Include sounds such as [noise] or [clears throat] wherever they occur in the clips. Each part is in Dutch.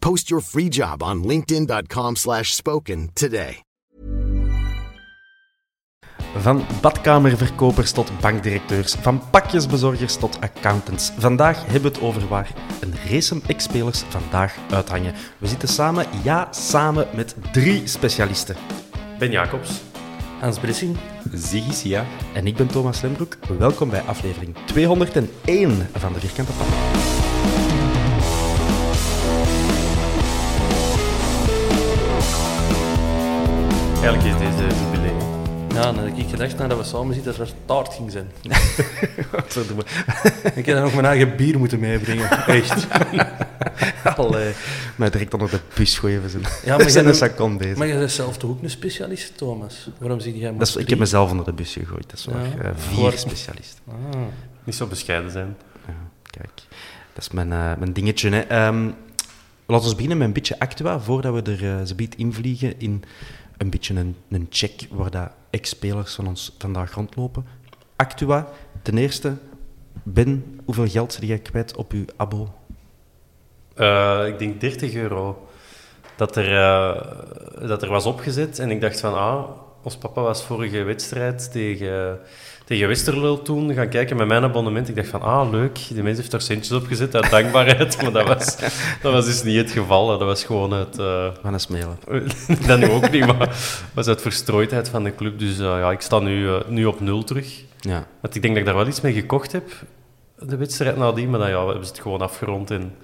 Post your free job on linkedin.com/spoken slash spoken today. Van badkamerverkopers tot bankdirecteurs, van pakjesbezorgers tot accountants. Vandaag hebben we het over waar een race ex-spelers vandaag uithangen. We zitten samen, ja, samen met drie specialisten. Ben Jacobs, Hans Brissing Ziggy Sia. en ik ben Thomas Lembroek. Welkom bij aflevering 201 van de Vierkante [laughs] Pan. Eigenlijk is deze jubileum. Ja, nadat ik gedacht nadat we samen zitten dat er taart ging zijn. [laughs] [laughs] Godverdomme. Ik heb dan nog mijn eigen bier moeten meebrengen. Echt. [laughs] Allee. Maar direct onder de bus gooien. Zijn. [laughs] Ja, we maar zijn jij- een zakon bezig. Maar jij bent zelf toch ook een specialist, Thomas? Waarom zie jij maar Dat is, ik drie? heb mezelf onder de bus gegooid. Dat is waar. Ja. Eh, vier Waar- specialisten. Niet zo bescheiden zijn. Kijk, dat is mijn, eh, mijn dingetje. Hè. Ehm, laten we beginnen met een beetje actua, voordat we er eh, ze biedt invliegen in een beetje een, een check waar dat ex-spelers van ons vandaag rondlopen. Actua, ten eerste, Ben, hoeveel geld zit jij kwijt op uw abo? Eh, ik denk 30 euro dat er, eh, dat er was opgezet. En ik dacht van, ah, ons papa was vorige wedstrijd tegen, tegen Westerlo toen gaan kijken met mijn abonnement. Ik dacht van, ah, leuk, die mens heeft daar centjes op gezet uit dankbaarheid. maar dat was, dat was dus niet het geval. hè. Dat was gewoon uit... eh, [laughs] Van een smelen. dat nu ook niet, maar was uit verstrooidheid van de club. Dus eh, ja, ik sta nu, eh, nu op nul terug. Ja. Want ik denk dat ik daar wel iets mee gekocht heb, de wedstrijd nadien. Maar dan ja, hebben ze het gewoon afgerond en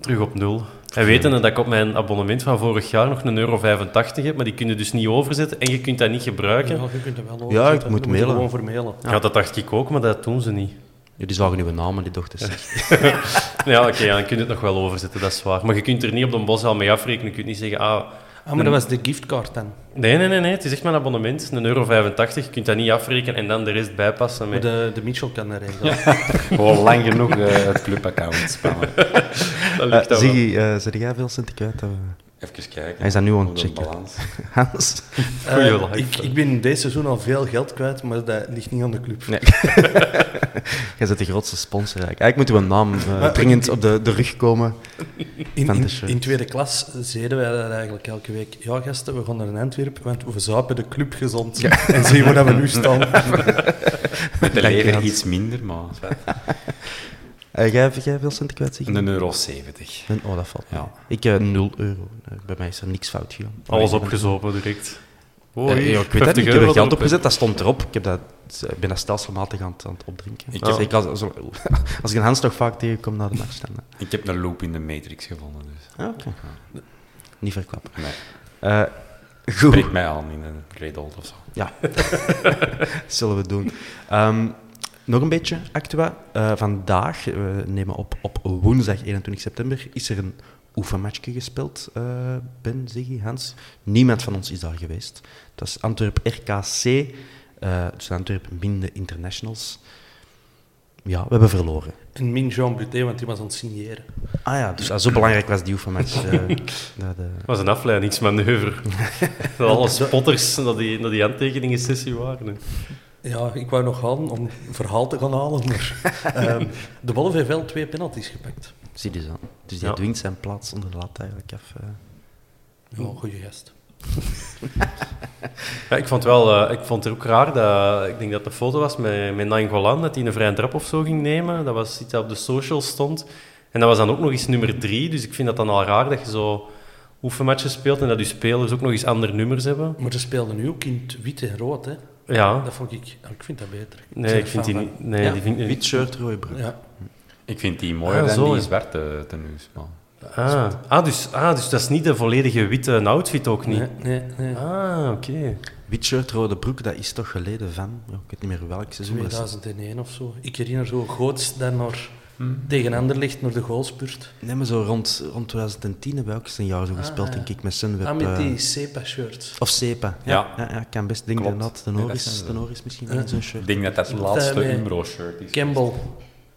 terug op nul. En wetende dat ik op mijn abonnement van vorig jaar nog een euro 85 heb, maar die kun je dus niet overzetten en je kunt dat niet gebruiken. Ja, Ja, je kunt hem wel over. Ja, ik moet mailen. gewoon voor mailen. dat dacht ik ook, maar dat doen ze niet. Jullie zagen uw naam en die dochters. Ja, oké, ja, dan kun je het nog wel overzetten, dat is waar. Maar je kunt er niet op de bos al mee afrekenen. Je kunt niet zeggen, ah... Ah, maar dat was de giftcard dan. Nee, nee, nee, nee, het is echt mijn abonnement, een euro 85. Je kunt dat niet afrekenen en dan de rest bijpassen. Maar Met... de, Eh, de Mitchell kan [laughs] dat regelen. Gewoon lang genoeg eh, het clubaccount spammen. Dat Zie lukt dat wel. Ziggy, eh, zet jij veel cent kwijt? eh? Even kijken. Hij is dat nu aan het Hoe de checken. [laughs] balans. Hans? Eh, Goeie laag, ik, hè. ik ben dit seizoen al veel geld kwijt, maar dat ligt niet aan de club. Jij bent de grootste sponsor eigenlijk. Eigenlijk moet uw naam eh, dringend op de, de rug komen. In, Van de in, shirt. in tweede klas zeiden wij dat eigenlijk elke week. Ja, gasten, we gaan naar een Antwerpen, want we zuipen de club gezond. En zien waar [laughs] dat we nu staan. [laughs] Met de Dank je, lever Hans. iets minder, maar Eh, jij, jij veel cent kwijt, Ziggy? een euro 70. Een- oh, dat valt mee. Ja. Ik heb 0 euro. Eh, Bij mij is er niks fout gegaan. Alles Eh, opgezopen direct. eh, Oei, ja, ik weet dat niet. 50 Ik heb euro er geld erop, hè. opgezet, dat stond erop. Ik, heb dat, ik ben dat stelselmatig aan, het- aan het opdrinken. Ik Dus heb- ik als, als, als ik een Hans toch vaak tegenkom na de match, dan... eh, Ik heb een loop in de Matrix gevonden, dus Niet verklappen. nee. Eh, goed. Spreekt mij aan in een Gradle of zo. Ja, [laughs] zullen we doen. Ehm, nog een beetje actua. Eh, vandaag, we nemen op op woensdag 21 september, is er een oefenmatchje gespeeld. eh, ben, Ziggy, Hans. Niemand van ons is daar geweest. Dat is Antwerp RKC, eh dus Antwerp Minder Internationals. Ja, we hebben verloren. En Ming Jean Buté, want die was aan het signeren. Ah ja, dus ah, zo belangrijk was die oefenmatch. eh, [laughs] dat, eh, was een [laughs] afleidingsmanoeuvre. dat alle spotters naar die, naar die handtekeningensessie waren. hè. Ja, ik wou nog gaan om een verhaal te gaan halen, [laughs] maar ehm, de Wolf heeft wel twee penalties gepakt. zie je zo. Dus die Ja. dwingt zijn plaats onder de lat eigenlijk af. eh. Ja, goede gast. Ja, ik vond wel, eh, ik vond het ook raar dat, ik denk dat de foto was met, met Nangolan, dat hij een vrije trap of zo ging nemen. Dat was iets dat op de social stond. En dat was dan ook nog eens nummer drie, dus ik vind dat dan al raar dat je zo oefenmatchen speelt en dat je spelers ook nog eens andere nummers hebben. Maar ze speelden nu ook in het wit en rood, hè. Ja, Dat vond ik... ah, Ik vind dat beter. Ik ben nee, ik er vind die fan niet... van. Nee, Ja. die vind ik Wit shirt, rode broek. Ja. Ik vind die mooier Ah, dan zo, die ja. zwarte eh, tenues, man. Ah, ah, dus, ah, dus dat is niet de volledige witte outfit ook niet? Nee, nee, nee. Ah, oké. Wit shirt, rode broek, dat is toch geleden van... ja, Ik weet niet meer welk seizoen. maar dat is- 2001 of zo. Ik herinner zo Goots dan naar, tegen Anderlecht naar de goalspurt. Nee, maar zo rond, rond 2010 hebben we ook eens een jaar zo gespeeld, denk ik, met Sunweb. Ah, met eh, die SEPA-shirt. Of Sepa. Ja. Ja. ja, kan best. Denk Klopt. dat de Ja, dat Norris, zijn ze. de Norris misschien in zo'n shirt. Ik denk dat dat het laatste eh, nee. Umbro-shirt is. eh, Campbell,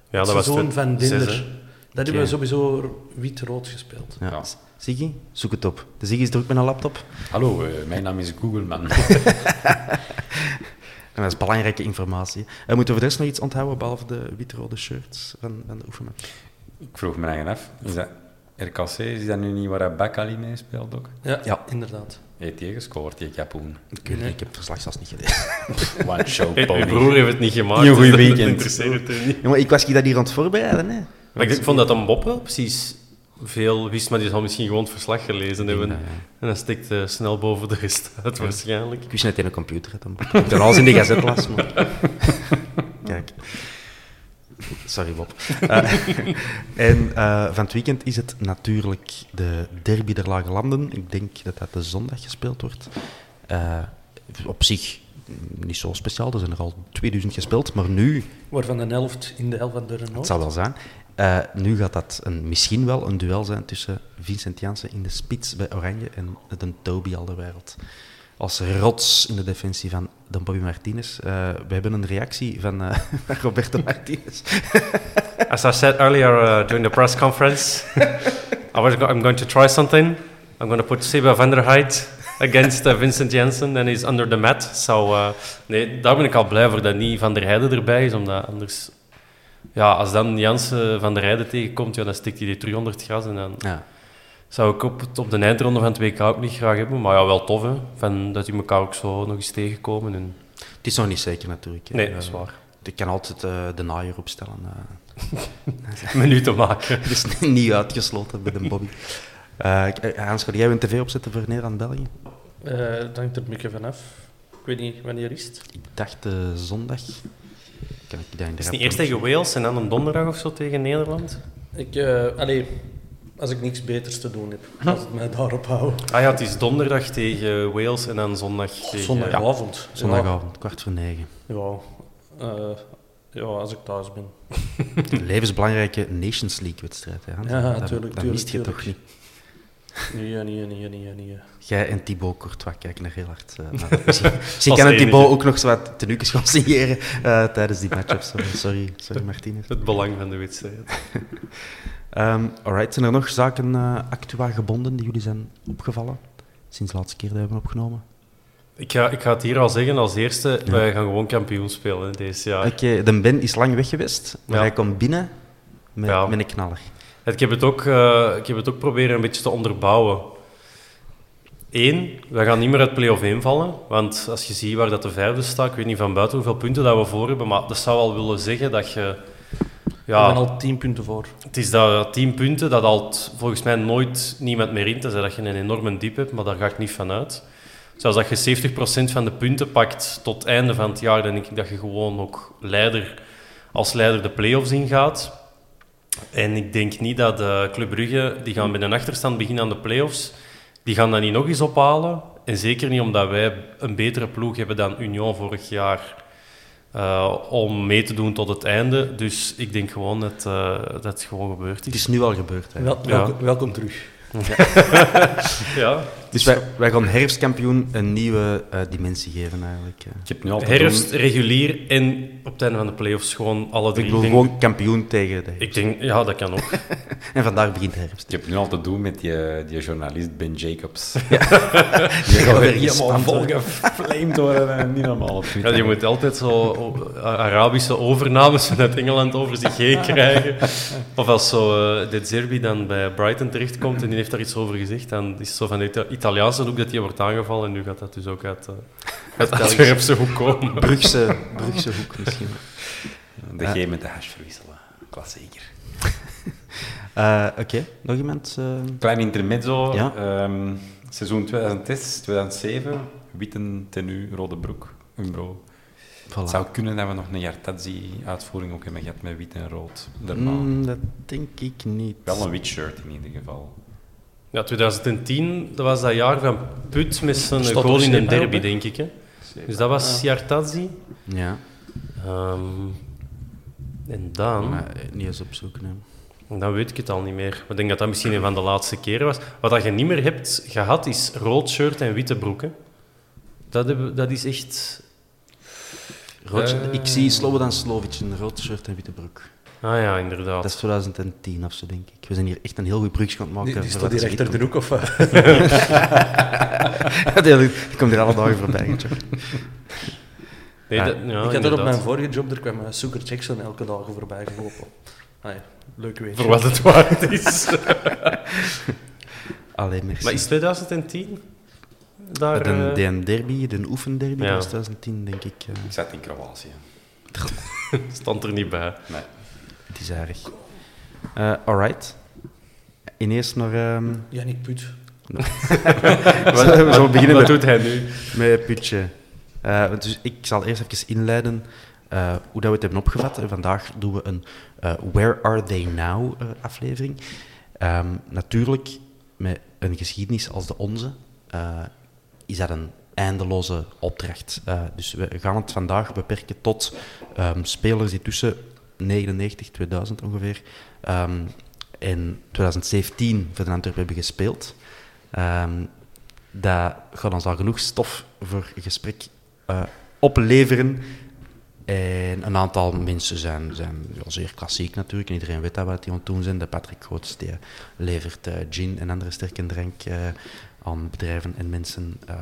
Ja, dat de was zoon twe- van zes, Dinder. hè. dat hebben we sowieso wit-rood gespeeld. Ja. Ja. Ziggy, zoek het op. De Ziggy is druk met een laptop. Hallo, eh, mijn naam is [laughs] Googleman. En dat is belangrijke informatie. En moeten we voor de rest nog iets onthouden, behalve de wit-rode shirts van, van de oefenmatch? ik vroeg me eigen af, is dat RKC, is dat nu niet waar dat Bakali mee speelt ook? Ja, Ja. inderdaad. Heeft die gescoord, die [laughs] Japoen? Ik, weet niet, ik heb het verslag zelfs niet gelezen. [laughs] One show Hey, pony. Uw broer heeft het niet gemaakt. Niet een goeie dus dat- dat weekend. interesseert het niet. Ja, maar ik was hier dat hier aan het voorbereiden. Hè. Maar ik, ik vond dat dan Bob wel precies veel wist, maar die zal misschien gewoon het verslag gelezen hebben. En dat stikt eh, snel boven de rest uit, waarschijnlijk. Ik wist net in een computer. hè, Dan. Ik heb er alles in de gazet las. Maar... Kijk. Sorry, Bob. Eh, [laughs] en eh, van het weekend is het natuurlijk de derby der Lage Landen. Ik denk dat dat de zondag gespeeld wordt. Eh, op zich niet zo speciaal. Er zijn er al 2000 gespeeld. Maar nu Waarvan de helft in de helft van de het Oh. Renault. zal wel zijn. Eh, nu gaat dat een, misschien wel een duel zijn tussen Vincent Janssen in de spits bij Oranje en de Toby Alderwereld. Als rots in de defensie van de Bobby Martinez. Eh, we hebben een reactie van eh, [laughs] van Roberto [laughs] Martinez. As I said earlier uh, during the press [laughs] conference, I was go- I'm going to try something. I'm going to put Seba van der Heid against uh, Vincent Jensen and he's under the mat. So, uh, nee, daar ben ik al blij voor dat niet Van der Heijden erbij is, omdat anders... Ja, als dan Jansen van der Heijden tegenkomt, ja, dan stikt hij die terug onder het gras. En dan Ja. zou ik op, het- op de eindronde van het WK ook niet graag hebben. Maar ja, wel tof, hè. Van, dat die elkaar ook zo nog eens tegenkomen. En... [laughs] Het is nog niet zeker natuurlijk. hè. Nee, dat is Eh, waar. Ik kan altijd eh, de naaier opstellen. eh. Menu te maken. Het is [laughs] niet uitgesloten bij de Bobby. Eh, ik- eh, Hans, ga jij een tv opzetten voor Nederland-België? Eh, dat hangt er mikken vanaf. Ik weet niet wanneer is het. Ik dacht eh, zondag. Kan ik daar in de Is het rap- niet eerst tegen Wales en dan een donderdag of zo tegen Nederland? Ik, eh, allee, als ik niks beters te doen heb, als het mij daarop houdt. Ah ja, het is donderdag tegen Wales en dan zondag tegen... Zondagavond. Zondagavond, kwart voor negen. Ja, ja, eh, ja als ik thuis ben. Een levensbelangrijke Nations League-wedstrijd. hè, Hans? Dat- Ja, tuurlijk, Dat tuurlijk, mist je toch niet. tuurlijk. Nee, eh, nee, nee, nee, nee. Jij en Thibaut Courtois kijken er heel hard eh, naar. [laughs] Misschien, misschien Als kan een enige. Thibaut ook nog zo wat tenuukjes gaan [laughs] signeren eh, tijdens die match. Sorry, sorry, sorry Martinez. Het belang van de wedstrijd. Ehm alright, zijn er nog zaken eh, actua gebonden die jullie zijn opgevallen? Sinds de laatste keer dat we hebben opgenomen. Ik ga, ik ga het hier al zeggen als eerste. Wij gaan gewoon kampioen spelen hè, deze jaar. Oké, de Ben is lang weg geweest, maar Ja. hij komt binnen met, Ja. met een knaller. Ik heb, het ook, eh, ik heb het ook proberen een beetje te onderbouwen. Eén, we gaan niet meer uit play-off 1 vallen. Want als je ziet waar dat de vijfde staat, ik weet niet van buiten hoeveel punten dat we voor hebben, maar dat zou al willen zeggen dat je... Ik Ja, ben al tien punten voor. Het is dat tien punten dat al t- volgens mij nooit niemand meer in, tenzij dat je een enorme diep hebt, maar daar ga ik niet van uit. Zelfs dat je 70% van de punten pakt tot het einde van het jaar, dan denk ik dat je gewoon ook leider, als leider de play-offs ingaat. En ik denk niet dat eh, Club Brugge, die gaan met een achterstand beginnen aan de play-offs, die gaan dat niet nog eens ophalen. En zeker niet omdat wij een betere ploeg hebben dan Union vorig jaar eh, om mee te doen tot het einde. Dus ik denk gewoon dat, eh, dat het gewoon gebeurd Het is. is nu al gebeurd. Hè. Wel- Ja. welkom, welkom terug. Ja, Dus wij, wij gaan herfstkampioen een nieuwe eh, dimensie geven, eigenlijk. eh. Ik heb nu altijd... Herfst, regulier en op het einde van de playoffs gewoon alle Ik drie. bedoel denk- gewoon kampioen tegen de herfst. ik denk, ja, dat kan ook. En vandaag begint de [laughs] herfst. Ik heb nu al te doen met die, eh, die journalist Ben Jacobs. [laughs] Ja. Die Ik ga weer helemaal volgeflamed worden en niet normaal op Ja, Twitter. je moet altijd zo o- Arabische overnames [laughs] vanuit Engeland over zich heen krijgen. Of als zo eh De Zerbi dan bij Brighton terechtkomt en die heeft daar iets over gezegd, dan is het zo van de Ita- Italiaanse ook dat die wordt aangevallen. En nu gaat dat dus ook uit, eh uit de Antwerpse hoek komen. Brugse, Brugse hoek misschien. De G met de hash verwisselen. Klassieker. Eh, Oké, nog iemand? eh? Klein intermezzo. Ja. ehm, seizoen 2006, 2007. Witte tenue, rode broek. Umbro. Voilà. Het zou kunnen dat we nog een Yartazi-uitvoering ook hebben gehad met wit en rood. Daarna. Mm, dat denk ik niet. Wel een wit shirt in ieder geval. Ja, 2010, dat was dat jaar van Put met zijn Stond goal er in de Zeeman derby, op, hè? denk ik. Hè? Dus dat was Yartazi. Ja, Ehm, en dan... maar eh, niet eens opzoeken. hè. Dan weet ik het al niet meer. Maar Ik denk dat dat misschien een van de laatste keren was. Wat dat je niet meer hebt gehad, is rood shirt en witte broeken. Dat, hebben- dat is echt... Rood, ik zie Slobodan Slovic in een rood shirt en witte broek. Ah ja, inderdaad. Dat is 2010 of zo, denk ik. We zijn hier echt een heel goed brugje aan het maken. Die, die voor staat wat hier is achter de hoek of eh? wat? [laughs] wit. Die- Die komt er alle dagen voorbij. Joh. Nee, dat- ja, [laughs] ik had er op inderdaad. mijn vorige job, er kwam eh, Sugar Jackson elke dag voorbij gelopen. Allee, leuk weetje. Voor wat het waard is. Allee, merci. maar is 2010? Daar, de, eh, de derby, de oefenderby, Ja. dat was 2010, denk ik. eh. Ik zat in Kroatië. stond er niet bij. Nee. het is erg. Eh alright. Ineens naar... ehm, Yannick Put. [laughs] we zullen beginnen met, Wat doet hij nu? met Putje. Eh, want dus ik zal eerst even inleiden eh, hoe dat we het hebben opgevat. En vandaag doen we een eh, Where Are They Now eh, aflevering. Ehm, natuurlijk, met een geschiedenis als de onze, eh, is dat een eindeloze opdracht. Eh, dus we gaan het vandaag beperken tot ehm, spelers die tussen 99, 2000 ongeveer, ehm, en 2017 voor de Antwerpen hebben gespeeld. Ehm dat gaat ons al genoeg stof voor gesprek eh, opleveren. En een aantal mensen zijn, zijn ja, zeer klassiek natuurlijk. En iedereen weet dat wat die aan het doen zijn. De Patrick Goots die levert eh, gin en andere sterke drank eh, aan bedrijven en mensen. Eh,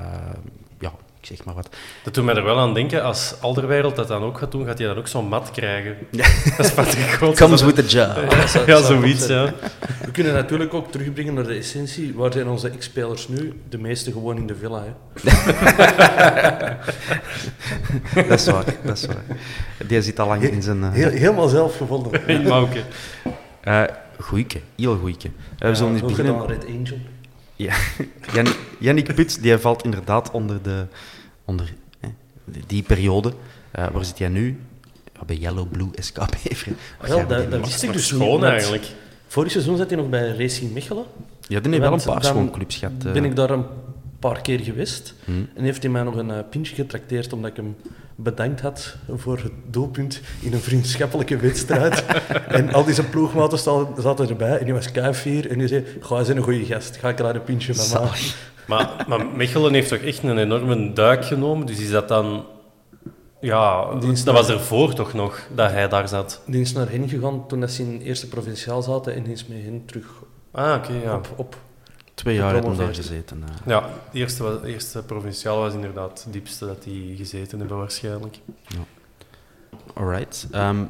ja, ik zeg maar [laughs] wat. Dat doet mij er wel aan denken. Als Alderwereld dat dan ook gaat doen, gaat hij dan ook zo'n mat krijgen. [laughs] Dat is wat ik hoop. the job. [laughs] Ja, zoiets, ja. We kunnen natuurlijk ook terugbrengen naar de essentie. Waar zijn onze ex-spelers nu? De meeste gewoon in de villa. Hè. dat is waar, dat is waar. Die zit al lang in zijn... eh, Ah. Heel- helemaal zelf gevonden. In Mauke. eh, goeieke, heel goeieke. Eh, we zullen niet Hoe beginnen... gedaan, Red Angel. Ja, Jannik- Jannik Put die valt inderdaad onder, de, onder hè, die periode. Eh, waar zit jij nu? Ja, bij Yellow Blue SK [laughs] Beveren. Wat jij Wel, met dat, die dat man- wist ik Maar dus niet. schoon want eigenlijk. Vorig seizoen zat hij nog bij Racing Mechelen. Ja, die heeft wel een Want paar dan schoonclubs gehad. eh. Hmm. Ben ik daar een paar keer geweest. En heeft hij mij nog een eh, pintje getrakteerd omdat ik hem bedankt had voor het doelpunt in een vriendschappelijke [laughs] wedstrijd. en al die ploegmaten sta- zaten erbij en die was keifier en die zei, ga eens een goede gast, ga ik er een pintje van maken. Maar, maar Mechelen heeft toch echt een enorme duik genomen, dus is dat dan... Ja, dat was ervoor toch nog, dat hij daar zat. Die is naar hen gegaan toen dat ze in eerste provinciaal zaten en die is met hen terug Ah, oké, ja. op, op. twee jaar hebben daar gepromoveerd. gezeten. eh. Ja, de eerste, was- de eerste provinciaal was inderdaad het diepste dat die gezeten hebben waarschijnlijk. Alright. Ehm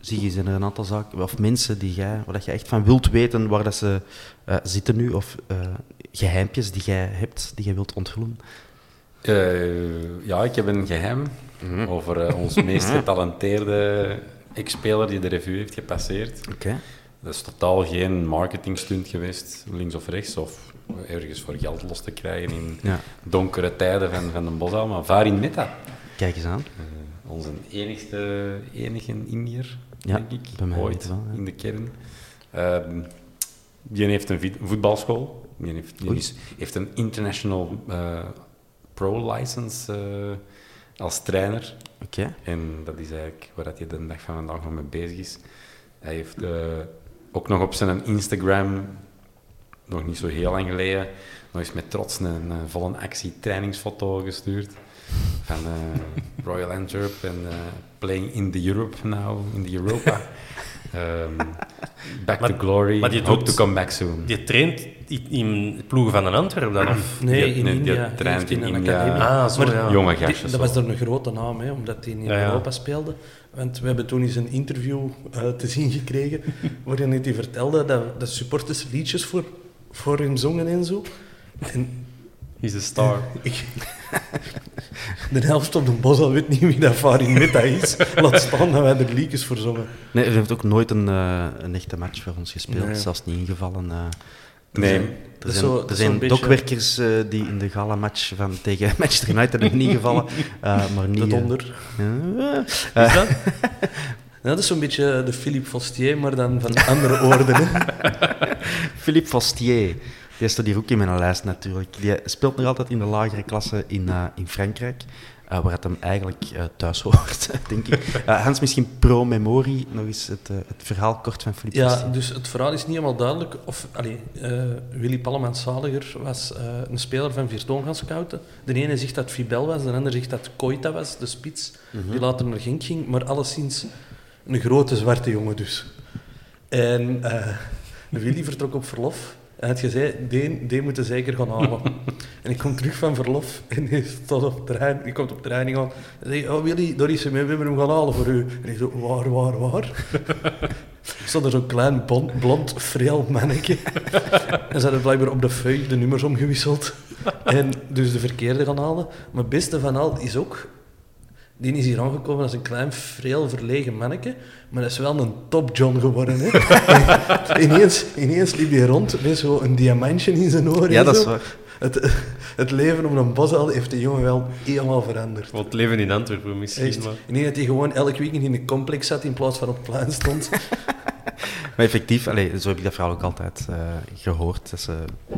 zie je, zijn er een aantal zaken, of mensen die jij, waar dat je echt van wilt weten waar dat ze eh, zitten nu, of eh, geheimpjes die jij hebt, die jij wilt onthullen? Eh, ja, ik heb een geheim over eh, ons meest getalenteerde ex-speler die de revue heeft gepasseerd. Oké. Dat is totaal geen marketingstunt geweest, links of rechts, of ergens voor geld los te krijgen in Ja. donkere tijden van, van de Bosuil, maar Varin Meta. Kijk eens aan. eh, Onze enigste, enige Indiër, Ja, denk ik, bij mij ooit, niet wel, ja. in de kern. Ehm, die heeft een vi- voetbalschool. Die heeft, die Oei. is- heeft een international eh, pro-license eh, als trainer. Oké. En dat is eigenlijk waar dat hij de dag van vandaag nog mee bezig is. Hij heeft eh, ook nog op zijn Instagram nog niet zo heel lang geleden, nog eens met trots een, eh, volle actie trainingsfoto gestuurd. Van [laughs] eh, Royal Antwerp en eh, playing in the Europe now, in the [laughs] Europa. Ehm, back Maar- to glory, maar je hope doet- to come back soon. Je traint i- in ploegen van een Antwerpen [clears throat] dan? Of? Nee, Die- in nee, die India. traint Eerst in in een India. academie. Ah, zo, Maar ja. Jonge die- gastjes. Dat was dan een grote naam, hè, omdat die in Ja, ja. Europa speelde. Want we hebben toen eens een interview eh, te zien [laughs] gekregen waarin hij vertelde dat, dat supporters liedjes voor, voor hem zongen en zo. En He's a star. ik, [laughs] de helft op de bos al weet niet wie dat Farin Meta is. Laat staan dat wij er liedjes voor zongen. Nee, hij heeft ook nooit een, eh, een echte match voor ons gespeeld, Nee. zelfs niet ingevallen. eh. Nee. Dat Er is zijn, zo- er dat is zijn zo'n beetje- dokwerkers eh, die in de gala-match van [laughs] tegen Manchester United hebben niet [laughs] gevallen, eh, maar niet... De eh, donder. eh, Is dat? Ja, dat is zo'n beetje de Philippe Fostier, maar dan van [laughs] andere orde. hè. Philippe Fostier, die staat hier ook in mijn lijst natuurlijk. Die speelt nog altijd in de lagere klasse in, eh, in Frankrijk, eh, waar het hem eigenlijk eh, thuis [laughs] hoort, denk ik. Eh, Hans, misschien pro memorie nog eens het, eh, het verhaal kort van Philippe Ja, Fostier. dus het verhaal is niet helemaal duidelijk. Of, allee, eh, Willy Pallemans Zaliger was eh, een speler van Virton gaan scouten. De ene zegt dat Fibel was, de ander zegt dat Koita was, de spits, die later naar Genk ging. Maar alleszins een grote zwarte jongen dus. En eh, [laughs] Willy vertrok op verlof. En had gezegd, die, die moeten zeker gaan halen. en ik kom terug van verlof en hij stond op trein, die komt op training aan. En zei, oh Willy, daar is hij mee, we hebben hem gaan halen voor u. En ik zo, waar, waar, waar? stond er zo'n klein, bon- blond, freel mannetje. en ze hadden blijkbaar op de feuille de nummers omgewisseld. en dus de verkeerde gaan halen. Maar het beste van al is ook... Die is hier aangekomen als een klein, freel, verlegen manneke. Maar dat is wel een top John geworden, hè. [laughs] ineens, ineens liep hij rond met zo'n diamantje in zijn oren. Ja, en dat zo. is waar. Het, het leven op een bos al heeft de jongen wel helemaal veranderd. Want leven in Antwerpen misschien. Echt. Maar. Ik denk dat hij gewoon elk weekend in een complex zat in plaats van op het plein stond. Maar effectief, allee, zo heb ik dat verhaal ook altijd eh, gehoord, dat ze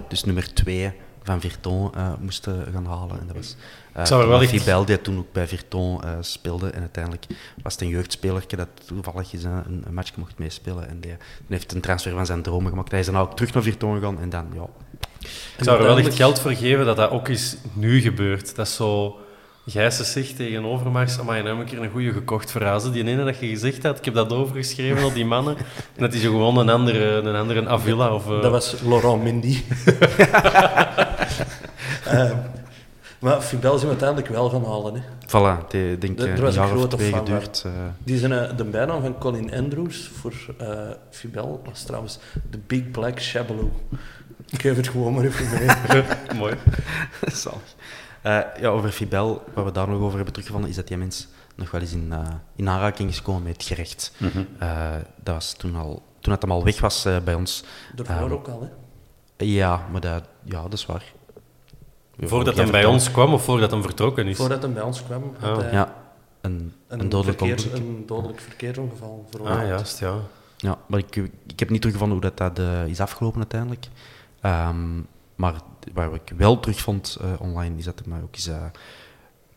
dus nummer 2 van Virton eh, moesten gaan halen. En dat was eh Ik zou er wel Thomas echt- Fibel, die toen ook bij Virton eh, speelde. En uiteindelijk was het een jeugdspelertje dat toevallig eens eh, een, een- een matchje mocht meespelen. En die, die heeft een transfer van zijn dromen gemaakt. Hij is dan ook terug naar Virton gegaan en dan, ja... Ik zou er wel echt Uiteindelijk- geld voor geven dat dat ook eens nu gebeurt. Dat is zo... Gijssen zegt tegen Overmars, amai, nou heb ik er een goede gekocht voor Hazen. Die ene dat je gezegd had, ik heb dat overgeschreven, al die [laughs] mannen. En dat is gewoon een andere, een andere Avila. Of, eh, Dat was Laurent [laughs] [laughs] Mindy. Eh, maar Fidel is hem uiteindelijk wel gaan halen. Hè. Voilà, die, denk Er- ik, er een was een jaar of grote twee fan geduurd. eh. Die zijn eh, de bijnaam van Colin Andrews voor eh Fidel was trouwens de Big Black Chabaloo. Ik geef het gewoon maar even [laughs] mee. eh, [laughs] Mooi. Zalig. Eh, ja, over Fibel, wat we daar nog over hebben teruggevonden, is dat die mens nog wel eens in, eh, in aanraking is gekomen met het gerecht. Eh, dat was toen al... Toen het hem al weg was eh, bij ons. Daarvoor Ehm, ook al, hè. Ja, maar dat, ja, dat is waar. Ja, Voordat jij hij bij vertelt. ons kwam of voordat hij vertrokken is? Voordat hij bij ons kwam, had Ah, hij Oh, Ja, een, een, Eh, een, dodelijk verkeers, ongeluk. een dodelijk verkeersongeval Ah, veroorzaakt. juist, ja. Ja, maar ik, ik heb niet teruggevonden hoe dat, dat eh, is afgelopen uiteindelijk. Ehm, maar waar ik wel terugvond eh online, is dat hij mij ook is,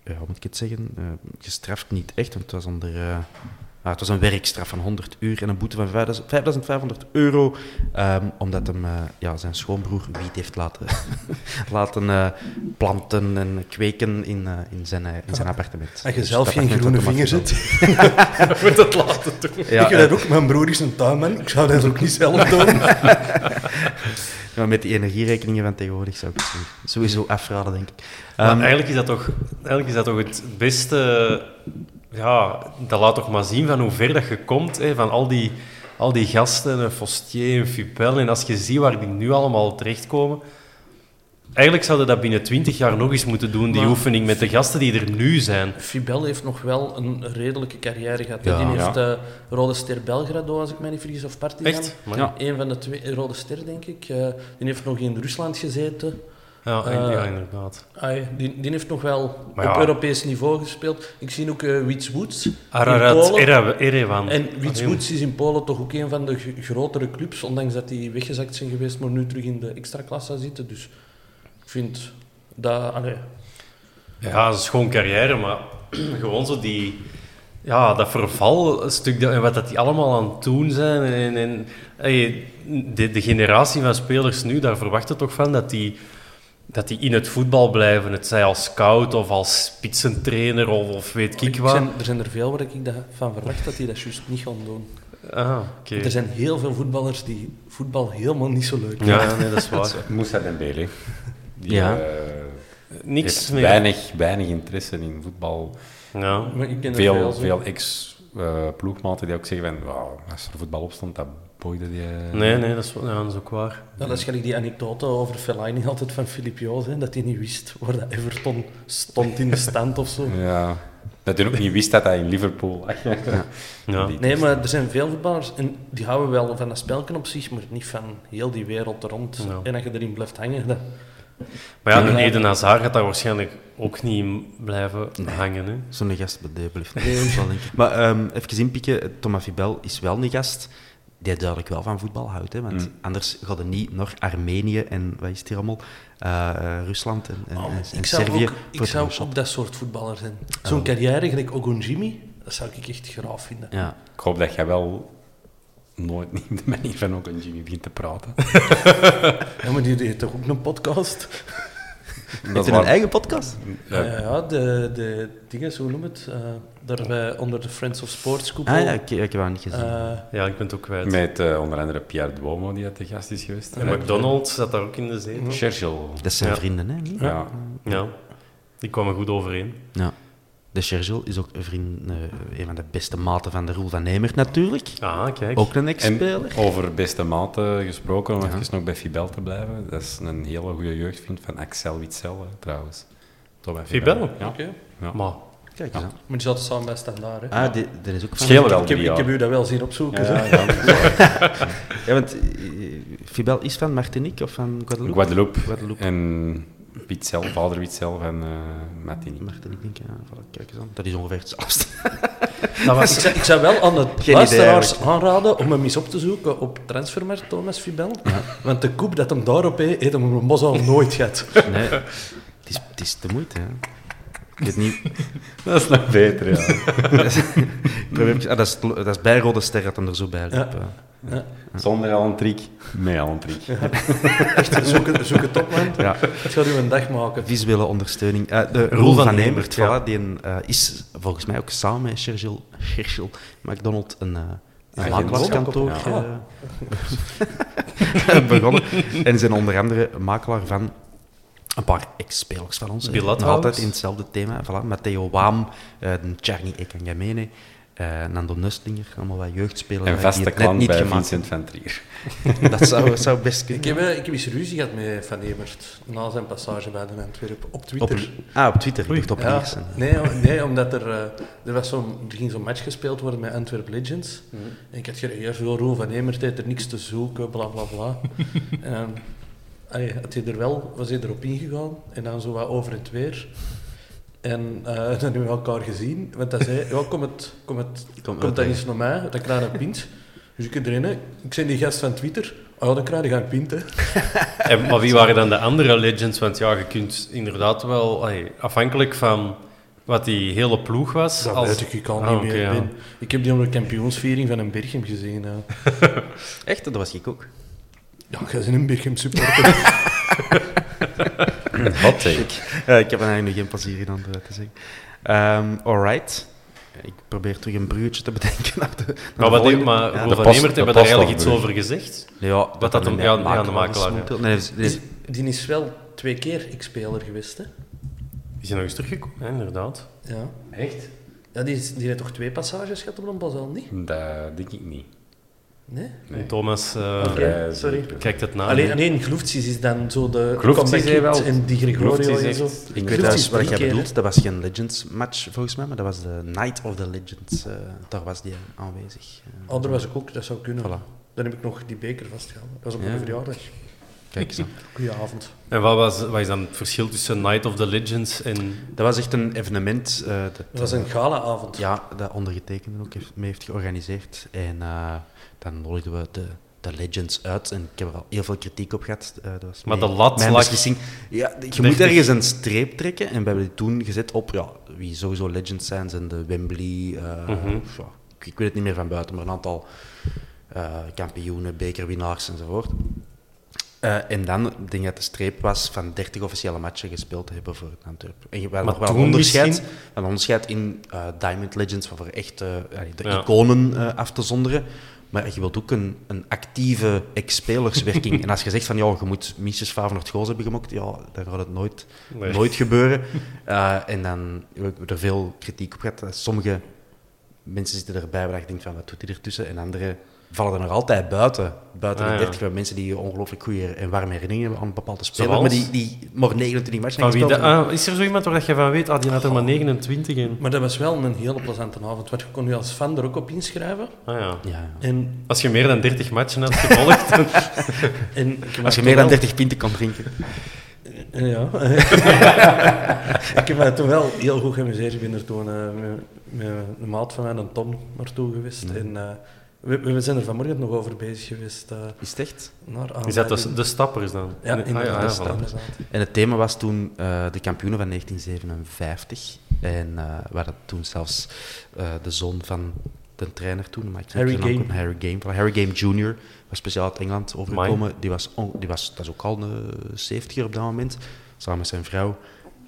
hoe moet ik het zeggen, Eh, gestraft niet echt, want het was, onder, eh, ah, het was een werkstraf van 100 uur en een boete van 5000 5500 euro, ehm, omdat hem eh, ja, zijn schoonbroer wiet heeft laten, [laughs] laten eh, planten en kweken in, eh, in, zijn, eh, in zijn appartement. Ah. En je Dus zelf het geen appartement [laughs] groene dat hem vinger afgebroken. zit. Wordt dat later toch? Ja, [laughs] eh. ik heb dat ook, mijn broer is een tuinman. Ik zou dat ook niet zelf doen. Ja, met die energierekeningen van tegenwoordig zou ik het sowieso- sowieso afraden, denk ik. Maar Ehm, eigenlijk, is dat toch, eigenlijk is dat toch het beste... Ja, dat laat toch maar zien van hoe ver dat je komt. Hè, van al die, al die gasten, eh, Fostier en Fupel. En als je ziet waar die nu allemaal terechtkomen... Eigenlijk zouden we dat binnen twintig jaar nog eens moeten doen, die Maar- oefening met de gasten die er nu zijn. Fibel heeft nog wel een redelijke carrière gehad. hè. Ja. Die heeft eh, Rode Ster Belgrado, als ik mij niet vergis, of Partizan. Echt? Amai. Ja. Een van de twee, eh, Rode Ster, denk ik. Eh, die heeft nog in Rusland gezeten. Ja, Eh, ja, inderdaad. Ai, die, die heeft nog wel Maar op ja. Europees niveau gespeeld. Ik zie ook eh Wits Woods in Ararat, Polen. Era- Erevan. En Wits Allee. Woods is in Polen toch ook een van de g- grotere clubs, ondanks dat die weggezakt zijn geweest, maar nu terug in de extra klasse zitten. Dus ik vind dat... Allee, [clears throat] Ja, dat is gewoon carrière, maar gewoon zo die, ja, dat vervalstuk dat- en wat dat die allemaal aan het doen zijn. En, en, hey, de, de generatie van spelers nu, daar verwachten toch van dat die, dat die in het voetbal blijven. Het zij als scout of als spitsentrainer of, of weet ik Er wat. zijn, er zijn er veel waar ik dat van verwacht dat die dat juist niet gaan doen. Ah, oké. Er zijn heel veel voetballers die voetbal helemaal niet zo leuk vinden. Ja, nee, dat is waar. Moussa Dembele. Die, Ja. eh, Niks heeft meer. weinig, weinig interesse in voetbal. Ja. Maar ik ken er Veel, zo. veel ex-ploegmaten die ook zeggen van, "Wauw, als er voetbal op stond, dat boeide die... eh, Nee, nee, dat is, ja, dat is ook waar. Ja, dat is gelijk die anekdote over Fellaini altijd van Filip Joos, hè, dat hij niet wist waar dat Everton stond in de stand of zo. Ja. Dat hij ook niet wist dat hij in Liverpool [laughs] lag. Ja. Ja. Nee, maar er zijn veel voetballers en die houden wel van dat spelken op zich, maar niet van heel die wereld er rond. Ja. En als je erin blijft hangen, dan... Maar ja, een Eden Hazard gaat daar waarschijnlijk ook niet in blijven hangen. Hè? Zo'n gast bij de blijft wel, denk ik. Maar ehm, even inpikken, Thomas Vibel is wel een gast die duidelijk wel van voetbal houdt. Hè? Want anders gaat hij niet naar Armenië en wat is het hier allemaal? Eh, eh, Rusland en, en, en Oh, ik zou, Servië. ook, ik voor zou te gaan ook dat soort voetballer zijn. Zo'n carrière, gelijk Ogunjimi, dat zou ik echt graaf vinden. shotten. Ja. Ik hoop dat jij wel nooit niet op de manier van ook een Jimmy begint te [laughs] praten. Ja, maar die deed toch ook een podcast? Heeft hij een eigen podcast? Ja, Eh, ja, de, de dingen, hoe noem het? eh daar bij onder de Friends of Sports koepel. Ah ja, ik, ik heb hem niet gezien. Eh, Ja, ik ben het ook kwijt. Met eh, onder andere Pierre Duomo, die uit de gast is geweest. En McDonald's zat daar ook in de zetel. Churchill. dat zijn ja. vrienden, hè? niet? Ja. Ja, die kwamen goed overeen. Ja. De Churchill is ook een, vriend, eh, een van de beste maten van de Roel van Nemert, natuurlijk. Ah, kijk. Ook een En ex-speler. over beste maten gesproken, om even nog bij Fibel te blijven. Dat is een hele goede jeugdvriend van Axel Witsel, eh, trouwens. Thomas Fibel? Ja. Oké. Ja. Maar, Kijk eens aan. Maar die zaten samen bij Standaard, hè? Ah, die, die is ook van... Schelen wel ik, heb, drie ik heb jaar. u dat wel zien opzoeken. Ja, hè. ja. Ja, want eh, Fibel is van Martinique of van Guadeloupe? Guadeloupe. Guadeloupe. En Witsel, vader Witsel van eh Martinique. Martinique, denk ik. Ja, voilà, kijk eens aan. Dat is ongeveer hetzelfde. [laughs] Dat was- ik, zou, ik zou wel aan de idee luisteraars aanraden om hem eens op te zoeken op Transfermarkt, Thomas Fibel. Want de koep dat hem daarop heeft, heeft hem een al nooit gehad. [laughs] Nee, het is, het is de moeite, hè. Ik weet [laughs] niet... Dat is nog beter, ja. [laughs] Ik probeer even- ah, dat, is, het lo- dat is bij Rode Ster dat hem er zo bij liep. Ja. eh. Zonder al een trick, met al een trick. [laughs] Echt, zoek, het- zoek het op, man. Ja. Het gaat u een dag maken. Visuele ondersteuning. Eh, de Roel, van, Nemert, voilà, die eh, is volgens mij ook samen met Churchill, Churchill McDonald een, eh een makelaarskantoor ook eh, [laughs] begonnen. en zijn onder andere makelaar van een paar ex-spelers van ons. eh, Bill nog Athout. altijd in hetzelfde thema. Voilà, Matteo Waam, eh Charny Ekangamene, eh, Nando Nustlinger, allemaal wat jeugdspelers. En die vaste het net klant niet bij gemaakt Vincent van Trier. hebben. Dat zou, zou best kunnen. Ik heb, eh, ik heb eens ruzie gehad met Van Evert na zijn passage bij de Antwerpen op Op, Twitter. ah, op Twitter. Ik dacht op Ja, Nielsen. nee, om- nee, omdat er, eh, er, was zo'n, er ging zo'n match gespeeld worden met Antwerp Legends. Mhm. En ik had gereageerd, zo Roel van Emert heeft er niks te zoeken, bla bla [laughs] bla. en dan, allee, had hij er wel, was hij erop ingegaan en dan zo wat over het weer. En eh, [laughs] dan hebben we elkaar gezien, want hij zei, ja, kom, het, kom, het, kom, uit, dan hè. eens naar mij, dan krijg je een pint. Dus ik heb erin, hè. ik zei die gast van Twitter, oh ja, dan krijg je een pint, hè. en, maar wie waren dan de andere legends? Want ja, je kunt inderdaad wel, allee, afhankelijk van wat die hele ploeg was. Dat als- weet ik, ik al Ah, niet oké, meer. ja. Ben. Ik heb die onder de kampioensviering van een Berchem gezien. hè. Echt, dat was ik ook. Ja, jij bent een Berchem supporter. [laughs] Hot take. Eh, ik heb er eigenlijk nog geen plezier in om het te zeggen. Ehm alright. Ik probeer terug een bruggetje te bedenken. Naar de, naar Maar, de wat denk, volgende. maar Ja, Roel de- van post- Emert de hebben daar eigenlijk iets postafbrug. over gezegd. ja, wat dat hem- een ja, ja, de makelaar makelaar, is ja. momenteel- Nee, dus- dat is- dat is- die is wel twee keer X-speler geweest, hè? Die zijn nog eens teruggekomen, hè, inderdaad. Ja. Echt? ja die, is, die heeft toch twee passages gehad op een basal, niet? Dat denk ik niet. Nee? Ah, Thomas eh, Vrij sorry. zeker. kijkt het na. Alleen, alleen Gloeftsies is dan zo de Gloeftsies comeback heeft wel- hit en Di Gregorio Gloeftsies en heeft- zo. ik weet Ik weet Gloeftsies trouwens wat drie jij keer, hè. bedoelt. Dat was geen Legends match volgens mij, maar dat was de Night of the Legends. eh, daar was die aanwezig. Eh, Oh, daar was ik ook, dat zou kunnen. Voilà. Dan heb ik nog die beker vastgehouden. Dat was op Ja. mijn verjaardag. kijk eens aan. [laughs] Goeie avond. En wat, was, wat is dan het verschil tussen Night of the Legends en... Dat was echt een evenement. eh, dat, Dat was een galaavond. Ja, dat ondergetekende ook heeft, mee heeft georganiseerd. En eh, dan volgden we de, de Legends uit. En ik heb er al heel veel kritiek op gehad. Eh, dat was Maar mijn- de lat mijn lag beslissing. Ja, je moet 30. ergens een streep trekken. En we hebben die toen gezet op ja, wie sowieso Legends zijn. Zijn de Wembley. eh, Mhm. ja, ik, ik weet het niet meer van buiten, maar een aantal eh, kampioenen, bekerwinnaars enzovoort. Eh, en dan, ik denk dat de streep was van 30 officiële matchen gespeeld te hebben voor Antwerpen. En je had Maar nog wel een toen onderscheid, misschien? een onderscheid in eh, Diamond Legends, van voor echt eh, allee, de Ja. iconen eh, af te zonderen. Maar je wilt ook een, een actieve [laughs] ex-spelerswerking. en als je zegt van, ja, je moet minstens 500 goals hebben gemokt, ja, dan gaat het nooit, Nee. nooit [laughs] gebeuren. Eh, en dan hebben we er veel kritiek op gehad. Sommige mensen zitten erbij waar je denkt van, wat doet hij ertussen? En anderen vallen er nog altijd buiten. Buiten Ah, de ja. 30 we hebben mensen die ongelooflijk goede en warme herinneringen hebben aan bepaalde spelers, Zoals? maar die, die maar 29 matchen Van hebben wie gespeeld. dat- ah, is er zo iemand waar dat je van weet, ah, die had er maar 29 in? Maar dat was wel een hele plezante avond, want je kon je als fan er ook op inschrijven. Ah, ja. Ja, ja. En, Als je meer dan 30 matchen had gevolgd, dan- en ik Als je was meer dan toch 30 pinten kan drinken. wel- Ja. [laughs] ik heb mij toen wel heel goed geamuseerd. Ik ben er toen eh, met, met een maat van mij, een Tom, naartoe geweest. Mm. En eh, we, we zijn er vanmorgen nog over bezig geweest. eh, Is het echt? naar is dat dus aanleiding- de, de stappers dan? Ja, Ah, inderdaad. ja, de voilà. standaard. En het thema was toen eh, de kampioenen van 1957. En eh, waar dat toen zelfs eh, de zoon van de trainer toen, maar ik weet Harry niet zijn naam Game. ook, Harry Game, van Harry Game Jr. was speciaal uit Engeland overgekomen. Die was, on- die was, dat is ook al een 70 op dat moment, samen met zijn vrouw.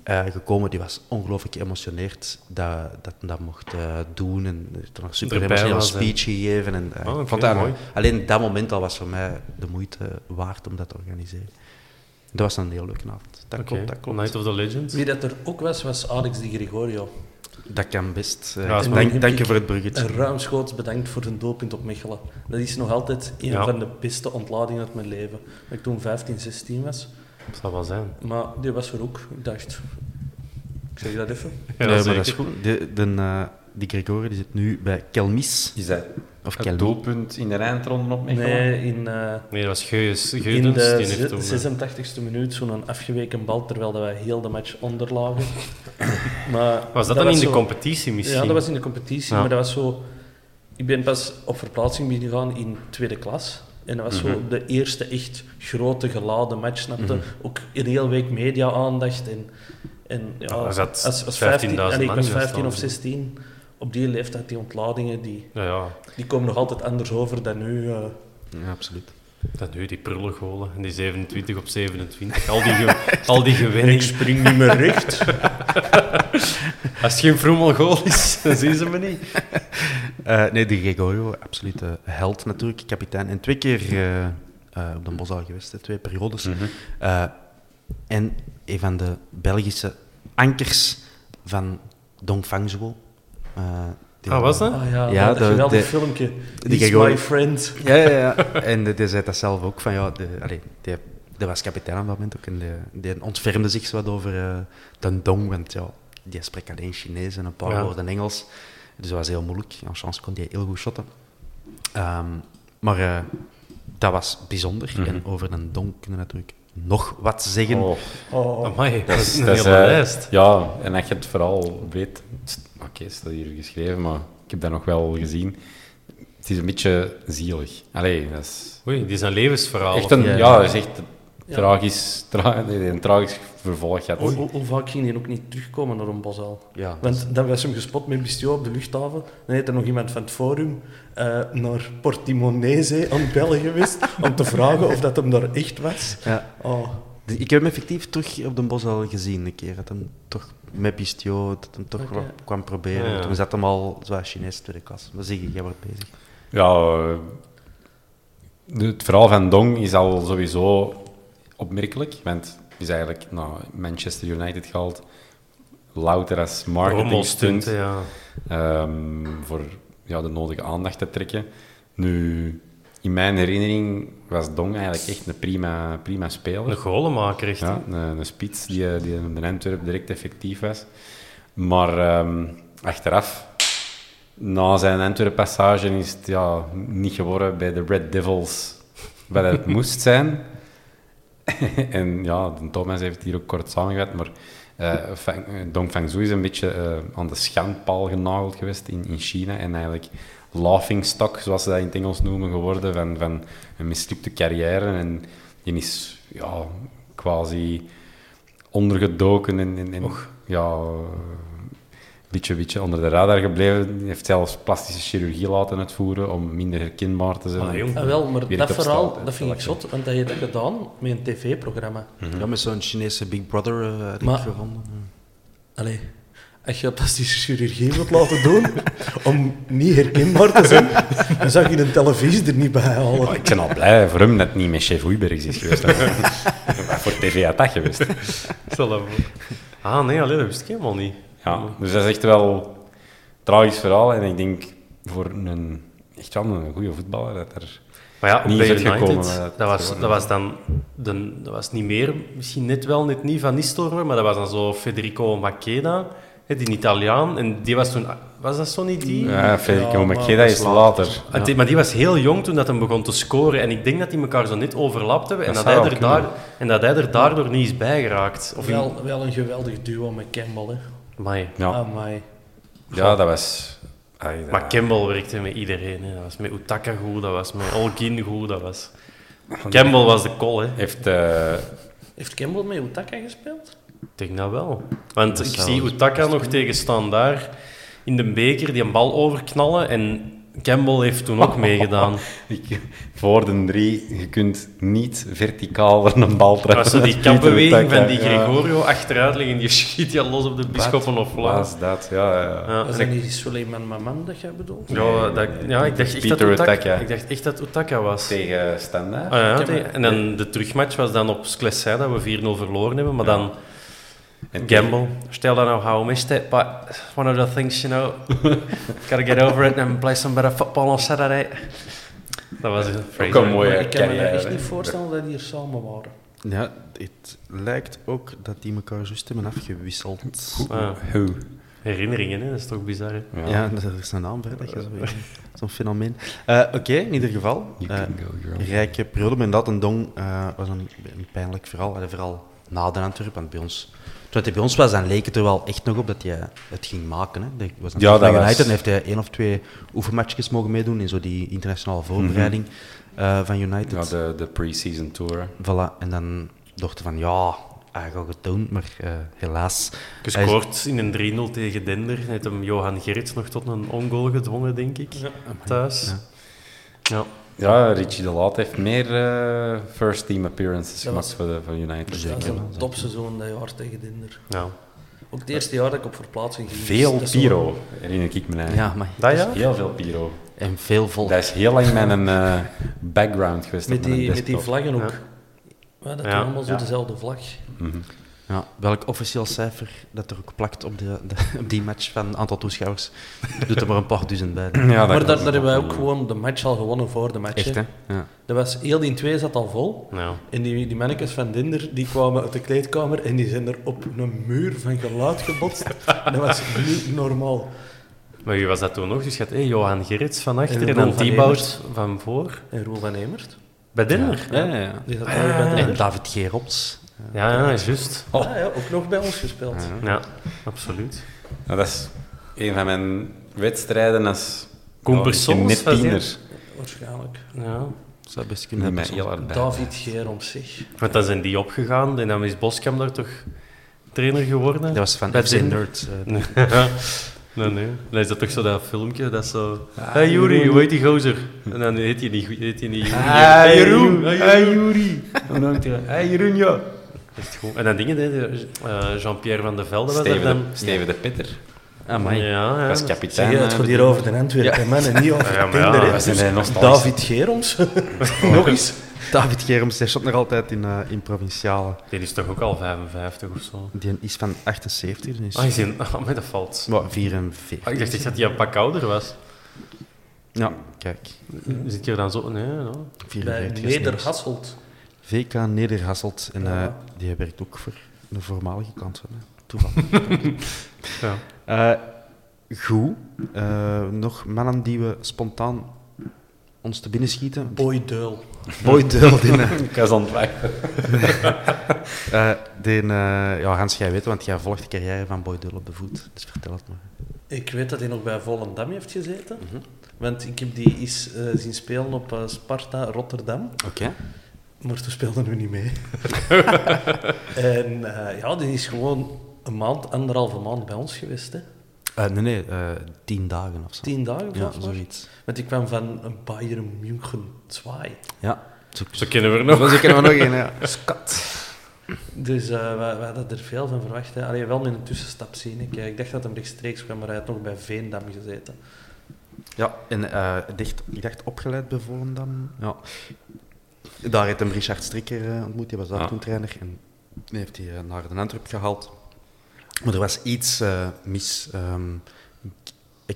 eh, gekomen, die was ongelooflijk geëmotioneerd dat dat, hij dat mocht eh, doen en heeft er nog super Erbij emotioneel was, hè. speech gegeven. En, eh, Oh, oké, ik vond dat- mooi. Alleen dat moment al was voor mij de moeite waard om dat te organiseren. Dat was een heel leuke avond. Dat Oké, klopt, dat klopt. Night of the Legends. Wie dat er ook was, was Alex Di Gregorio. Dat kan best. eh, Ja, dat is dank, mooi. dank je voor het En bruggetje. ruimschoots bedankt voor een doelpunt op Mechelen. Dat is nog altijd een Ja. van de beste ontladingen uit mijn leven. Dat ik toen 15, 16 was. Dat zal wel zijn. Maar die was er ook. Ik dacht, ik zeg dat even. Ja, nee, maar zeker. dat is goed. De, de, eh, die Gregorio die zit nu bij Kelmis. Is dat Of het Kelmi. doelpunt in de eindronde op Mechelen? Nee, in, eh, Nee, dat was Geus. in Geudens. de die heeft toen, eh, ze- 86e minuut zo'n afgeweken bal, terwijl dat wij heel de match [coughs] onderlagen. maar was dat, dan in de zo- competitie misschien? Ja, dat was in de competitie, Ja. maar dat was zo... Ik ben pas op verplaatsing beginnen gaan in tweede klas. En dat was Mhm. zo de eerste echt grote geladen match, snapte. Ook een hele week media-aandacht. En, en ja, Ja, daar zat als, als 15.000 15, allee, ik man was in dat 15 of stadion. 16, op die leeftijd, die ontladingen, die, Ja, ja. die komen nog altijd anders over dan nu. eh. Ja, absoluut. Dat nu, die prullengolen. En die 27 op 27. Al die, ge- al die gewinning. spring niet meer recht. Als het geen vroemel goal is, [laughs] dan zien ze me niet. Eh, nee, de Gregorio, absolute held natuurlijk. Kapitein. En twee keer eh, eh, op de Bosal geweest, hè, twee periodes. Mhm. Eh, en een van de Belgische ankers van Dongfang Zhuo. Eh, die Ah, was dat? Ah ja, Ja, dat de- geweldig de- filmpje. die He's Gregorio- my friend. Ja, ja, [laughs] ja. En die, die zei dat zelf ook. Van, ja, de, allee, die, die was kapitein aan dat moment ook. En die, die ontfermde zich zo wat over eh Den Dong. Want ja, die spreekt alleen Chinees en een paar Ja. woorden Engels. Dus dat was heel moeilijk. En chance kon die heel goed shotten. Ehm, maar eh, dat was bijzonder. Mhm. En over Den Dong kunnen we natuurlijk nog wat zeggen. Oh, Amai, dat dat is is, een dat is, hele eh, lijst. Ja, en dat je het vooral weet... Oké, het staat hier geschreven, maar ik heb dat nog wel gezien. Het is een beetje zielig. Allee, dat is... Oei, die zijn levensverhaal. Echt een, Ja. ja, dat is echt een tragisch, tra- nee, een tragisch vervolg. gehad. Hoe, hoe- hoe vaak ging hij ook niet terugkomen naar een bosaal? Ja, dat Want dan was hem gespot met Bistio op de luchthaven. Dan heeft er nog iemand van het forum eh, naar Portimonese eh, aan België geweest om te vragen of dat hem daar echt was. Ja. Oh, Dus ik heb hem effectief terug op de bos al gezien een keer. Dat hem toch met Bistio, dat hem toch wat kwam proberen. Ja. Toen zat hem al zwaar Chinees tweede klas. Dan zeg ik, jij wordt bezig. Ja, eh, de- het verhaal van Dong is al sowieso opmerkelijk, want hij is eigenlijk naar Manchester United gehaald. Louter als marketing rommelstunt. Ja. ehm, voor ja, de nodige aandacht te trekken. Nu, in mijn herinnering was Dong eigenlijk echt een prima, prima speler. Een golenmaker, echt. hè? Ja, een, een spits die, eh, die in Antwerpen direct effectief was. Maar ehm, achteraf, na zijn Antwerpen-passage, is het ja, niet geworden bij de Red Devils wat het [laughs] moest zijn. [laughs] en ja, de Thomas heeft het hier ook kort samengevat, maar eh, Fang- eh, Dong Fangzhou is een beetje eh, aan de schandpaal genageld geweest in, in China en eigenlijk laughing stock, zoals ze dat in het Engels noemen, geworden van, van een mislukte carrière. En die is ja, quasi ondergedoken en, en, en ja, beetje, beetje onder de radar gebleven. Die heeft zelfs plastische chirurgie laten uitvoeren om minder herkenbaar te zijn. Allee, jong. Ah, wel, maar Weer dat te opstaan, verhaal, hè. dat vind ik zot, want hij heeft dat gedaan met een tv-programma. Mhm. Ja, met zo'n Chinese Big Brother eh had Maar- ik gevonden. Allee, als je plastische chirurgie wilt laten doen, om niet herkenbaar te zijn, dan zou je een televisie er niet bij halen. Oh, ik ben al blij voor hem dat het niet met chef Oeibergs is geweest. [laughs] Maar voor TV had dat geweest. Stel dat voor. Ah, nee, allee, dat wist ik helemaal niet. Ja, dus dat is echt wel een tragisch verhaal. En ik denk voor een, echt wel een goede voetballer dat er... Maar ja, Niet bij is het United, gekomen, maar dat, dat is was, gewoon dat was dan... De, dat was niet meer, misschien net wel, net niet Van Nistelrooy, maar dat was dan zo Federico Maccheda, hè, die Italiaan. En die was toen... Was dat zo niet die? Ja, Federico maar Maccheda dat is later. Ah, die- Maar die was heel jong toen dat hem begon te scoren. En ik denk dat die elkaar zo net overlapt hebben. En Dat dat, zou hij er wel daar, kunnen. en dat hij er daardoor niet is bijgeraakt. Of in, Wel, wel een geweldig duo met Campbell, hè. Amai. Ja, Amai. ja dat was... ah, Ai, dat- Maar Campbell werkte met iedereen. Hè. Dat was met Utaka goed, dat was met Olgin goed. Dat was... Campbell was de call, hè. heeft... eh, Heeft Campbell met Utaka gespeeld? Ik denk dat wel. Want ik zie Utaka nog tegenstaan daar in de beker, die een bal overknallen. En Campbell heeft toen ook [laughs] meegedaan. ik- voor de drie, je kunt niet verticaal naar een bal Dat trappen. was zo die Pieter kapbeweging Oetaka, van die ja. Gregorio achteruit liggen. en Die schiet je los op de bisschoppen of laat. Was dat, ja, ja. Ja, Was en dat ik- niet die Suleiman Mamam dat jij bedoelt? Ja, dat, ja ik, dacht echt dat Peter Utaka, Utaka. ik dacht echt dat Utaka was. Tegen Standaard. Ah, ja, tegen- en dan de terugmatch was dan op Sclessin dat we 4-0 verloren hebben, maar dan En Gamble. Stel dan nou how I missed it, but one of the things, you [laughs] know, gotta get over it and play some better football on Saturday. Dat was een Ook phrase. een mooie Maar ik kan me dat carrière, echt hè. niet voorstellen dat die hier samen waren. Ja, het lijkt ook dat die elkaar juist hebben afgewisseld. Ah, Hoe? herinneringen, hè? dat is toch bizar. hè? Ja, dat is een naam, hè, dat je zo weet. Zo'n fenomeen. Eh, Oké, in ieder geval. You can eh, go, girl. rijke periode. Maar dat en Dong eh, was een, een pijnlijk verhaal. Allee, vooral na de Antwerpen. Want bij ons, toen hij bij ons was, dan leek het er wel echt nog op dat hij het ging maken. Hè. Dat was Ja, dat bij United was- en heeft hij één of twee oefenmatchjes mogen meedoen in zo die internationale voorbereiding eh, van United. Mhm. Ja, de, de pre-season tour. hè. Voilà, en dan dachten van ja, hij gaat het doen, maar eh, helaas. Hij is- Gescoord in een 3-0 tegen Dender. Heeft hem Johan Gerrits nog tot een ongoal gedwongen, denk ik, thuis. Ja. Ja, Richie de Laat heeft meer eh, first team appearances gemaakt was- voor, de, voor United. Dus Dat was een topseizoen dat jaar tegen Dinder. ja. Ook het eerste jaar dat ik op verplaatsing ging. dus Veel Dat is zo- pyro, herinner ik me eigenlijk. Ja, maar, Dat ja? Heel veel pyro. en veel volk. Dat is heel lang mijn eh, background geweest. Met op mijn die, met die desktop. vlaggen ook. Ja, dat Ja. waren allemaal zo dezelfde vlag. Ja, welk officieel cijfer dat er ook plakt op, de, de- [laughs] op die match van aantal toeschouwers, doet er maar een paar duizend bij. Ja, dat maar daar, klopt. daar hebben wij ook gewoon de match al gewonnen voor de match. Echt, hè? Ja. Dat was, heel die 2 zat al vol. Ja. En die, die mannetjes van Dinder die kwamen uit de kleedkamer en die zijn er op een muur van geluid gebotst. dat was niet normaal. Maar wie was dat toen nog? Dus je had hey, Johan Gerrits van achter en, En Roel dan van Thibaut van voor. En Roel van Emert, Bij Denner? Ja, ja, ja. die zat nooit bij En Dinder. David Gerops. Ja, ja, juist. Ah, ja, ook nog bij ons gespeeld. Ja, absoluut. Nou, dat is een van mijn wedstrijden als... Koen Ja, Persoons net was die. tiener. Waarschijnlijk. Ja. Zou best kunnen Die hebben. mij heel hard bij. David Geer om zich. Want dan zijn die opgegaan en dan is Boskamp daar toch trainer geworden? Dat was van Bij FC Dinder. Nerd. eh, [laughs] Nee, nee. Dan is dat toch zo dat filmpje, dat zo... hey Juri, hoe heet die gozer? En dan heet je niet, goed- heet je niet Juri. Hey, Hey, Ah, Jeroen. Ah, Ah, Jeroen. Hey, Juri. En dan Hey, Jeroen, ja. Dat is goed. En dan dingen, hè, de- eh, Jean-Pierre van der Velde was dat Steven dan... Ah, de, Steven de Pitter. Amai. Ja, ja. Dat is dat- kapitein. Zeg, het eh, gaat [laughs] hier over de Antwerpen, man, en niet over Ja, maar Dinder. ja, hè. we zijn daar nostalgisch. dus David Geroms. nog eens. David Gerops, hij zat nog altijd in, eh, in provinciale. Die is toch ook al 55 of zo? Die is van 78, dus Ah, je ziet- [laughs] ah, maar dat valt. wat, 44. Ah, ik dacht echt dat hij een pak ouder was. Ja, kijk. Zit je dan zo... Nee, no. Bij 44 is niks. Nederhasselt. VK Nederhasselt. En eh, Ja. die werkt ook voor de voormalige kant van eh, toeval. [laughs] Ja. Eh, goed. Eh, nog mannen die we spontaan ons te binnen schieten. Boy Deul. Boy [laughs] Deul, die, eh, Ik was aan het wachten. eh, die, eh, ja, Hans, jij weet, want jij volgt de carrière van Boy Deul op de voet. Dus vertel het maar. Ik weet dat hij nog bij Volendam heeft gezeten. Want ik heb die eens eh, zien spelen op eh, Sparta Rotterdam. Oké. Maar toen speelden we niet mee. en eh, ja, die is gewoon een maand, anderhalve maand bij ons geweest. Hè. Eh, nee, nee, eh, tien dagen of zo. Tien dagen Ja, volgens mij. zoiets. Want ik kwam van een Bayern München 2. Ja. Zo- Zo kennen we er nog. Zo kennen we nog één, ja. Skat. Dus eh we, we hadden er veel van verwacht. Hè. Allee, wel met een tussenstap zien. Ik, ik dacht dat hem rechtstreeks kwam, maar hij had nog bij Veendam gezeten. Ja, en eh, dicht, ik dacht opgeleid bij Volendam. Ja. Daar heeft hem Richard Strikker eh, ontmoet, die was daar Ah. toen trainer. En die heeft hij eh, naar de Antwerp gehaald. Maar er was iets eh, mis. ehm, ik,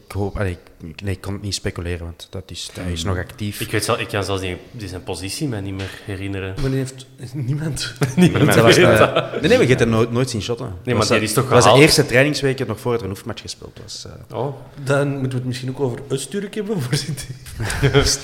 ik hoop... allee, ik, nee, ik kon het niet speculeren, want dat is, hij is nog actief. Ik, weet, zelf- ik kan zelfs die, die zijn positie mij niet meer herinneren. Maar die heeft niemand. [laughs] Want [laughs] hij was, eh, nee, nee, we gaan hem nooit, nooit zien shotten. maar Was eh, die dat- is toch was de gehaald? eerste trainingsweek nog voor het een oefenmatch gespeeld was. [laughs] eh Oh, Dan moeten we het misschien ook over Usturk hebben. [laughs] Voor die-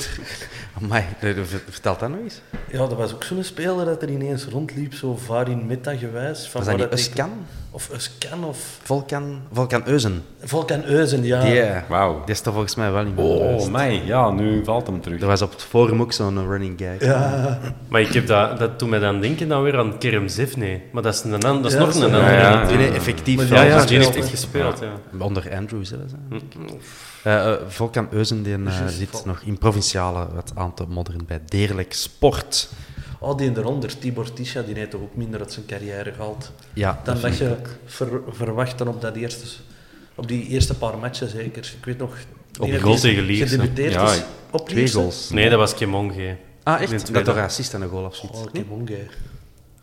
amai, nee, dat- vertelt dat nog eens? ja, dat was ook zo'n speler dat er ineens rondliep, zo varin meta gewijs. Van Was dat waar niet Uskan? Of Uskan of Volkan, Volkan Eusen. Volkan Euzen, ja. Ah, Die, eh, Wauw. Die is toch volgens mij wel niet meer. Oh, mij. Ja, nu valt hem terug. Er was op het forum ook zo'n running gag. maar ik heb dat, dat doet mij dan denken dan weer aan Kerem Zivne. Maar dat is, een, an- dat is Ja, nog dat is een een- ander. ja. Die nee, effectief. Ja, wel ja, Mm, die gespeeld, heeft echt gespeeld, ja. hè. Onder Andrews. Hè, was dat? Eh, eh, Volkan Eusen die, eh, zit nog in provinciale wat aan te modderen bij Deerlijk Sport. Oh, die eronder, Tibor Tisha, die heeft toch ook minder uit zijn carrière gehaald. Ja, Dan vind ik dat je ook. ver, verwacht dan op, dat eerste, op die eerste paar matchen zeker. Ik weet nog... die die dat goal die tegen Leeds, hè. Gedebuteerd Ja, is op Twee Leeds, hè? goals. Nee, dat was Kemonge. Ah, Die echt? tweede. Dat de racist aan een goal afschiet. Oh, Kimonge.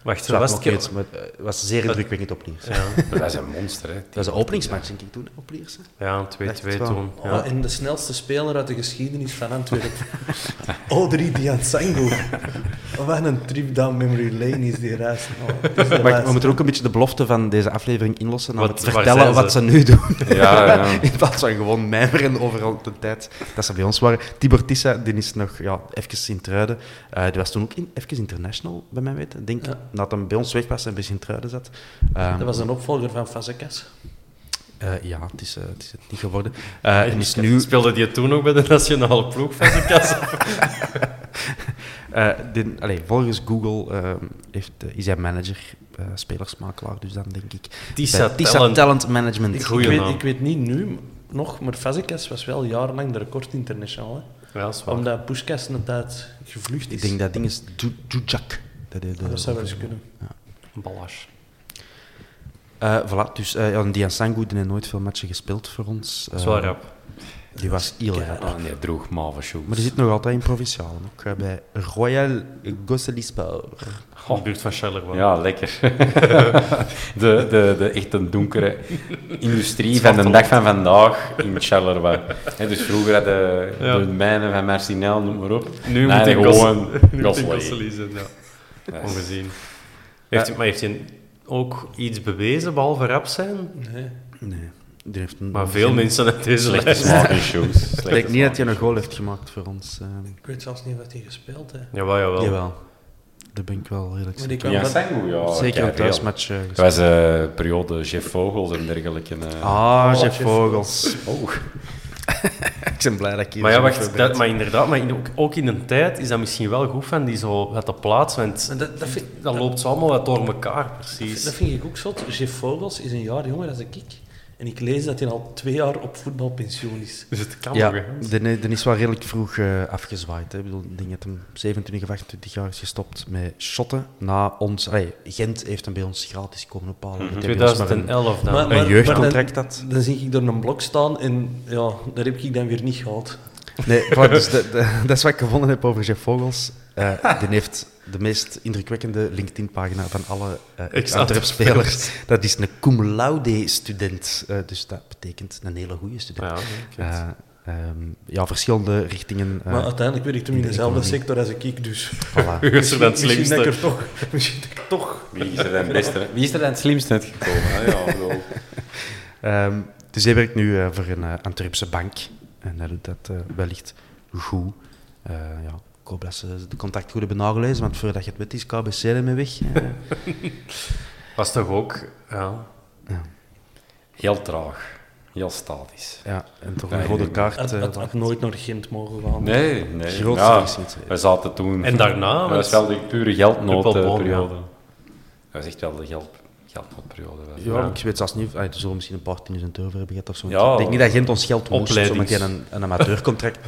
Wacht, Zwaar, was nog het Eh, iets, Kemonge? maar het was zeer indrukwekkend op Liers. Maar Dat is een monster, hè. Dat was een openingsmatch, denk ik, toen op Liers. hè. Ja, Echt 2-2 waar. toen. Oh, Ja. en de snelste speler uit de geschiedenis van Antwerpen. [laughs] Audrey Diansango. Wat een trip down memory lane is die reis. Oh, het is de Maar we laatste. moeten ook een beetje de belofte van deze aflevering inlossen. Wat- Wat, waar vertellen zijn wat ze nu doen. Ja, ja. [laughs] In plaats van gewoon mijmeren overal de tijd dat ze bij ons waren. Tibor Tissa, die is nog ja, even in truiden. Eh, die was toen ook in, even international, bij mij weten. Ik denk Ja. dat hij bij ons weg was en bij in truiden zat. Ehm, Dat was een opvolger van Fazekas. eh, ja, het is, eh, het is het niet geworden. Eh, en is nu, Speelde die toen ook bij de nationale ploeg van de kassa? eh, die- allee, volgens Google eh, heeft, eh, is hij manager, eh, spelersmakelaar, dus dan denk ik. Tissa bij Tissa Talent. Management. Ik, ik Goeie weet, naam. ik weet niet nu nog, maar Fazekas was wel jarenlang de record international. Hè? Ja, dat is waar. Omdat Puskas net uit gevlucht is. Ah, Ik denk dat ding is Ju- Jujak. Dat, eh, hij de- dat zou wel eens kunnen. Ballas. Eh, voilà, dus eh, ja, en Dian Sangoe die heeft nooit veel matchen gespeeld voor ons. Eh, Zwaar rap. Die was heel rap. Ah, nee, droeg mave shoes. Maar die zit nog altijd in provinciaal. Ook eh, bij Royal Gosselispoor. In de buurt van Charleroi. Ja, lekker. [laughs] de, de, de echt een donkere industrie van de dag van vandaag in Charleroi. Hè, dus vroeger hadden Ja. de mijnen van Marcinel, noem maar op. Nu Nee, moet hij gewoon Gosselaar. zijn, ja. Ongezien. Heeft hij, maar heeft hij ook iets bewezen, behalve rap zijn? Nee. Nee. Die heeft een- Maar veel mensen uit deze Slechte lijst. smaak in shoes. Ik denk niet dat hij een goal heeft gemaakt voor ons. eh. Ik weet zelfs niet wat hij gespeeld heeft. Jawel, jawel. Jawel. Daar ben ik wel redelijk Maar die zeker kwam Ja, van- Sangu, Oh, ja. van. Zeker een keiveel. thuismatch. eh, Dat was eh periode Jeff Vogels en dergelijke. eh. Ah, Jeff Jeff Vogels. Oh. [laughs] ik ben blij dat ik hier Maar ja, zo wacht, voorbereid dat, maar inderdaad, maar in- ook, ook in een tijd is dat misschien wel goed van die zo uit de plaats, want Maar dat, dat, vind, dan loopt ze allemaal wat door elkaar, precies. dat vind ik ook zot. Jeff Vogels is een jaar jonger dan ik. En ik lees dat hij al twee jaar op voetbalpensioen is. Dus het kan Ja, nog, hè. dan, dan is wel redelijk vroeg eh, afgezwaaid. Hè. Ik bedoel, ik denk dat hem 27 of 28 jaar is gestopt met shotten. Na ons, allee, Gent heeft hem bij ons gratis komen ophalen. Mhm. Dat hij bij ons maar een- 2011 dan. Maar- een [laughs] jeugdcontract maar dan- had. Dan, zie ik door een blok staan en ja, daar heb ik dan weer niet gehad. Nee, voilà, dus de- de- [laughs] dat is wat ik gevonden heb over Jeff Vogels. Eh, die heeft de meest indrukwekkende LinkedIn-pagina van alle Ex-Antwerp uh, spelers Dat is een cum laude-student. Eh, dus dat betekent een hele goede student. Ja, Eh, ehm, ja, verschillende richtingen. eh, Maar uiteindelijk werkt hij in de dezelfde economie. sector als ik, [laughs] dus... voilà. U is er dan het Misschien dat ik slimste. er toch... Misschien dat ik toch... Wie is er dan het beste? Wie is er dan het slimste uitgekomen? hè? Ja, ik bedoel. Ehm, dus hij werkt nu eh, voor een eh, Antwerpse bank. En hij doet dat eh, wellicht goed. Eh, ja, ik hoop dat ze de contactgoeden hebben nagelezen, want voordat je het weet is KBC ermee [laughs] weg. Eh, Was toch ook... Ja. Heel traag. Heel statisch. Ja, en toch Nee, een rode nee. kaart. Het, eh, het had nooit naar Gent mogen gaan. Nee, nee. Groot ja, verlies niet. We zaten toen... En daarna, Dat want- was wel de pure eh, Appelboom, geldnoodperiode. Dat was echt wel de geld, geldnoodperiode. wel. ja, ik weet zelfs niet, ah, er zullen misschien een paar tienduizend euro hebben gehad of zo. Ja. ik denk niet dat Gent ons geld moest, zo Opleidings- meteen een, een amateurcontract.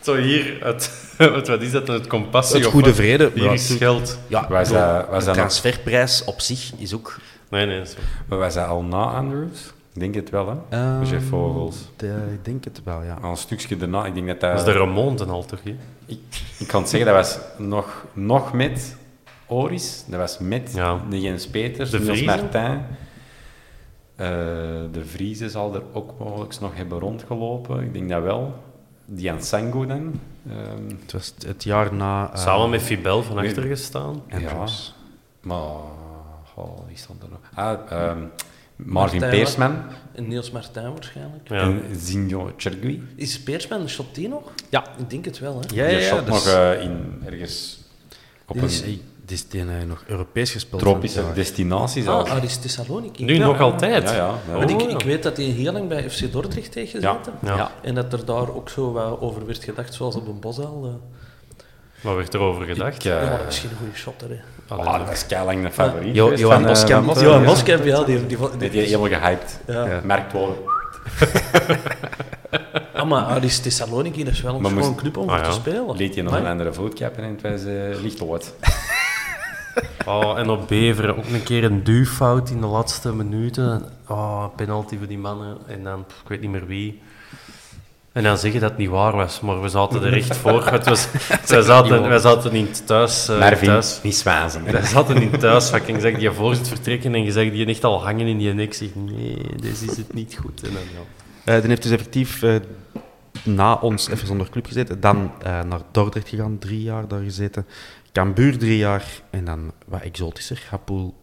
Zo hier, het, [laughs] het- wat is dat, het compassie? Het of goede wat? vrede, Hier ja. is geld. ja, Wij wij zijn- wij de zijn eh, nog- transferprijs op zich is ook... Nee, nee, zo. Maar wij zijn al na Andrews. Ik denk het wel, hè. Ehm, Jeff Vogels. de- ik denk het wel, ja. Al een stukje daarna, ik denk dat hij... Dat is de remonte al, toch? hè? ik, ik kan het zeggen, dat was nog, nog met Oris. Dat was met Ja. de Jens Peters, De de Niels Vriezen. Martijn. Eh, de Vriezen zal er ook mogelijk nog hebben rondgelopen. Ik denk dat wel. Dian Sango dan. Ehm, Het was het jaar na... eh, Samen met Fibel van achter gestaan. Andrews. maar... Oh, wie stond er nog? Ah, ehm, Marvin Martijn, Peersman. En Niels Martijn waarschijnlijk. Ja. En Zinjo Chergui. Is Peersman een shot die nog? Ja. Ik denk het wel, hè. Ja, dus- ja, Die ja, shot dat nog is- eh, in, ergens op Dit is, een hey, dit is die, eh, nog Europees gespeeld. tropische van- eh, destinatie zelfs. Ah, Aris Thessaloniki. Nu nog altijd. Ja, ja. Oh, Want ik, ja. ik weet dat hij heel lang bij FC Dordrecht heeft gezeten. Ja. Ja. En dat er daar ook zo wat over werd gedacht, zoals op een bosuil. eh. Wat werd erover gedacht? Ik, eh, Ja, misschien een goede shot, hè. Ah, dat is keilang de favoriet. Ah, Jo- geweest Johan van, eh, Boskamp, van eh, Johan Boskamp. Moskep, ja, die, die, die, Die heeft helemaal gehyped. Ja. Merkt wel. Ah, maar Aris Thessaloniki, dat is wel een Maar moest- schoon club om Ah, voor te ja. spelen. Liet je nog Maar- een andere voetkappen en het was eh, licht rood. Oh, en op Beveren ook een keer een duwfout in de laatste minuten. Oh, penalty voor die mannen. En dan, pff, ik weet niet meer wie. En dan zeggen dat het niet waar was, maar we zaten er [laughs] echt voor. Het was, wij, zaten, wij zaten in het thuis. eh, Mervin, thuis. niet zwazen. Wij zaten in het thuisvak en ik zag die voorzit vertrekken en je zag die echt al hangen in die nek. Ik zeg, nee, deze is het niet goed. En dan, ja. Eh, die heeft dus effectief eh, na ons even zonder club gezeten. Dan eh, naar Dordrecht gegaan, drie jaar daar gezeten. Cambuur drie jaar. En dan wat exotischer, Hapoel,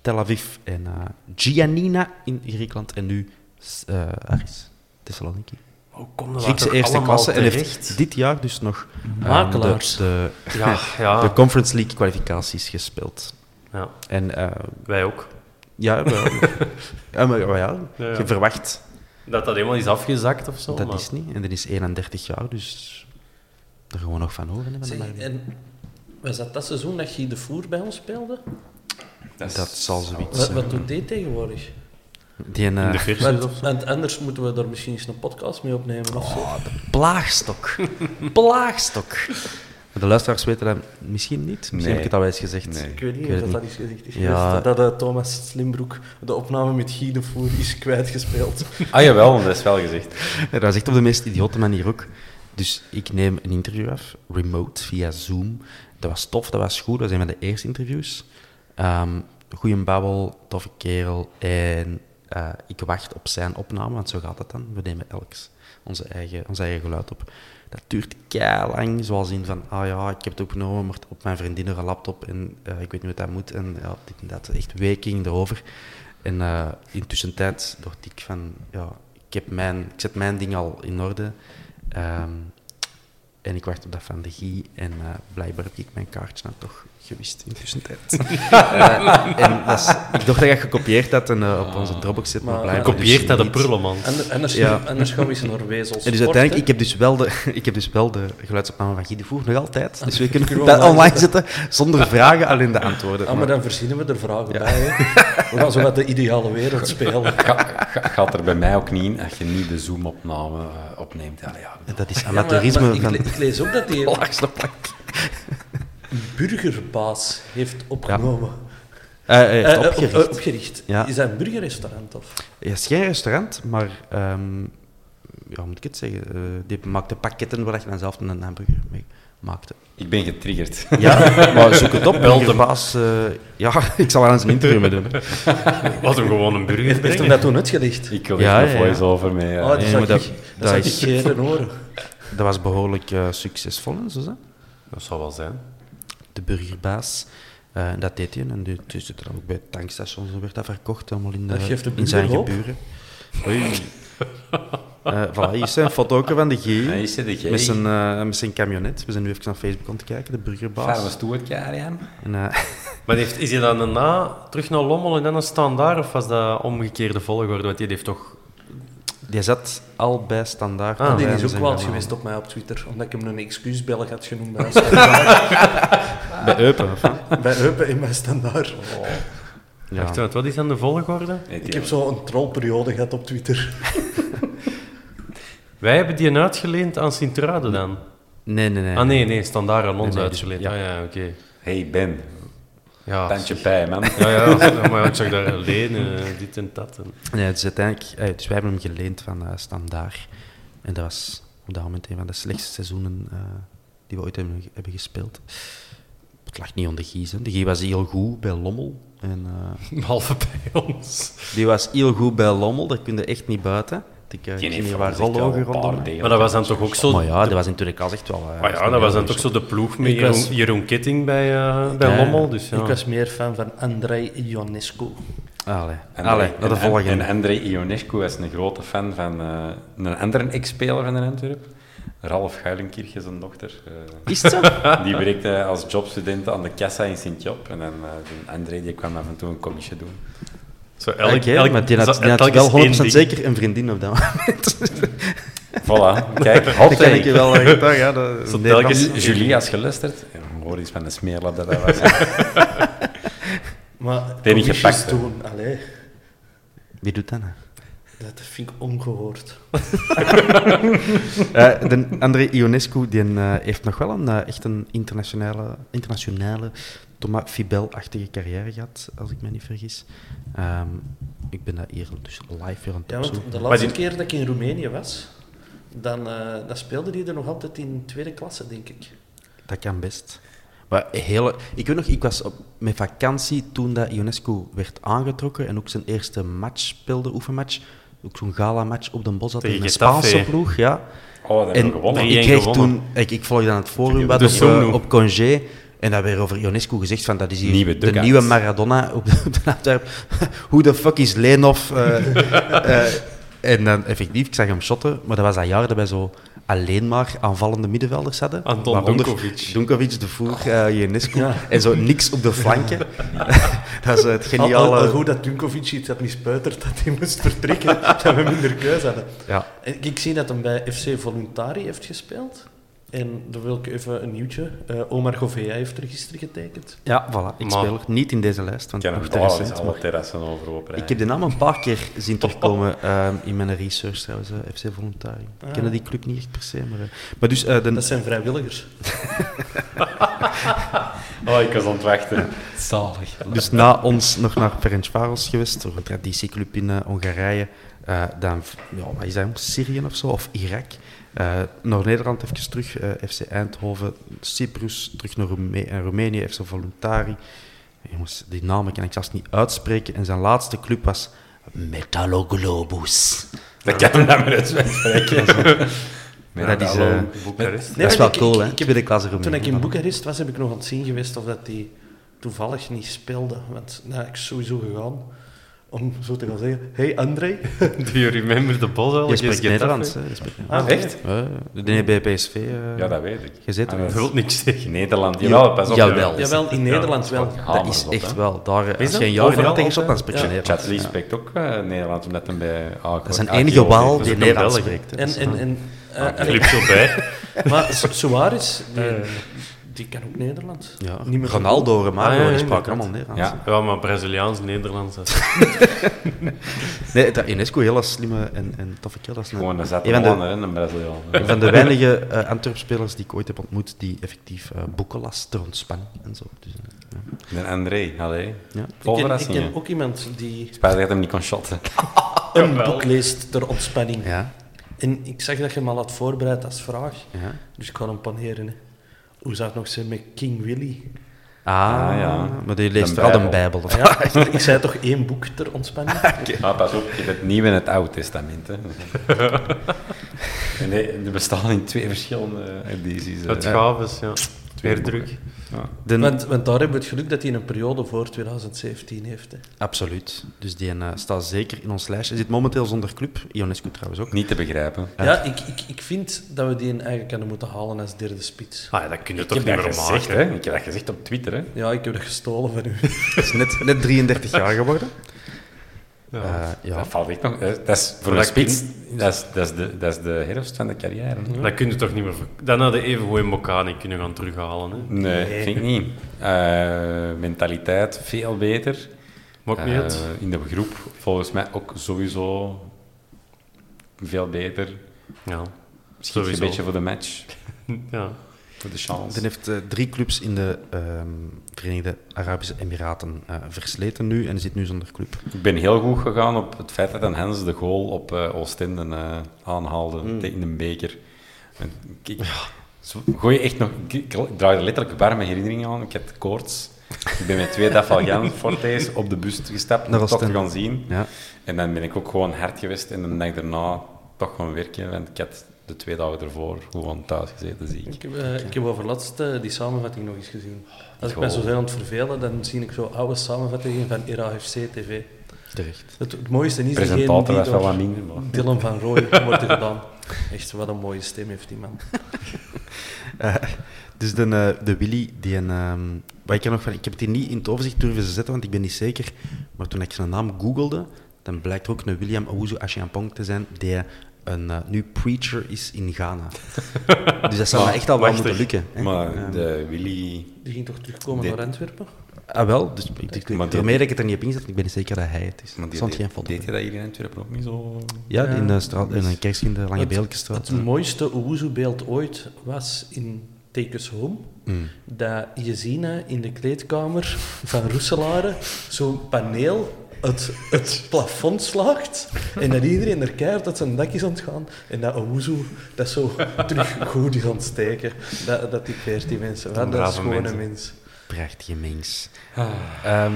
Tel Aviv en eh, Giannina in Griekenland. En nu s- eh Aris, Thessaloniki. Hoe komt dat Griekse toch eerste allemaal klasse. En heeft terecht? dit jaar dus nog eh, Makelaars. de, [laughs] Ja, de, ja. de Conference League kwalificaties gespeeld. ja, En eh, wij ook. ja, wel. [laughs] ja, maar, maar ja, Ja, ja. je verwacht Dat dat helemaal is afgezakt of zo. dat maar- is niet. En dat is 31 jaar, dus er gewoon nog van horen. hè, van de Zeg, Marvin. en was dat dat seizoen dat je de voer bij ons speelde? [laughs] dat zal zoiets Wat, zijn. wat doet die tegenwoordig? Die een In de eh, versus of Want, zo. want anders moeten we daar misschien eens een podcast mee opnemen of zo. [laughs] plaagstok. plaagstok. De luisteraars weten dat misschien niet. Misschien Nee. heb ik het al eens gezegd. Nee. Ik weet niet Ik weet of het dat, dat is gezegd is. Ja. geweest, Dat, dat, eh, Thomas Slimbroek de opname met Guy de Voer is [laughs] kwijtgespeeld. Ah jawel, dat is wel gezegd. [laughs] Dat is echt op de meest idiote manier ook. Dus ik neem een interview af, remote, via Zoom. Dat was tof, dat was goed. Dat zijn van de eerste interviews. Ehm goeie babbel, toffe kerel. En eh, ik wacht op zijn opname, want zo gaat het dan. We nemen elk onze eigen, ons eigen geluid op. Dat duurt lang, zoals in van, ah ja, ik heb het opgenomen, maar op mijn vriendin een laptop en eh, ik weet niet wat dat moet. En ja, dit en dat. Echt weken erover. En eh, intussen tijd dacht ik van, ja, ik, heb mijn, ik zet mijn ding al in orde. Ehm, en ik wacht op dat van de Guy. En eh, blijkbaar heb ik mijn kaartje nou toch gewist intussen [laughs] tijd. Eh, en dat is, ik dacht dat ik dat gekopieerd had en eh, op onze Dropbox zit, maar, Maar- blijkbaar Kopieert dus dat de niet. prullenman. Ander- Anders, Ja. anders gaan we eens naar Wezels. En dus uiteindelijk, ik heb dus wel de, [laughs] ik heb dus wel de geluidsopname van Guy de Voer nog altijd. Dus we [laughs] kunnen Gewoon dat online online zetten zonder vragen, alleen de antwoorden. Ah, maar dan verzinnen we er vragen [laughs] bij. Hè. We gaan zo wat de ideale wereld spelen. Ga- ga- Gaat er bij mij ook niet in als je niet de Zoom-opname eh, opneemt. Allee, ja. Maar dat is Ja, maar- amateurisme maar ik, van... le- ik lees ook dat die Plaagstok. burgerbaas heeft opgenomen. Eh, eh, Eh, eh, op- opgericht. eh, opgericht. Ja. Is dat een burgerrestaurant of? Ja, het is geen restaurant, maar ehm, ja, hoe moet ik het zeggen? Eh, die maakte pakketten waar je dan zelf een hamburger mee maakte. Ik ben getriggerd. [laughs] [laughs] Ja, maar zoek het op. Bel de baas. eh, ja, [laughs] ik zal aan eens een interview mee doen. Wat hem gewoon een burger Heeft hem brengen. dat toen uitgedicht? Ik wil echt Ja, een ja, ja. voice-over mee. eh. Oh, dat nee, zou maar ik, dat- dat, dat zou is- ik geen horen. Dat was behoorlijk eh, succesvol, hè, zo, hè? Dat zou wel zijn. de burgerbaas. eh, dat deed hij. En die- die zit er ook bij tankstations en werd dat verkocht, allemaal in, de, Dat geeft de in zijn burger hoop. geburen. Oei. Eh, voilà, hier is een foto van de G. Ja, hier zit de G. Met zijn, eh, met zijn camionet. We zijn nu even naar Facebook aan het kijken, de Gaan we burgerbaas. stoer, Karian? En, eh, [laughs] Maar heeft, is hij dan daarna terug naar Lommel en dan naar Standaard? Of was dat omgekeerde volgorde? Want die heeft toch Die zat al bij standaard. Ah, Al Die bij is ook zijn kwaad kanaal. geweest op mij op Twitter, omdat ik hem een excuusbelg [laughs] had genoemd bij, Bij Eupen. of wat? bij Eupen in mijn standaard. [laughs] Oh. Wacht, wat- wat is dan de volgorde? Ik heb zo'n trollperiode gehad op Twitter. Wij hebben die uitgeleend aan Sint-Truiden dan. Nee, nee, nee. Ah nee, nee, standaard aan ons nee, uitgeleend. dus- Ah ja, oké. Hey Ben, Ja, tandje bij, man. ja, ja, [laughs] maar ik zag daar lenen, dit en dat. en- Nee, het is uiteindelijk, eh, dus wij hebben hem geleend van eh Standaar. En dat was op dat moment een van de slechtste seizoenen eh, die we ooit hebben, hebben gespeeld. Het lag niet aan de Gies. hè. De Gies was heel goed bij Lommel. En, eh, Behalve bij ons. die was heel goed bij Lommel, daar kun je echt niet buiten. Ik eh, ik weet niet waar Rolloger rondom. Maar dat was dan toch ook zo... Maar ja, dat was in Turkals echt wel... eh, Maar ja, dat was dan toch zo de ploeg met Ik was- Jeroen, Jeroen Kitting bij, eh, bij Ja, Lommel. Dus, ja. Ik was meer fan van Andrei Ionescu. Allee, allee, Allee, naar de volgende. En André Ionescu was een grote fan van eh, een andere ex-speler van de Antwerp. Ralf Guilenkirch, zijn dochter. eh, Is het zo? Die werkte als jobstudent aan de kassa in Sint-Job. En dan eh, die André die kwam af en toe een kommetje doen. Zo, elk, Oké, elk- maar die had, zo- die had wel telkens 100% één ding. zeker een vriendin [laughs] op dat moment. Voilà, [laughs] kijk, hot dat kan ik take. je wel eh, getuigen, ja, dat- Zo Nederlands- Telkens, Julie, als je luistert, ja, hoor eens van de smeerlap dat dat was. Maar heeft niet commissies gepakt, hè? doen, allee, Wie doet [laughs] dat nou? dat vind ik ongehoord. Eh, de André Ionescu die, eh, heeft nog wel een, eh, echt een internationale, internationale Thomas Fibel-achtige carrière gehad, als ik me niet vergis. Ehm, ik ben dat hier dus live weer aan het Ja, want opzoeken. de Maar laatste die- keer dat ik in Roemenië was, dan, eh, dan speelde hij er nog altijd in tweede klasse, denk ik. Dat kan best. Maar hele, ik weet nog, ik was op mijn vakantie toen dat Ionescu werd aangetrokken en ook zijn eerste match speelde, oefenmatch. Ook zo'n gala-match op de bos had Tegen in een Getafe. Spaanse ploeg. Ja. Oh, dat hebben we gewonnen. Ik, 3-1 kreeg gewonnen. toen, ik, ik volgde dan het forum wat De op, Somno. eh, op congé. En daar werd over Ionescu gezegd van dat is hier de Nieuwe dugout. nieuwe Maradona op de, op de [laughs] Antwerp. Hoe de fuck is Lenov? Eh, [laughs] eh, en dan effectief, ik zag hem shotten, maar dat was dat jaar dat wij zo alleen maar aanvallende middenvelders hadden. Anton Waaronder Donkovic. Donkovic, de voer, eh Ionescu. En zo niks op de flanken. [laughs] dat is eh, het Al, al, al geniale... goed dat Dunkovic iets had mispeuterd dat hij moest vertrekken, [laughs] dat we minder keuze hadden. Ja. En ik zie dat hij bij FC Voluntari heeft gespeeld. En dan wil ik even een nieuwtje. Eh, Omar Govea heeft er gisteren getekend. ja, voilà. Ik Maar- speel nog niet in deze lijst, want Ik ken het [laughs] nog nog te wel eens recent. alle maar- terrassen overopen. Ik heb de naam een paar keer zien terugkomen ehm, in mijn research trouwens, eh, FC Voluntari. Ik Ah. ken die club niet echt per se, maar... eh, maar dus, eh, de, Dat zijn vrijwilligers. Oh, ik was aan het wachten. Zalig. Dus na ons nog naar Ferencvaros geweest, door een traditieclub in eh, Hongarije. Eh, dan, v- ja, wat is dat, jong? Syrië of zo, of Irak. Eh, naar Nederland even terug, eh, FC Eindhoven, Cyprus, terug naar Roeme- eh, Roemenië, FC Voluntari. Eh, Jongens, die namen kan ik zelfs niet uitspreken. En zijn laatste club was Metaloglobus. Dat kan hem dan maar [laughs] eens wegbreken. dat is, eh, Boekarest. Nee, dat is wel want ik- cool, ik- hè? ik heb- Tweede klasse Roemenië. Toen ik in Boekarest was, heb ik nog aan het zien geweest of dat die toevallig niet speelde. Want nou, ik is sowieso gegaan om zo te gaan zeggen... Hey André. [laughs] Do you remember the ball? Je Elke spreekt Getafe? Nederlands, hè? Je spreekt Nederlands. Ah, Echt? Eh, de nee, bij PSV. eh, Ja, dat weet ik. Gezeten. Ah, Dat dat wil niks zeggen. is- Nederland. Jawel, pas op. Jawel. Jawel, in Nederland wel. dat is echt wel. Daar, eh, als dat je een jaar overal van tegen shot, dan altijd? spreek je Nederlands. Chad Lee spreekt ook eh, Nederlands, omdat hem bij AK Dat is een AK enige waal heeft. die Dus ook een Nederlands Belg. spreekt. hè. En, en, en, eh, en ik- Filip Gilbert. [laughs] maar Su- Suarez, die, die kan ook Nederlands. Ja, Niet meer zo Ronaldo, Ah, Romario, ja, die ja, spraken inderdaad. allemaal Nederlands. Ja, Ja, maar Braziliaans-Nederlands. dat is- Nee, dat Ionescu, een hele slimme en, en toffe kerel. Dat is een- gewoon een zette een van man, de, hè, een Braziliaan. een van de [laughs] weinige eh Antwerp-spelers die ik ooit heb ontmoet, die effectief eh, boeken las ter ontspanning en zo. Dus, eh, ja. Een André, allee. Ja. Ik ken, Vol ik ken verrassingen. ook iemand die Spijt dat ik hem niet kon [laughs] shotten. een boek leest ter ontspanning. Ja, En ik zag dat je hem al had voorbereid als vraag. ja. Dus ik ga hem paneren. Hè. Hoe zou het nog zijn met King Willy? Ah, Ah, ja. ja. Maar die leest De vooral de Bijbel. Bijbel. of- Ja, ik zei toch één boek ter [laughs] ontspanning? Ah, pas op, je hebt het Nieuwe en het Oude Testament. [laughs] Hè. En nee, er bestaan in twee verschillende edities. Het eh. gaaf is, ja. Weer druk. De- Want, want daar hebben we het geluk dat hij een periode voor 2017 heeft. Hè. Absoluut. Dus die eh, staat zeker in ons lijstje. Hij zit momenteel zonder club. Ionescu trouwens ook. Niet te begrijpen. Ja, ik, ik, ik vind dat we die eigenlijk hadden moeten halen als derde spits. Ah, ja, dat kun je Ik toch heb niet dat meer gezegd, maken. hè. Ik heb dat gezegd op Twitter, hè. [laughs] Ja, ik heb dat gestolen van u. Hij is net, net 33 jaar geworden. Eh, ja. Dat valt echt nog. eh, Dat is voor Maar een dat kun- spits, dat is, dat, is de, dat is de herfst van de carrière. hè. Dat kun je toch niet meer... ver- Dan hadden even gewoon Mokani kunnen gaan terughalen. Hè. Nee, vind ik niet. Eh, mentaliteit veel beter. Maakt niet Eh, uit. in de groep volgens mij ook sowieso veel beter. Ja. Misschien een Sowieso. beetje voor de match, ja. voor de chance. Dan heeft eh, drie clubs in de ehm, Verenigde Arabische Emiraten eh, versleten nu en zit nu zonder club. Ik ben heel goed gegaan op het feit dat een Hens de goal op eh Oostende eh, aanhaalde Mm. tegen een beker. En ik, zo- gooi je echt nog, ik, ik draai er letterlijk warme herinneringen aan. Ik had koorts. Ik ben met twee [laughs] Dafalgan Fortes op de bus gestapt om Naar dat te Oostende. gaan zien. Ja. En dan ben ik ook gewoon hard geweest en de dag daarna toch gaan werken. Want ik had de twee dagen ervoor gewoon thuis gezeten, zie [laughs] ik. Ik heb, eh, ik heb overlaatst eh, die samenvatting nog eens gezien. Als ik Goh. mij zo zijn aan het vervelen, dan zie ik zo oude samenvattingen van RAFC TV. Terecht. Het, het mooiste is degene die Presentator was wel door wat minder, maar... Dylan van Rooij wordt gedaan. Echt, wat een mooie stem heeft die man. dus de, eh, de Willy, die een, ehm, wat ik, er nog van, ik heb het hier niet in het overzicht durven zetten, want ik ben niet zeker. Maar toen ik zijn naam googelde, dan blijkt er ook een William Awuzu Ashiampong te zijn, die een, eh, nu preacher is in [laughs] Ghana. dus dat zou me echt al wel machtig. moeten lukken. hè. Ehm, Maar de Willy... Die ging toch terugkomen Nee. naar Antwerpen? Ah, wel, dus ik, ik, Maar die- daarmee dat ik het er niet op ingezet, ik ben niet zeker dat hij het is. Maar die Stond deed- geen foto. Deed je dat hier in Antwerpen ook niet zo? Ja, in, de straat, in een kerk in de Lange Beelkenstraat. Het mooiste Oezo-beeld ooit was in Take Us Home. Mm. Dat Jezina in de kleedkamer van Roeselare zo'n paneel uit het plafond slaagt. En dat iedereen er keihard uit zijn dak is aan het gaan. En dat Oezo dat zo terug goed is aan het steken. Dat, dat typeert die mensen. Wat een brave schone mensen. mens. Prachtige mens. Ah. Ehm,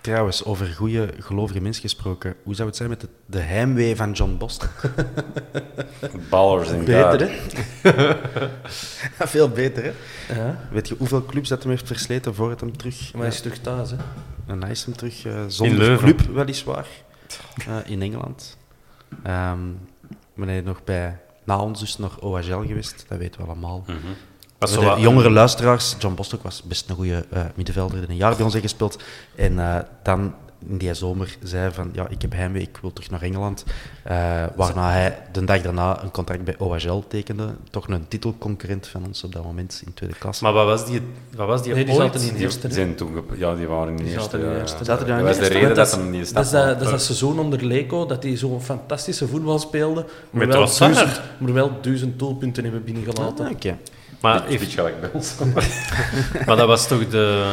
trouwens, over goede gelovige mensen gesproken. Hoe zou het zijn met de, de heimwee van John Boston? Ballers en Beter, hè? Veel beter, hè? [laughs] Ja. Weet je hoeveel clubs dat hem heeft versleten voor het hem terug... Maar hij is terug thuis, hè? En hij is hem terug eh, In zonder Leuven. club, weliswaar. eh, in Engeland. Ehm wanneer nog bij... Na ons dus nog OHL geweest, dat weten we allemaal. Mhm. Was Voor zo de wat- jongere luisteraars, John Bostock was best een goede eh middenvelder, die een jaar bij ons heeft gespeeld. En eh, dan in die zomer zei van, ja, ik heb heimwee, ik wil terug naar Engeland. Eh, waarna hij de dag daarna een contract bij OHL tekende. Toch een titelconcurrent van ons op dat moment in tweede klas. Maar wat was die, wat was die Nee, die ooit? zaten in de eerste. hè? Zijn toen gep- ja, die waren in de Die eerste. zaten in de ja, eerste. ja. Zaten die in eh, dat was de de eerste? Dus Want reden dat ze hem niet dat, is dat, stapten. dat is dat seizoen onder Leko, dat hij zo'n fantastische voetbal speelde, maar Met wel, Trossard. duizend, maar wel duizend doelpunten hebben binnengelaten. Ah, oké. Maar, Even gelijk bij [laughs] ons. maar dat was toch de...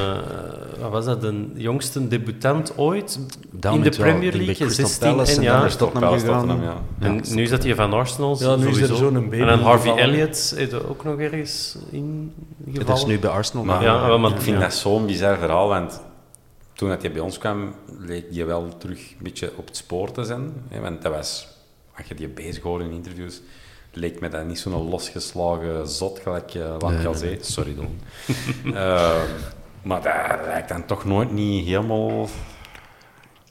eh, Wat was dat? De jongste debutant ooit Op dat in de moment wel, Premier ik denk bij League? Crystal 16 Palace en en dan ja. is het Tottenham Palace, gegaan. Tottenham, ja. En nu zat hij van Arsenal. Ja, nu is er sowieso. zo'n baby En dan Harvey gevallen. Elliott is er ook nog ergens in gevallen. Het is nu bij Arsenal. Maar Ja, wel, maar- ik vind ja. dat zo'n bizar verhaal, want toen dat hij bij ons kwam, leek je wel terug een beetje op het spoor te zijn. Hè? Want dat was, als je die bezig hoorde in interviews, leek me dat niet zo'n losgeslagen zot gelijk uh, Sorry, Don. [laughs] Ehm, maar dat lijkt dan toch nooit niet helemaal...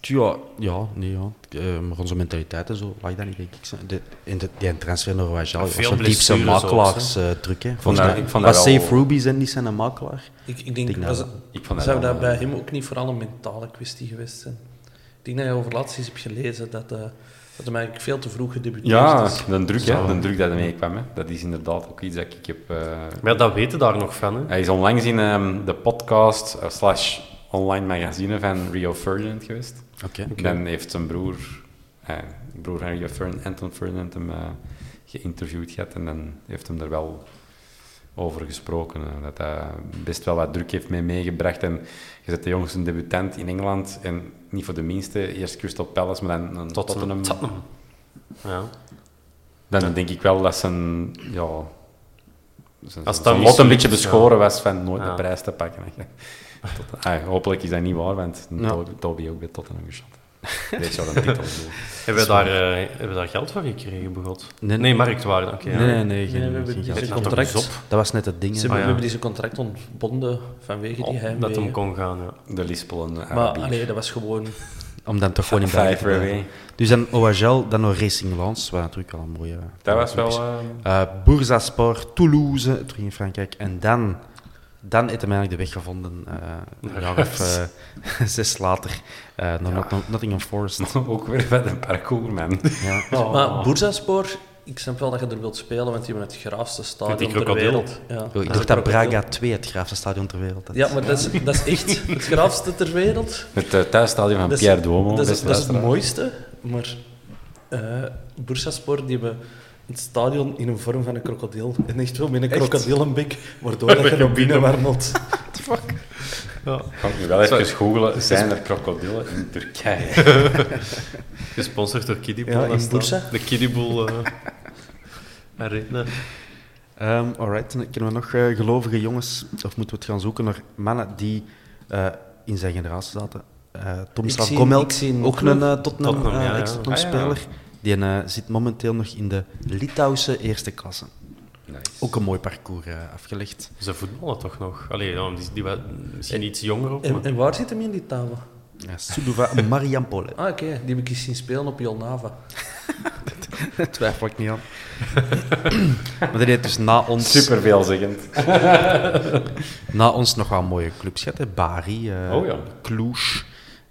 Ja, ja, nee, ja. Eh, maar onze mentaliteit en zo lag dat niet, denk ik. De, in de, die transfer naar Royal was Veel zo'n diepse blessures ook, makelaarstruc. hè. Volgens dat- mij ik vond was dat wel- Safe Rubies en die zijn een makelaar. Ik, ik denk, Ik denk was, dat- ik vond dat zou wel, dat bij eh, hem ook niet vooral een mentale kwestie geweest zijn? Ik denk dat je over laatst eens hebt gelezen dat, eh dat hem eigenlijk veel te vroeg gedebuteerd Ja, is. de druk, hè, de druk dat ermee kwam. Hè. Dat is inderdaad ook iets dat ik heb... eh, Maar ja, dat weten daar nog van. Hè. Hij is onlangs in ehm, de podcast eh, slash online magazine van Rio Ferdinand geweest. Oké. Dan heeft zijn broer, eh, broer van Rio Ferdinand, Anton Ferdinand, hem eh, geïnterviewd gehad. En dan heeft hem er wel over gesproken. eh, dat hij best wel wat druk heeft mee meegebracht. En je zet de jongste debutant in Engeland. En niet voor de minste, eerst Crystal Palace, maar dan, dan Tottenham. Ja. Dan denk ik wel dat zijn, ja, zijn, Als zijn dat lot een mislukt, beetje ja. beschoren was van nooit Ja. de prijs te pakken. hè. Tot, ah, hopelijk is dat niet waar, want Ja. Toby- Toby ook bij Tottenham geschot. Deze zou een titel doen. Hebben we, daar, eh, hebben we daar geld voor gekregen, begot? Nee, Nee, nee. marktwaarde. Oké. ja. Nee, nee, nee. Nee, geen- we hebben geen die geld. zijn nou toch contract, eens ze Dat was net het ding. hè. hebben, Ah, we ja. hebben die zijn contract ontbonden vanwege die heimwee. Oh, Dat hem kon gaan, ja. De Lispelen, eh, Maar Arabier. allee, dat was gewoon... Om dan toch gewoon in België Vijf te blijven. Remy. Dus dan OHL, dan nog Racing Lens, waar natuurlijk wel een mooie... Dat was wel... Eh, Bursaspor, Toulouse, terug in Frankrijk. En dan dan heeft hij eigenlijk de weg gevonden, eh, een jaar of eh, [laughs] zes later, eh, naar Not- Nottingham Forest. eh, [laughs] Ook weer bij de parcoursman. Ja. Maar Bursaspor, ik snap wel dat je er wilt spelen, want die hebben het graafste stadion die ter krokodil? wereld. Ja. Yo, Ik is dacht dat een krokodil. Braga 2 het graafste stadion ter wereld is. Ja, maar dat is, dat is echt het graafste ter wereld. Het eh, thuisstadion van Dat is- Pierre Duomo. Dat is, beste dat is het luisteraar. mooiste, maar eh Bursaspor die hebben het stadion in een vorm van een krokodil. En echt wel met een krokodillenbek, waardoor dat je er binnen warmelt. Kan ik nu wel even googelen. Zijn er krokodillen [laughs] in Turkije? [laughs] Gesponsord door Kiddieboel. Ja, dat in staat. Bursa. De Kiddieboel eh [laughs] Arena. Ehm alright, dan kennen we nog eh, gelovige jongens, of moeten we het gaan zoeken naar mannen die eh, in zijn generatie zaten? Eh Tomislav Ik zie- ik Gomelt, zie ook Tottenham. een eh, Tottenham, Tottenham, eh, ja, ja. ex-Tottenham-speler. Die eh, zit momenteel nog in de Litouwse eerste klasse. Ook een mooi parcours eh, afgelegd. Ze voetballen toch nog? Allee, nou, die, die wa- misschien iets jonger op, En, maar en waar zit hem in die tafel? Ja, Suduva Mariampole. Ah, oké, die heb ik eens zien spelen op Jolnava. Daar twijfel ik niet aan. [laughs] maar die heeft dus na ons, Super veelzeggend. na ons nog wel mooie clubs gehad. hè. Bari, eh Oh ja. Cluj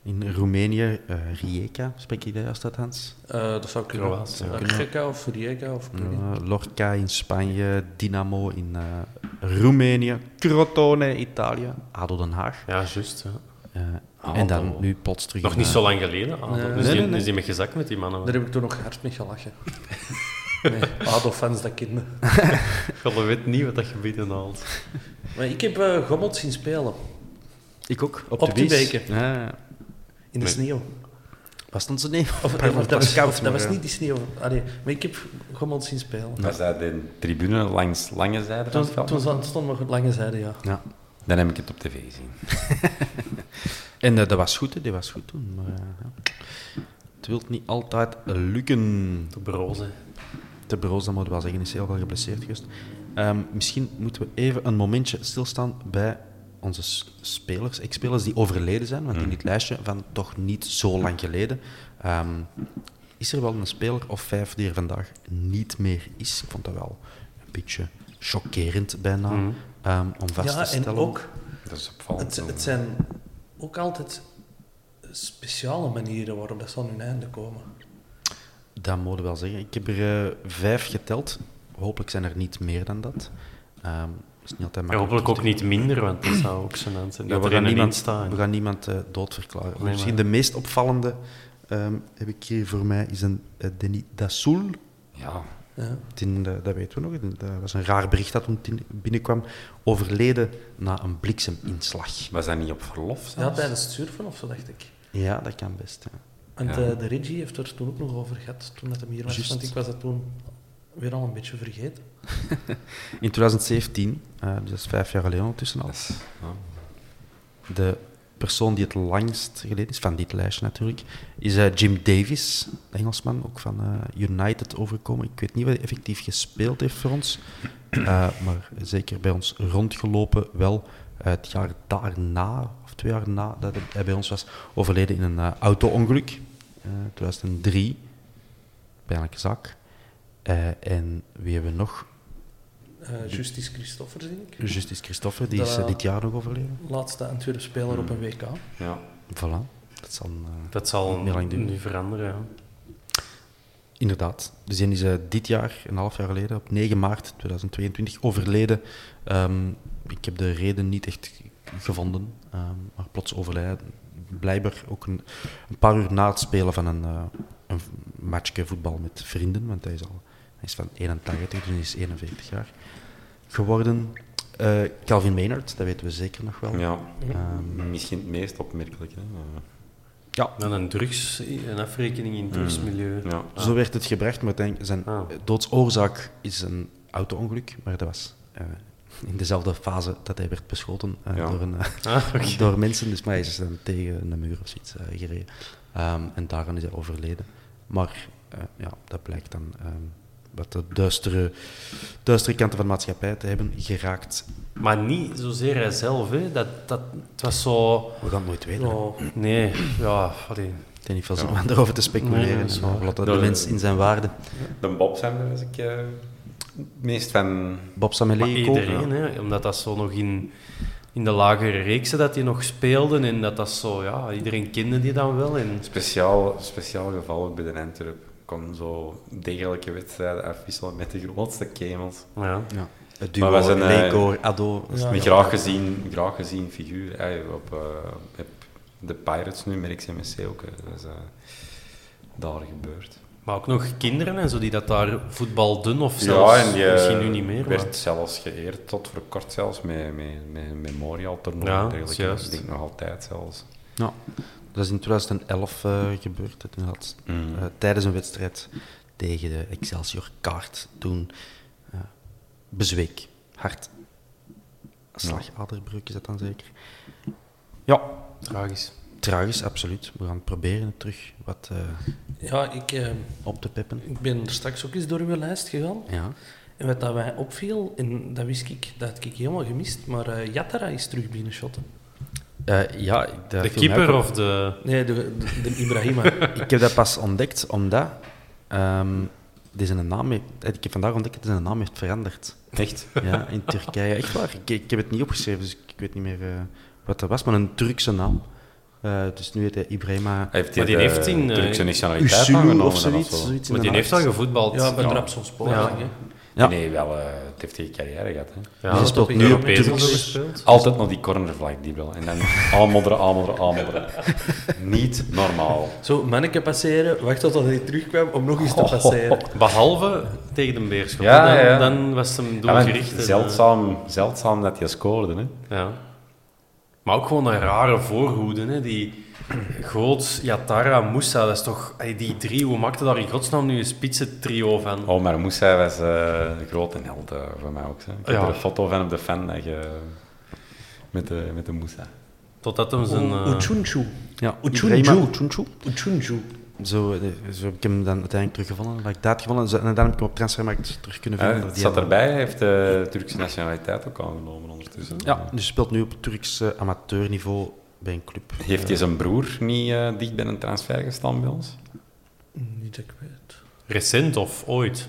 in Roemenië, eh Rijeka, spreek je dat juist uit, Hans? Eh, dat zou kunnen. Kroatië, Eh, Rijeka of Rijeka of ik weet niet. Eh, Lorca in Spanje, Dynamo in eh, Roemenië, Crotone Italië, ADO Den Haag. Ja, juist. ja. Eh, en dan nu plots terug Nog in, niet eh, zo lang geleden. Ah, Nee. is, Nee, die, nee, nee. is die met gezakt met die mannen? Daar heb ik toen nog hard mee gelachen. [laughs] Nee, ADO-fans, dat kinderen. Ik weet niet wat dat gebied inhaalt. Maar ik heb eh Gommelt zien spelen. Ik ook, op, Op de die Wies. weken. Ja, In de sneeuw. was het onze neef? Of, Pardon, of het dat, was, koud, of dat maar, was eh, niet die sneeuw. Allee, maar ik heb Gommelt zien spelen. Was dat de tribune langs lange zijde van Toen, het veld? toen stond stond nog het lange zijde, ja. Ja. Dan heb ik het op tv gezien. En eh, dat was goed, hè, dat was goed toen. Maar, eh, ja. Het wil niet altijd lukken. De broze. Te broos, dat moet ik wel zeggen, is heel veel geblesseerd geweest. Ehm, misschien moeten we even een momentje stilstaan bij onze s- spelers, ex-spelers die overleden zijn. Mm. Want in dit lijstje van toch niet zo lang geleden ehm, is er wel een speler of vijf die er vandaag niet meer is. Ik vond dat wel een beetje chockerend bijna Mm. ehm, om vast Ja, te en stellen. ook, Dat is opvallend. het, het zijn ook altijd speciale manieren waarop dat ze aan hun einde komen. Dat moet ik wel zeggen. Ik heb er eh, vijf geteld. Hopelijk zijn er niet meer dan dat. Ehm is niet altijd En makkelijk. hopelijk ook niet minder, want dat zou ook zo zijn. Ja, Dat we, er gaan in een niemand, staan. we gaan niemand eh, doodverklaren. Maar maar- Misschien de meest opvallende ehm, heb ik hier voor mij is een eh, Denis Dassoul. Ja, Ja. Die, eh, dat weten we nog. Die- Dat was een raar bericht dat toen die binnenkwam. Overleden na een blikseminslag. was dat niet op verlof ja, zelfs? tijdens het surfen of zo, dacht ik. Ja, dat kan best. ja. Want Ja. eh, de regie heeft er toen ook nog over gehad, toen dat hem hier was. Juist. Want ik was dat toen weer al een beetje vergeten. In 2017, eh, dus dat is vijf jaar geleden ondertussen al. Dat is- ja. De persoon die het langst geleden is, van dit lijstje natuurlijk, is eh, Jim Davis, de Engelsman, ook van eh, United overkomen. Ik weet niet wat hij effectief gespeeld heeft voor ons, eh, maar zeker bij ons rondgelopen wel. Eh, het jaar daarna, of twee jaar na dat hij bij ons was, overleden in een eh, auto-ongeluk, eh, 2003. Pijnlijke zaak. Eh, en wie hebben we nog? Eh Justice Christoffer, zie ik. Justus Christoffer, die is eh, Da- dit jaar nog overleden. Laatste Antwerp-speler op een WK. Ja. Voilà, dat zal... een, eh, Dat zal Niet lang duren. nu veranderen, ja. Inderdaad. Dus die is eh, dit jaar, een half jaar geleden, op 9 maart 2022 overleden. Ehm, ik heb de reden niet echt gevonden, ehm, maar plots overlijden. Blijkbaar ook een, een paar uur na het spelen van een, eh, een matchje voetbal met vrienden, want hij is, al, hij is van 81, dus hij is 41 jaar geworden. Eh, Calvin Maynard, dat weten we zeker nog wel. ja. Eh, Misschien het meest opmerkelijk. Hè? maar- Ja, Dan een, drugs, een afrekening Mm. in het drugsmilieu. Ja. Zo werd het gebracht, maar uiteindelijk zijn Ah. doodsoorzaak is een auto-ongeluk, maar dat was eh, in dezelfde fase dat hij werd beschoten eh, Ja. door, een, eh, [laughs] Ah, oké. door mensen. Dus maar hij is dan tegen een muur of zoiets eh, gereden. Ehm, en daaraan is hij overleden. Maar eh, ja, dat blijkt dan ehm, wat de duistere, duistere kanten van de maatschappij te hebben geraakt. Maar niet zozeer hij zelf, hè. Dat, dat, het was zo... We gaan het nooit weten. hè. Oh, nee, ja, allee. Er is niet veel zin om daarover te speculeren. Nee, dat is en, eh, waar. laat dat de Dat- mens in zijn waarde. De Bob zijn er was ik eh, meest van... Bob Maar Samelé ook. iedereen, hè, omdat dat zo nog in, in de lagere reeksen dat die nog speelden en dat dat zo, ja, iedereen kende die dan wel. En, Speciaal, speciaal geval ook bij de Antwerp. Kon zo degelijke wedstrijden afwisselen met de grootste kemels. ja. Het Maar wij duo, zijn, eh, Leegor, Addo. dat is Een niet- graag gezien, graag gezien figuur. Ey, op, eh, op de Pirates nu, met XMSC ook. eh, dat is eh, daar gebeurd. Maar ook nog kinderen en zo die dat daar voetbalden of zelfs, eh, misschien nu niet meer. werd maar- zelfs geëerd, tot voor kort zelfs, met, met, met een memorial-toernooi Ja, en dat dergelijke. is juist. Ik denk nog altijd zelfs. Ja. Dat is in 2011 eh, gebeurd, hè, toen had, Mhm. eh, tijdens een wedstrijd tegen de Excelsior Kaart. Toen eh, bezweek, hart, slagaderbreuk is dat dan zeker. Ja, Tragisch. tragisch, absoluut. We gaan het proberen het terug wat eh, Ja, ik, eh, op te peppen. ik ben straks ook eens door uw lijst gegaan. Ja. En wat dat mij opviel, en dat wist ik, dat had ik helemaal gemist, maar eh Jatara is terug binnenshotten. Eh, ja, ik- dat De viel mij ook keeper op. of de... Nee, de, de, de Ibrahima. Ik heb dat pas ontdekt omdat ehm deze een naam heeft, eh, ik heb vandaag ontdekt dat deze naam heeft veranderd. Echt? Ja, in Turkije. Echt waar. Ik, ik heb het niet opgeschreven, dus ik weet niet meer eh, wat dat was, maar een Turkse naam. Eh, dus nu heet hij Ibrahima Heeft Maar die de heeft in, eh, Turkse nationaliteit Usulu aangenomen of dan zoiets. zo? zoiets in Maar de die heeft naam. al gevoetbald. ja, bij Ja. Trabzonspor. Ja. hè. Ja. Nee, wel, eh, het heeft geen carrière gehad. Hè. Ja, Dus hij dat speelt nu op op Europees Turks. hebben gespeeld. Altijd nog die cornervlag, die wel. En dan aanmodderen, aanmodderen, aanmodderen. Niet normaal. Zo, manneke passeren, wacht totdat hij terugkwam om nog eens Oh, te passeren. Behalve tegen de Beerschot. Ja, dan, ja, ja. dan was hem Ja, maar doelgericht. en, eh, zeldzaam, zeldzaam dat je scoorde. Hè. Ja. Maar ook gewoon een rare voorhoede. Hè? Die Goots, Yatara, Moussa, dat is toch... ey, die drie, hoe maakte daar in godsnaam nu een spitse trio van? Oh, maar Moussa was eh, een grote held eh, voor mij ook. Hè. Ik heb Ja. er een foto van op de fan dat je- met de, met de Moussa. Totdat hem zijn... eh, Uchunchu. Ja, Uchunju. Ibrahima Uchunju. Uchunchu. Zo, eh, zo heb ik hem dan uiteindelijk teruggevonden. Heb ik dat gevonden. Zo- En dan heb ik hem op transfermarkt terug kunnen Eh, vinden. het Die zat hebben- erbij, hij heeft de Turkse nationaliteit ook aangenomen ondertussen. Ja, dus speelt nu op Turks eh, amateurniveau bij een club. Heeft hij zijn broer niet eh, dicht bij een transfer gestaan bij ons? Niet dat ik weet. Recent of ooit?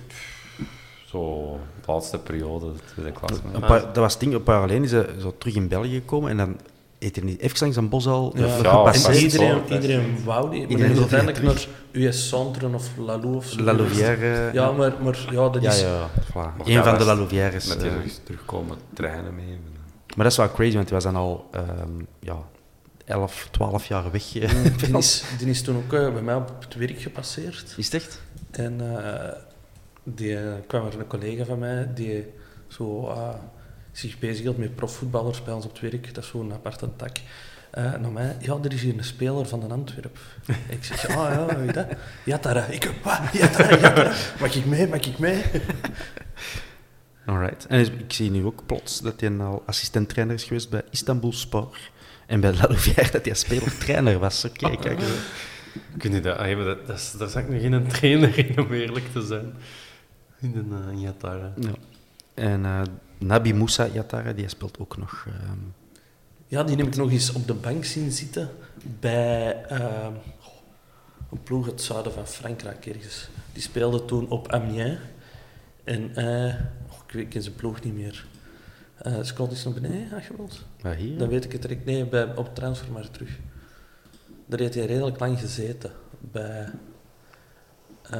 Zo, de laatste periode, de tweede klasse. Eh, Een paar, dat was het ding, een paar alleen is hij zo terug in België gekomen en dan heeft hij niet even langs een bos al eh, Ja, En maar gepasseerd. die- iedereen, zo, iedereen wou die. Iedereen Maar iedereen is wil die uiteindelijk naar US Centrum of La Lou of zo. La Louvière. eh, Ja, maar, maar ja, dat ja, is... ja, voilà. Maar Een van dat de La was- Louvières. Dat eh. hij terug- terugkomen trainen mee. Maar dat is wel crazy, want hij was dan al ehm ja, 11, 12 jaar weg. eh. [laughs] Die is, die is toen ook eh, bij mij op het werk gepasseerd. Is het echt? En eh, die eh, kwam er een collega van mij die zo, ah, zich bezighield met profvoetballers bij ons op het werk. Dat is zo'n aparte tak. Eh naar mij, ja, er is hier een speler van de Antwerp. ik zeg, ah ja, wie dat? Jatara. Ik ah, heb, wat? Jatara, Jatara. Mag ik mee, mag ik mee? Alright. En is- ik zie nu ook plots dat hij al assistent-trainer is geweest bij Istanbul Sport. En bij La Louvière dat hij speler-trainer was. Oké, [laughs] kijk eh. eens. Kun je dat... ey, maar dat, dat is, daar zat ik nog geen trainer in, om eerlijk te zijn. In de eh, Yatara. Ja. En eh, Nabi Moussa Yatara, die speelt ook nog. ehm, Ja, die heb ik nog eens op de bank zien zitten bij ehm, goh, een ploeg uit het zuiden van Frankrijk ergens. Die speelde toen op Amiens. En eh, oh, ik weet- ik ken zijn ploeg niet meer. Eh Scott is naar beneden aangemeld. maar hier? Dan weet ik het direct. Nee, bij, op Transfermarkt terug. Daar heeft hij redelijk lang gezeten. Bij... eh,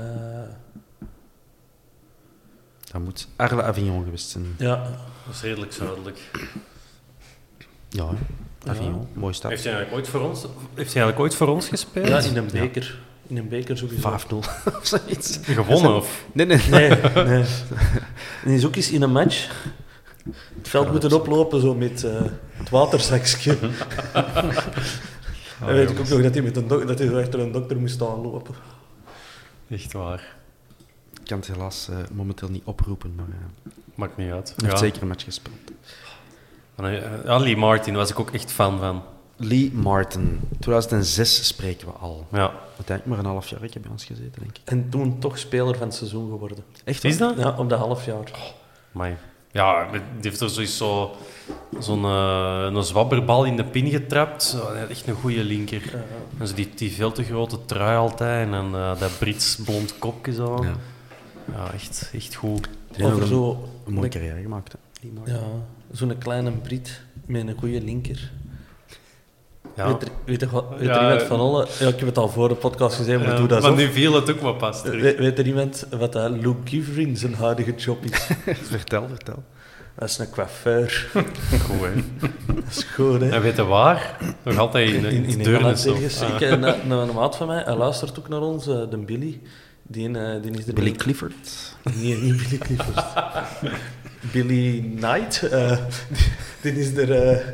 Dat moet Arle Avignon geweest zijn. ja, Dat is redelijk zuidelijk. Ja, hè. Avignon. Mooi stad. Heeft hij eigenlijk ooit voor ons, heeft hij eigenlijk ooit voor ons gespeeld? ja, in een beker. In een beker sowieso. 5-0 of [laughs] zoiets. Gewonnen? Of? Nee, nee. Nee, nee. En is ook eens in een match het veld moeten oplopen zo met eh, het waterzakje. [laughs] Ah, Dan weet ik ook nog dat hij, met een dok- dat hij zo achter een dokter moest aanlopen. Echt waar. Ik kan het helaas eh, momenteel niet oproepen, maar eh, hij Maakt niet uit. heeft Ja. zeker een match gespeeld. Maar, eh, ja, Lee Martin was ik ook echt fan van. Lee Martin. 2006 spreken we al. Ja. Uiteindelijk maar een half jaar bij ons gezeten, denk ik. En toen toch speler van het seizoen geworden. Echt Is dat? Oh, Ja, op dat half jaar. Amai. Ja, die heeft er sowieso zo'n eh, een zwabberbal in de pin getrapt. Zo, hij had echt een goede linker. En zo die, die veel te grote trui altijd en eh, dat Brits blond kopje zo. Ja, echt, echt goed. Het heeft over een- zo Een mooie een- carrière gemaakt. Hè. Die maakt- Ja, zo'n kleine Brit met een goede linker. Ja. Weet er, weet er, wat- weet er Ja, iemand eh, van alle? Ja, ik heb het al voor de podcast gezegd, maar Ja, doe dat maar zo. nu Eh, viel het ook maar pas terug. Weet, weet er iemand wat dat Luke Givrin zijn huidige job is? Vertel, vertel. Dat is een coiffeur. Goed, hè. Dat is goed, hè? En weet je waar? Nog altijd in, in, in Engeland Deurne. zo. Ah. ergens. Ik, eh, [laughs] na- na een maat van mij, hij luistert ook naar ons, eh, de Billy. Die, eh, die is er Billy mee- Clifford. Nee, niet Billy Clifford. [laughs] Billy Knight. eh, [laughs] die is er... eh,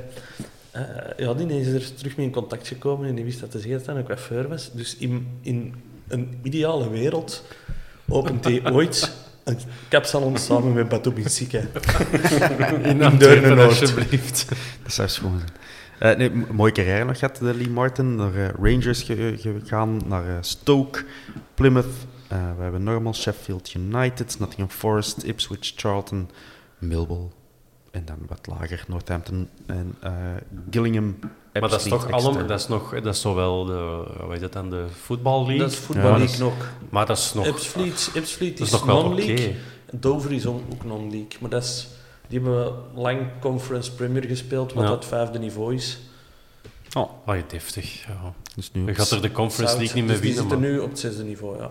eh, ja, die is er terug mee in contact gekomen en die wist dat de zeer dan een coiffeur was. Dus in, in een ideale wereld opent hij ooit een kapsalon samen met Batu Binsika. in in Antwerpen, Deurne-Noord. [laughs] alsjeblieft. Dat zou schoon zijn. Eh, nee, m- mooie carrière nog gehad, de Lee Martin. Naar eh, Rangers ge- ge- gegaan, naar eh, Stoke, Plymouth. Eh, we hebben Normal, Sheffield United, Nottingham Forest, Ipswich, Charlton, Millwall. En dan wat lager, Northampton en eh, Gillingham. Maar dat is toch allemaal, allemaal. dat is nog, dat is zowel de, wat is dat dan, de voetballeague. Dat is Ja, voetbal dat ik is- nog. Maar dat is nog, eh, Ipsfleet, Ipsfleet dat is, is nog wel oké. non-league. Dover is on- ook non-league, maar dat is, die hebben lang Conference Premier gespeeld, wat Ja. dat vijfde niveau is. Ah, je deftig. Ja. Dus nu Je gaat er de Conference Zout. League niet meer dus die winnen, zitten man. nu op het zesde niveau, ja.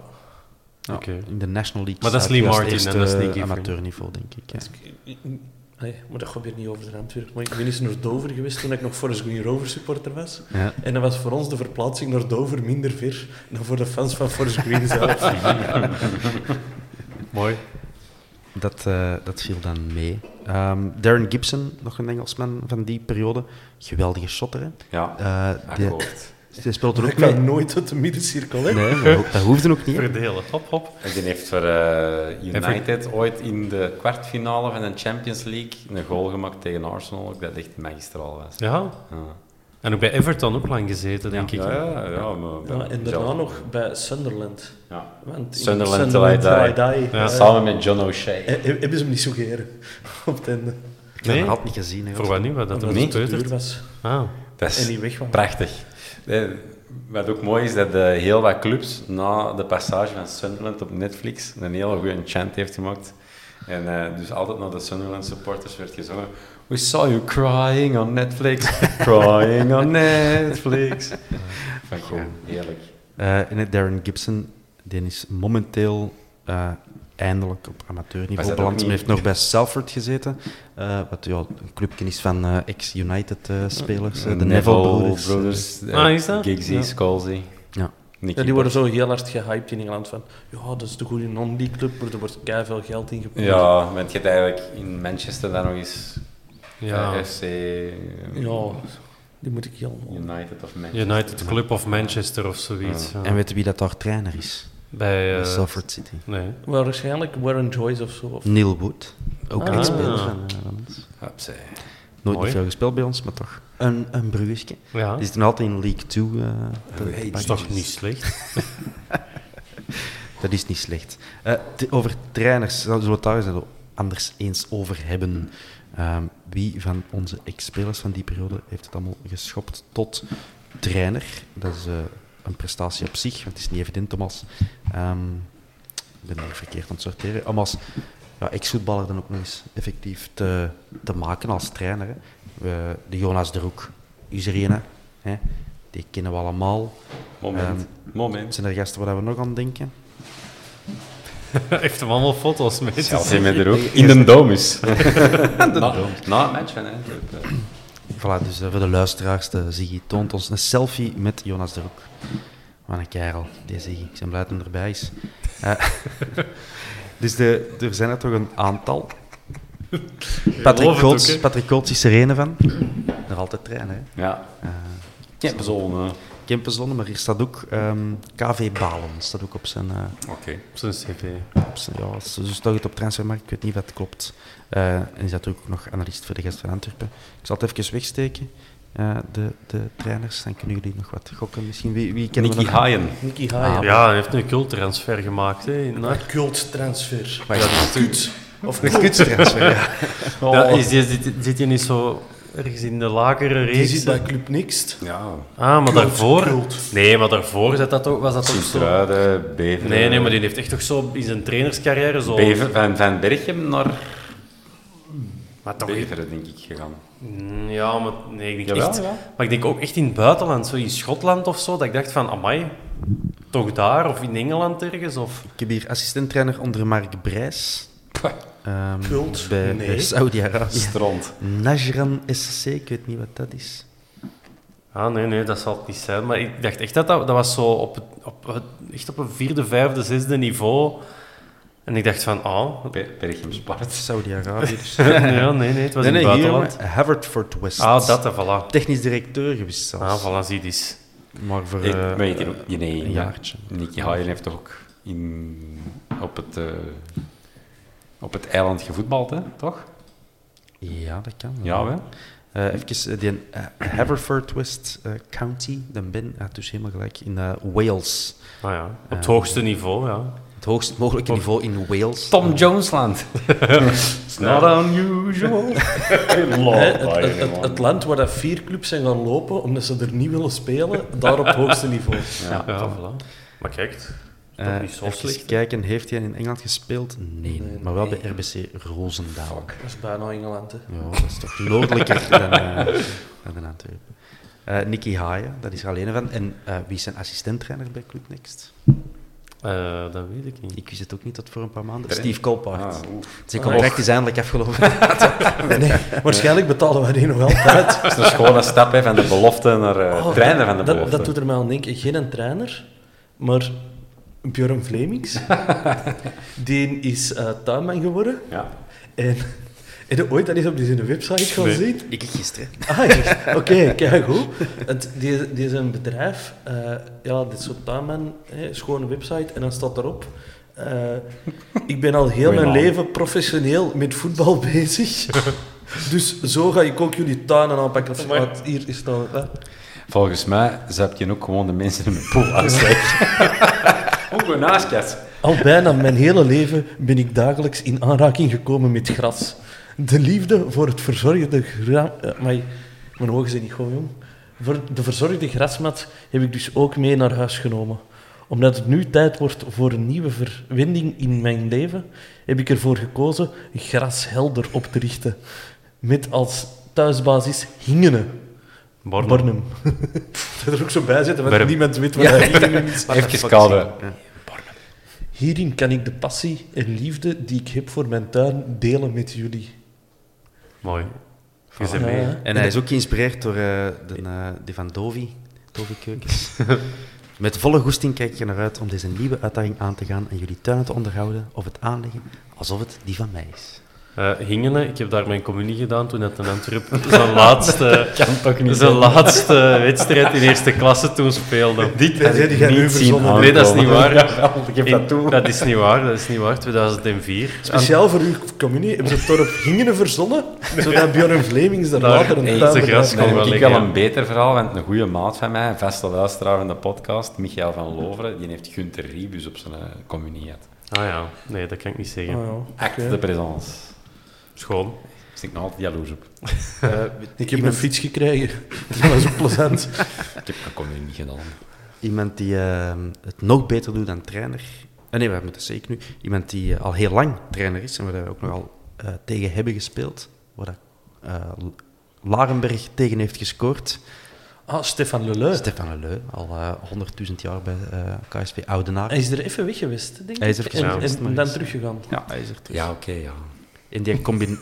ja, Oké. in de National League. Maar dat is Lee Zuid, Martin het en dat is eerste Nicky Vernon. amateurniveau, denk ik. hè. Dus Nee, maar dat gaat weer niet over de Antwerpen. Maar ik ben eens naar Dover geweest toen ik nog Forest Green Rovers supporter was. Ja. En dan was voor ons de verplaatsing naar Dover minder ver dan voor de fans van Forest Green [laughs] zelf. Mooi. Dat, eh, dat viel dan mee. Ehm, Darren Gibson, nog een Engelsman van die periode. Geweldige shotter, hè? Ja, Ah, Eh, die- akkoord. die speelt er ik ook mee. kan nooit tot de middencirkel, hè. Nee, maar ho- dat hoefde ook niet. hè. Verdelen. Hop, hop. En die heeft voor eh, United ooit in de kwartfinale van de Champions League een goal gemaakt tegen Arsenal. ook Dat echt magistraal was. Ja. Ja. En ook bij Everton ook lang gezeten, denk ik. Ja, ja, ja, maar bij- Ja, en daarna zelf- nog bij Sunderland. Ja. Want in Sunderland Till I Die. eh, Samen met John O'Shea. he- he- hebben ze hem niet suggereren [laughs] op het einde. Ik Nee? had het niet gezien. hè, Voor wat niet, wat dat er Omdat het te duur gebeurt. was. Ah. Dat is En die weg was. prachtig. Eh, Wat ook mooi is, dat eh, heel wat clubs na de passage van Sunderland op Netflix een hele goede chant heeft gemaakt. En eh, dus altijd naar de Sunderland supporters werd gezongen. We saw you crying on Netflix, crying on [laughs] Netflix. Van gewoon, heerlijk. Eh, en het Darren Gibson, die is momenteel eh, eindelijk op Was amateurniveau dat beland. ook Hij niet- heeft nog bij Salford gezeten, eh, wat ja, een clubje is van eh, ex-United-spelers, de Neville Brothers. eh, Ah, is dat? Giggsy, Ja. Scalzi, Ja. Nicky Ja, die worden zo heel hard gehyped in Engeland van ja, dat is de goede non-league club, maar er wordt veel geld in gepompt. Ja, want je hebt eigenlijk in Manchester dan nog eens Ja. eh, FC eh, Ja, die moet ik helemaal... United of Manchester. United Club of Manchester of zoiets. ja. En weet je wie dat daar trainer is? Bij... Bij eh, Salford City. Nee. Maar waarschijnlijk Warren Joyce of zo. Of... Neil Wood, ook Ah. een ex-speler van, eh, van ons. Hupsé. Nooit Mooi. veel gespeeld bij ons, maar toch een, een bruggetje. Ja. Die zit nog altijd in League 2. eh, te- te Dat is pakken. toch niet slecht? Dat is niet slecht. Eh, t- over trainers zou- zullen we het daar eens anders eens over hebben. Ehm, wie van onze ex-spelers van die periode heeft het allemaal geschopt tot trainer? Dat is eh, een prestatie op zich, want het is niet evident, Thomas. Ehm, ik ben hier verkeerd aan het sorteren. Om als ja, ex-voetballer dan ook nog eens effectief te, te maken als trainer. hè. We- de Jonas de Roek, is er een, hè. hè. Die kennen we allemaal. Moment. Het Moment. zijn er gasten waar we nog aan denken. [laughs] Heeft hem allemaal foto's mee. te Zelfs zien. met er ook in de [laughs] domus. na, na het match van Antwerp. Voilà, dus eh, voor de luisteraars, de Ziggy toont ons een selfie met Jonas de Roek. Wat een kerel, die Ziggy. Ik ben blij dat hij erbij is. Eh, [laughs] dus de, er zijn er toch een aantal. Patrick geloof het ook, Coates, hè. Patrick Coates is er een van. Nog altijd trainen, hè. Ja. Ja, maar zo'n... eh, Kempenzonne, maar hier staat ook ehm, KV Balen. Staat ook op zijn... eh, Oké. Op zijn cv. op zijn- ja, ze ze staat het op transfermarkt, ik weet niet wat het klopt. Eh, en is dat ook nog analist voor de gast van Antwerpen. Ik zal het even wegsteken, eh, de, de trainers. Dan kunnen jullie nog wat gokken misschien. Wie, wie kennen we Nicky nog? Haaien. Nicky Ah, Haaien. Ja, hij heeft een culttransfer gemaakt. Hè, naar Een culttransfer. Wacht, Kut. Of [laughs] Een kutstransfer, ja. Oh. Ja, is die, zit, zit je niet zo ergens in de lagere Die reeks. zit bij Club Nixt. Ja, Ah, maar Cult, daarvoor... cult. Nee, maar daarvoor zat dat ook, was dat toch zo... Sint-Truiden, Beveren. Nee, nee, maar die heeft echt toch zo in zijn trainerscarrière zo... Bever, van, van Berchem naar Maar toch Beveren, denk ik, gegaan. Mm, Ja, maar nee, ik denk Jawel, echt... ja. Maar ik denk ook echt in het buitenland, zo in Schotland of zo, dat ik dacht van, amai, toch daar? Of in Engeland ergens? Of... Ik heb hier assistenttrainer onder Mark Brijs. Ehm, Kult? Bij, Nee. bij Saudi-Arabië. Strand. Najran SC, ik weet niet wat dat is. Ah, nee, nee, dat zal het niet zijn. Maar ik dacht echt dat dat, dat was zo op, het- op, het- echt op een vierde, vijfde, zesde niveau. En ik dacht [laughs] van, ah... Be- Berchem Spart. Saudi-Arabië. Dus. ja, nee, nee, het was [laughs] nee, in nee, het hier, buitenland. jongen. Havertford West. ah, dat, en voilà. Technisch directeur geweest zelfs. Ah, voilà, zie dis. Maar voor... Ik eh, weet het ook niet. Nee, een ja. jaartje. Nicky Haaien heeft toch ook in, op, het, eh, op het eiland gevoetbald, hè? toch? ja, dat kan. Ja, hè? Eh, even, eh, die eh, Haverford West eh, County, dan ben had dus helemaal gelijk in eh, Wales. Nou ja, op het hoogste niveau, ja. Het hoogst mogelijke niveau in Wales. Tom Jonesland. It's not unusual. Hè, het, het, het, het land waar dat vier clubs zijn gaan lopen omdat ze er niet willen spelen, daar op het hoogste niveau. Ja, voilà. Maar kijk, het is toch Eh, niet zo even slecht. kijken, heeft hij in Engeland gespeeld? Nee, maar wel bij RBC Roosendaal. Dat is bijna Engeland. Hè. Ja, dat is toch noordelijker dan, eh dan Antwerpen. Eh Nicky Haaien, dat is er alleen van. En eh, wie is zijn assistenttrainer bij Club Next? Eh, dat weet ik niet. Ik wist het ook niet tot voor een paar maanden. Steve Colpart. Ah, oeh. Zijn contract is eindelijk afgelopen. Nee, waarschijnlijk betalen wij die nog altijd. Het is dus gewoon een stap hè, van de belofte naar eh Oh, trainen van de dat, belofte. dat doet er mij aan denken. Geen een trainer, maar Björn [laughs] Vlemings. die is eh, tuinman geworden. Ja. En, en ooit dat is op die zijn website gaan zien. Ik gisteren. Ah, echt? [laughs] oké, kijk goed. Het, die, die is een bedrijf, eh, ja, dit soort tuinman, hè, schone website, en dan staat erop. eh, ik ben al heel Goeie mijn naam. leven professioneel met voetbal [laughs] [laughs] bezig. Dus zo ga ik ook jullie tuinen aanpakken. Wat hier is nou... hè. Volgens mij zap je ook gewoon de mensen in de pool uitsteken. [laughs] ook een naaskast. Al bijna mijn hele leven ben ik dagelijks in aanraking gekomen met gras. De liefde voor het verzorgde gras... maar mijn ogen zijn niet gewoon jong. Voor de verzorgde grasmat heb ik dus ook mee naar huis genomen. Omdat het nu tijd wordt voor een nieuwe verwending in mijn leven, heb ik ervoor gekozen grashelder op te richten. Met als thuisbasis Hingene. Bornem. Bornem. [laughs] Dat er ook zo bij zitten, want Bornem. niemand weet wat dat Hingene [laughs] is. [laughs] Even koude. Hierin kan ik de passie en liefde die ik heb voor mijn tuin delen met jullie. Mooi. Je bent mee. hè? En hij is ook geïnspireerd door eh, de, eh, die van Dovi, Dovi Keukens. [laughs] Met volle goesting kijk ik er naar uit om deze nieuwe uitdaging aan te gaan en jullie tuinen te onderhouden of het aanleggen alsof het die van mij is. Eh, Hingelen, ik heb daar mijn communie gedaan toen het in Antwerpen zijn [laughs] laatste, zijn laatste wedstrijd in eerste klasse toen speelde. Dit had ik niet zien Nee, dat is niet waar. ik heb In- dat toe. dat is niet waar, dat is niet waar. 2004. Speciaal voor uw communie hebben ze het dorp Hingene verzonnen, zodat Björn Vlemings daar Daar later een eet tuin ze voor gras heeft. Dan Kom heb wel ik liggen, wel ja. een beter verhaal, want een goede maat van mij, een vaste luisteraar van de podcast, Michael van Loveren, die heeft Gunther Ribus op zijn eh, communie gehad. Ah ja, nee, dat kan ik niet zeggen. Ah, ja. Acte de présence. Schoon. Daar ben ik nog altijd jaloers op. Ik heb een fiets gekregen. [laughs] Dat was ook plezant. Ik heb een communie gedaan. Iemand die eh, het nog beter doet dan trainer. Eh, nee, we hebben het zeker nu. Iemand die eh, al heel lang trainer is en waar we ook nogal eh, tegen hebben gespeeld. Waar dat, eh, L- Larenberg tegen heeft [laughs] gescoord. Ah, Stefan Leleu. Stefan Leleu, al eh, honderdduizend jaar bij eh, KSV Oudenaar. Hij is er even weg geweest, denk ik. Hij is even en, weg geweest, en maar dan is- teruggegaan. Ja, hij is er terug. Ja, oké, ja. En die combine-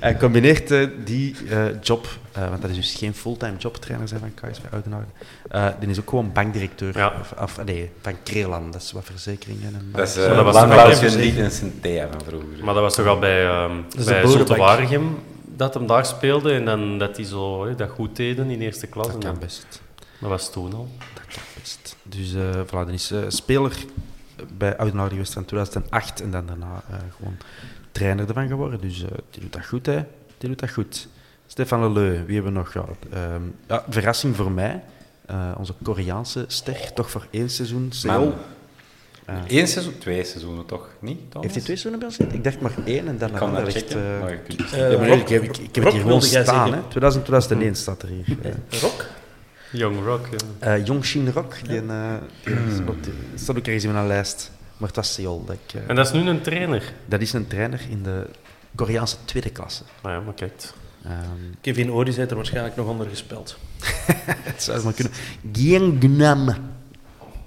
hij combineert eh, die eh, job, eh, want dat is dus geen fulltime job, trainer zijn van KSV Oudenaar. Eh die is ook gewoon bankdirecteur Ja. of, of- nee, van Kreelan, dat is wat verzekeringen. En, Dat is eh, Zo, dat was Landbouw toch wel Lied en Sintea van vroeger. Maar dat was toch al bij, ehm is bij de boerenbank. Zulte Waregem dat hem daar speelde en dan dat hij zo hè, dat goed deden in eerste klas. dat En kan dan- best. dat was toen al. Dat kan best. Dus eh voilà, dan is eh, speler bij Oudenaar geweest van 2008 en dan daarna eh, gewoon trainer ervan geworden. Dus eh, die doet dat goed, hè. Die doet dat goed. Stefan Leleu, wie hebben we nog gehad? Ehm, ja, verrassing voor mij. Eh, onze Koreaanse ster, toch voor één seizoen. Seoul. Man. Eén seizoen, twee seizoenen toch? Niet, Thomas? Heeft hij twee seizoenen bij ons gezeten? Ik dacht maar één en daarna. Ik kan dat dat echt, checken, eh, maar je kunt het- Eh, ja, maar Rock- ik, heb- ik, ik heb Rock het hier gewoon wilde jij staan. zeggen? Mm. Hè. 2000, 2001 staat er hier. Eh Rock? Young Rock, ja. eh, Jong Shin Rock, die, eh, die staat- die staat ook ergens in mijn lijst. Maar het was Seoul. Dat, ik, eh, En dat is nu een trainer. dat is een trainer in de Koreaanse tweede klasse. Nou ja, maar kijk. [laughs] Ehm, Kevin Ori zit er waarschijnlijk nog onder gespeld. het zou maar kunnen. Gyeongnam.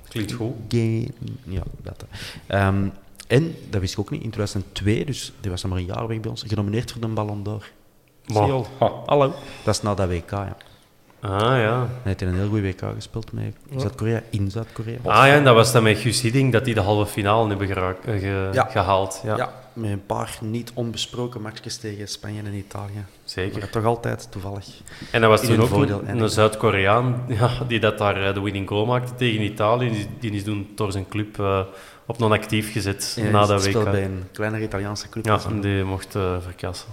Klinkt goed. Game. Ja, dat. hè. Ehm, en, dat wist ik ook niet, in 2002, dus die was nog maar een jaar weg bij ons, genomineerd voor de Ballon d'Or. Maar- Seoul. Ha. Hallo. Dat is na dat WK, ja. Ah ja. Hij heeft in een heel goed WK gespeeld met Zuid-Korea, in Zuid-Korea. Ah ja, en dat was dan met Guus Hiddink dat die de halve finale hebben geraakt, eh, ge- Ja. gehaald. Ja. Met een paar niet onbesproken matchjes tegen Spanje en Italië. Zeker. Maar toch altijd toevallig. En dat was In toen hun ook voordeel, een, eigenlijk. een Zuid-Koreaan [laughs] ja, die dat daar eh, de winning goal maakte tegen Italië. Die, die is toen door zijn club eh, op non-actief gezet Ja, na hij dat speelt bij WK. een kleinere Italiaanse club. Ja, Dus en die mocht eh, verkassen.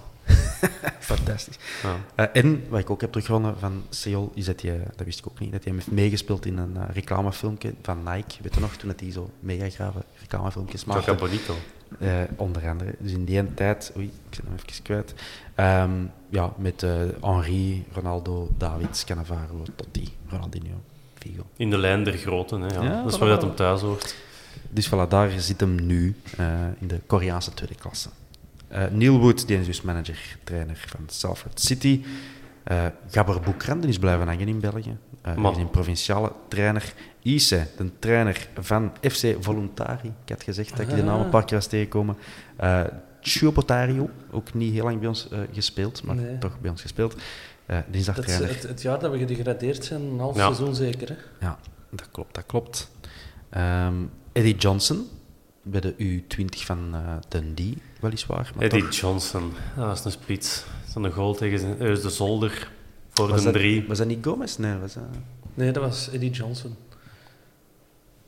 Fantastisch. Ja. Eh, en wat ik ook heb teruggevonden van Seoul, is dat hij, dat wist ik ook niet, dat hij hem heeft meegespeeld in een eh, reclamefilmpje van Nike. Weet je nog, toen dat die zo mega grave reclamefilmpjes maakte. Toca Bonito. Eh, onder andere. Dus in die ene tijd, oei, ik zit hem even kwijt. Ehm, ja, met eh, Henri, Ronaldo, Davids, Cannavaro, Totti, Ronaldinho, Figo. In de lijn der groten, hè, ja. Ja, dat is voilà. waar dat hem thuis hoort. Dus voilà, daar zit hem nu eh, in de Koreaanse tweede klasse. Eh, Neil Wood, die is dus manager, trainer van Salford City. Eh Gabber Boekran, die is blijven hangen in België. Eh die Man. is een provinciale trainer. Ise, de trainer van FC Voluntari. Ik had gezegd dat ik die naam Ah. een paar keer was tegengekomen. Eh Chiopotario, ook niet heel lang bij ons eh, gespeeld, maar Nee. toch bij ons gespeeld. Eh die is daar Dat is trainer. het, het jaar dat we gedegradeerd zijn, een half Ja. seizoen zeker. Hè? Ja, dat klopt, dat klopt. Ehm, Eddie Johnson, bij de U20 van eh Dundee, weliswaar. Maar Eddie toch- Johnson, dat is een spits. Dat is een goal tegen zijn, eh, de zolder voor was de dat, drie. Was dat niet Gomez? Nee, was dat... Nee, dat was Eddie Johnson.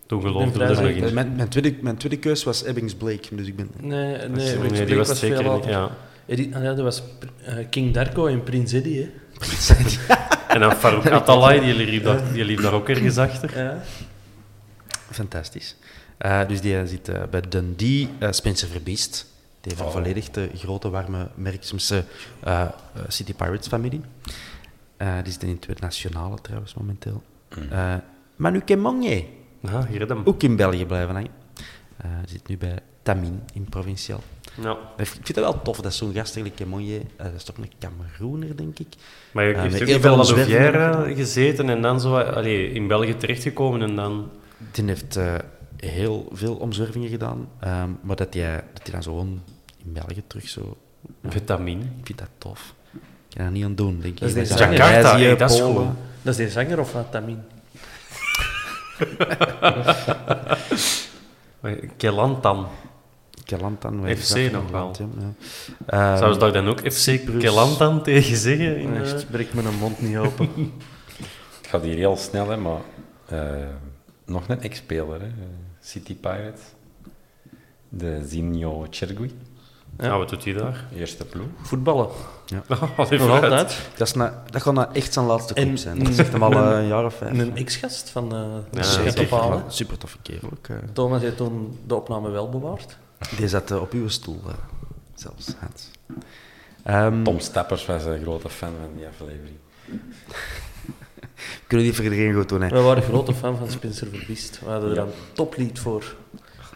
Toen Ik geloofde ben we er blij nog dat ik- in. Mijn, mijn, tweede, mijn tweede keus was Ebbings Blake, dus ik ben... Nee, nee, Nee, Rick die Spleek was, veel zeker niet. later. Ja. Eddie, ah, ja, dat was eh, King Darko en Prince Eddie. Hè? [laughs] En dan Farouk Atalay, die liep, daar, die liep daar ook ergens achter. Ja. Fantastisch. Eh, dus die eh, zit eh, bij Dundee. eh Spencer Verbiest. Die heeft Oh. volledig de grote, warme Merksumse eh, eh, City Pirates-familie. Eh, die zit in de Tweede Nationale trouwens momenteel. Eh Manu Kemonje, Ja, Mhm. Ah, hier heb je hem. ook in België blijven hangen. Eh, zit nu bij Tamin in Provincial. Ja. Ik vind het wel tof dat zo'n gast eigenlijk Kemonje, eh, dat is toch een Cameroener, denk ik. Maar je Eh, heeft met ook heel in veel veel zwervende- gezeten en dan zo allee, in België terechtgekomen en dan... Die heeft eh, heel veel omzwervingen gedaan, ehm, maar dat hij, dat hij dan zo gewoon in België terug zo... Vitamine. Ik vind dat tof. Ik kan er niet aan doen, denk Dat ik. is deze zijn Jakarta, Maleisië, hey, dat is Polen. goed. Dat is die zanger of wat, Tamin? Kelantan. Kelantan. wij- FC dat- nog wel. ja, ja. Ehm, Zou ze daar dan ook FC Cyprus. Kelantan tegen zeggen? In, eh, Echt, breek mijn mond niet open. Het gaat hier heel snel, hè, maar eh, nog een ex-speler, hè, eh, City Pirates. De Zinho Chergui, Ja, Nou, wat doet hij daar? [laughs] eerste ploeg. [laughs] Voetballen. Allee, Nog vooruit. altijd. dat, is na, dat gaat nou echt zijn laatste En- club zijn. Dat zegt hem al eh, een jaar of vijf. Een ex-gast van eh Ja, de zeker. Schepenpalen. Maar Super toffe kerel ook. eh. Thomas heeft toen de opname wel bewaard. [laughs] Die zat eh, op uw stoel, eh, zelfs, Hans. Ehm, Tom Stappers was een grote fan van die aflevering. Kunnen die voor iedereen goed doen, hè. We waren grote fan van Spencer Verbiest. We hadden er een toplied voor.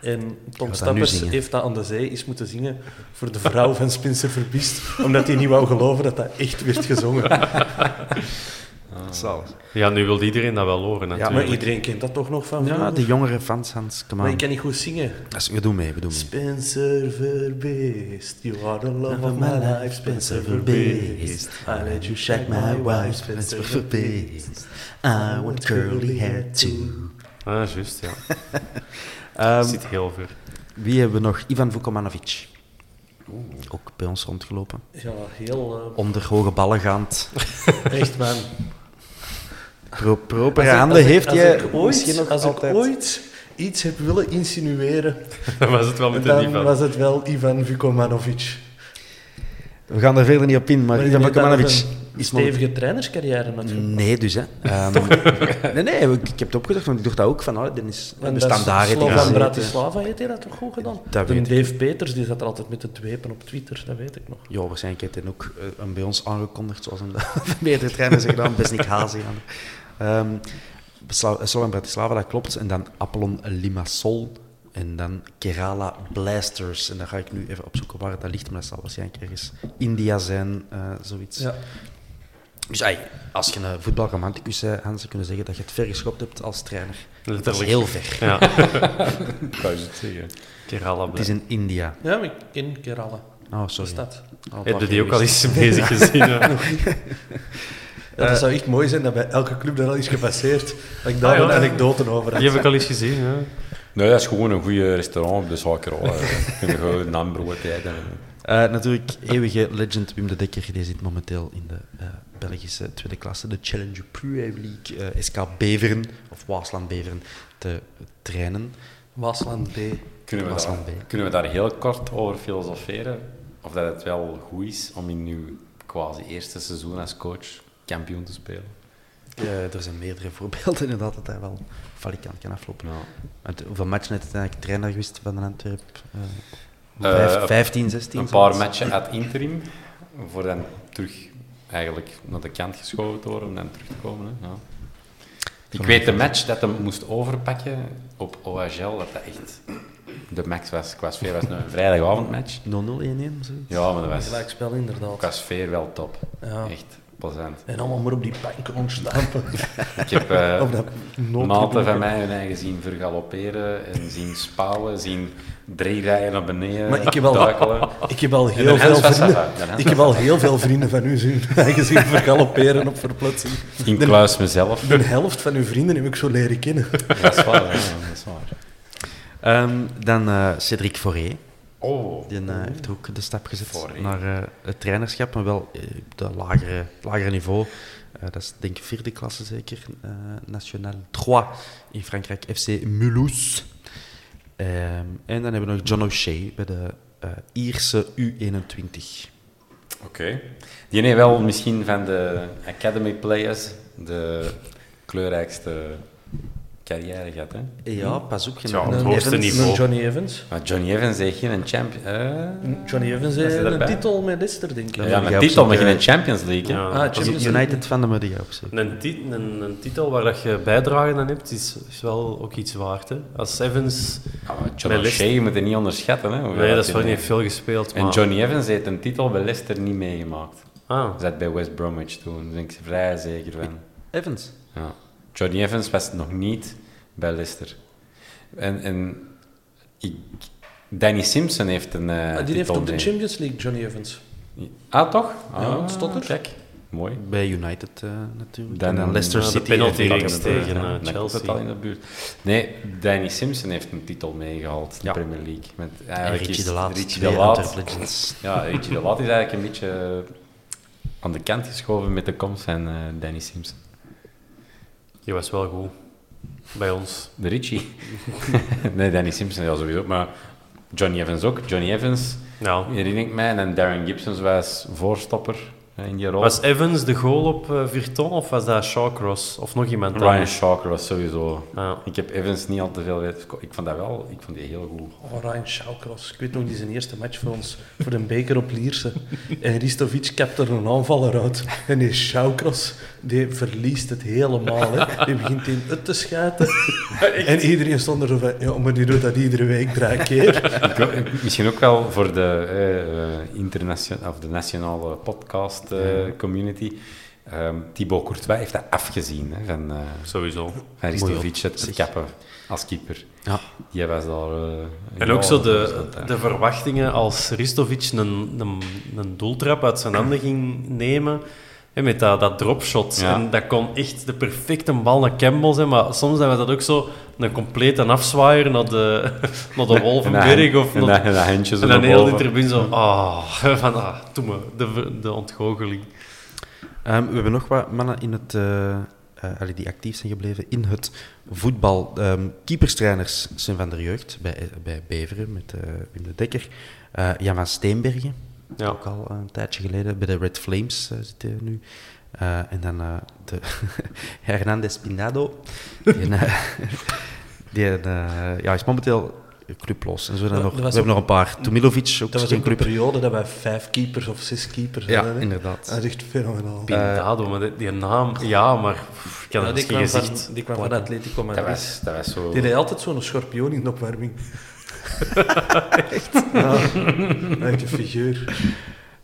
En Tom nu Stappers zingen. heeft dat aan de zee eens moeten zingen voor de vrouw van Spencer Verbiest, omdat hij niet wou geloven dat dat echt werd gezongen. [laughs] Zalig. Ja, nu wil iedereen dat wel horen Ja, maar natuurlijk. iedereen kent dat toch nog van Ja, vroeger? de jongere fans, Hans, come Maar on. ik kan niet goed zingen. Dat is- We doen mee, we doen mee. Spencer Verbeest, you are the love of my life, Spencer Verbeest. I let you shake my wife, Spencer Verbeest. I want curly hair too. Ah, juist, ja. Ehm, Zit heel ver. [laughs] Wie hebben we nog? Ivan Vukomanovic. Ook bij ons rondgelopen. Ja, heel... Onder hoge ballen gaand. eh, echt, man. Pro propere Als ik- handen als ik- heeft als hij ik ooit, misschien nog als altijd. ik ooit iets heb willen insinueren, Dan was het wel met de dan diva. was het wel Ivan Vukomanovic. We gaan er verder niet op in, maar, Maar Ivan die- dat Vukomanovic. is Mm. een- stevige trainerscarrière natuurlijk. Nee, dus hè. Ehm, [laughs] nee, nee, ik, ik heb het opgedacht, want ik dacht dat ook van, oh, dan is En de dat is standaard. heeft Slovan gezeten. Bratislava heeft hij dat toch goed gedaan? Dat De weet Dave Peters die zat er altijd met de dwepen op Twitter, dat weet ik nog. Ja, waarschijnlijk heeft hij ook eh, een bij ons aangekondigd, zoals [laughs] hem de meerdere trainers hebben gedaan, best niet hazen. Ehm Besla- eh, Slovan Bratislava, dat klopt. En dan Apollon Limassol. En dan Kerala Blasters. En dan ga ik nu even opzoeken waar dat ligt, maar dat zal waarschijnlijk ergens India zijn, eh, zoiets. Ja. Dus eigenlijk, als je een voetbalromanticus bent, Hans, dan kunnen we zeggen dat je het ver geschopt hebt als trainer. Dat is Letterlijk. heel ver. [laughs] Ja, kan je het zeggen. Kerala. Het is in India. Ja, maar ik ken Kerala, Oh, de sorry. stad. Oh, Heb je wacht, die ook al juist. [laughs] eens bezig gezien? hè? Ja, dat zou echt mooi zijn dat bij elke club dat al is gepasseerd, dat ik daar Ah, ja. een anekdote over had. Die heb ik al eens gezien. Ja. Nou, dat is gewoon een goede restaurant dus op de Zakerol. eh. Kun je gewoon een nambrood eten. Eh, natuurlijk, eeuwige legend Wim de Dekker, die zit momenteel in de eh, Belgische tweede klasse, de Challenger Premier League, eh, SK Beveren, of Waasland Beveren, te trainen. Wasland D. Kunnen we, Dat was daar, aan B. kunnen we daar heel kort over filosoferen? Of dat het wel goed is om in uw quasi eerste seizoen als coach kampioen te spelen? Eh, er zijn meerdere [laughs] voorbeelden inderdaad dat hij wel valikant kan aflopen. Nou, Want hoeveel matchen heeft hij eigenlijk trainer geweest van de Antwerp? Eh, Eh, vijf- een- 15, 16? een paar zoiets. matchen ad interim, voor dan terug eigenlijk naar de kant geschoven te worden om dan terug te komen. Hè? Ja. Ik weet de match dat hem moest overpakken op OHL, dat dat echt de max was. Qua sfeer was het nou een [laughs] vrijdagavondmatch. 0-0, 1-1, zoiets. Ja, maar dat was Gelijkspel inderdaad. qua sfeer wel top. Ja. Echt plezant. En allemaal maar op die pankoon stampen. Ik heb eh, Of dat maten van mij hun eigen zien vergalopperen en zien spouwen, zien drie rijen naar beneden Maar ik heb wel- [laughs] takelen. Ik heb al En heel de Hans veel was dat, vrienden. hè. De Hans Ik heb al heel veel vrienden van u zien, [laughs] gezien vergalopperen op verplaatsing. Incluis mezelf. De helft van uw vrienden heb ik zo leren kennen. Dat is waar, hè, dat is waar. Ehm, dan eh Cedric Foré. Oh, Die eh, heeft er ook de stap gezet Voorheen. naar eh, het trainerschap, maar wel eh, op dat lagere, lagere niveau. Eh, dat is denk ik vierde klasse zeker, eh National 3 in Frankrijk, FC Mulhouse. Ehm, en dan hebben we nog John O'Shea bij de eh, Ierse U21. oké. Die heeft wel misschien van de Academy Players de kleurrijkste carrière gehad, hè? Ja, pas op. geen- Tja, op het een hoogste Hmm. Evans. niveau. Een Johnny Evans. Maar Johnny Evans heeft geen champion... eh? Johnny Evans Was heeft hij een erbij? titel met Leicester, denk ik. Ja, Ja, maar jij een titel, op maar zoek, geen eh, Champions League, hè? Ja. Ah, Champions League. United van de Maria op zich. Een, ti- een, een titel waar dat je bijdragen aan hebt, is, is wel ook iets waard. Hè? Als Evans... Ja, Ah, maar Bij John Leicester- O'Shea, je moet het niet onderschatten, hè? hoeveel Nee, dat is hij wel niet heeft. veel gespeeld. En Ah. maar- Johnny Evans heeft een titel bij Leicester niet meegemaakt. Ah, Zat bij West Bromwich toen, daar ben ik vrij zeker van. Evans. Ja. Johnny Evans was nog niet bij Leicester. En, en ik, Danny Simpson heeft een eh Ah, die titel heeft op de mee. Champions League Johnny Evans. Ah, toch? Ja, ah, stotter. Kijk, mooi. Bij United eh, natuurlijk. Dan- en dan Leicester ja, de City. penalty en- Dat reeks komt er- tegen, ja, eh, dat komt Chelsea. het al in de buurt. Nee, Danny Simpson heeft een titel meegehaald, Ja. de Premier League. Met, En eigenlijk Richie is de Laat. Richie twee de Laat- Antwerp Legends. Ja, Richie de Laat is eigenlijk een beetje eh, aan de kant geschoven met de komst van eh, Danny Simpson. die was wel goed. Bij ons. De Richie. [laughs] nee, Danny Simpson ja, sowieso, maar Johnny Evans ook. Johnny Evans, Nou, herinner ik mij, en Darren Gibson was voorstopper eh, in die rol. was Evans de goal op eh, Virton of was dat Shawcross? Of nog iemand Ryan anders? Shocker was sowieso... Ja. Ik heb Evans niet al te veel weten. Ik vond dat wel, ik vond die heel goed. Oh, Ryan Schaukros. Ik weet nog, die zijn eerste match voor ons. Voor een beker op Lierse. En Ristovic kapt er een aanvaller uit. En die Schaukros, die verliest het helemaal. Hè. Die begint in het te schuiten. En iedereen stond er zo van... Ja, maar die doet dat iedere week drie keer. Ik wil- eh, Misschien ook wel voor de, eh, eh, internationale, of de nationale podcast eh, community. Ehm Thibaut Courtois heeft dat afgezien hè, van, eh Sowieso. van Ristovic het te kappen als keeper. Ja. Die was daar... eh, En ja, ook zo dat de, was dat, hè. de verwachtingen als Ristovic een, een, een doeltrap uit zijn handen ging nemen. hè, met dat, dat dropshot. Ja. En dat kon echt de perfecte bal naar Campbell zijn. Maar soms dan was dat ook zo een complete afzwaaier naar de, [laughs] naar de Wolvenberg. Of en naar, dan- en dan handje zo en dan naar heel die boven. tribune zo... Ah, [laughs] van, ah, doe me, de, ver- de ontgoocheling. Ehm, we hebben nog wat mannen in het, eh, eh, allee, die actief zijn gebleven in het voetbal. Ehm, keeperstrainers zijn Eh, van der jeugd bij, bij Beveren met eh, Wim de Dekker. Eh, Jan van Steenbergen Ja. Ook al een tijdje geleden. Bij de Red Flames eh, zit hij nu. Eh, en dan eh, de [laughs] Hernandez Pindado. Die, eh, [laughs] die eh, ja, is momenteel clubloos. En zo hebben we Dat- nog, we dat was hebben nog ook- een paar. Tomilovic, ook Dat was geen ook een club. periode dat wij vijf keepers of zes keepers Ja, hadden. hè. Ah, inderdaad. Dat is echt fenomenaal. Eh, Pintado, maar die, die naam... Ja, maar pff, ik kan Ja, het die, misschien kwam gezicht... van, die kwam van Atletico Dat Madrid. was, dat was zo... Die deed altijd zo'n schorpioen in de opwarming. echt? Ja, echt een figuur.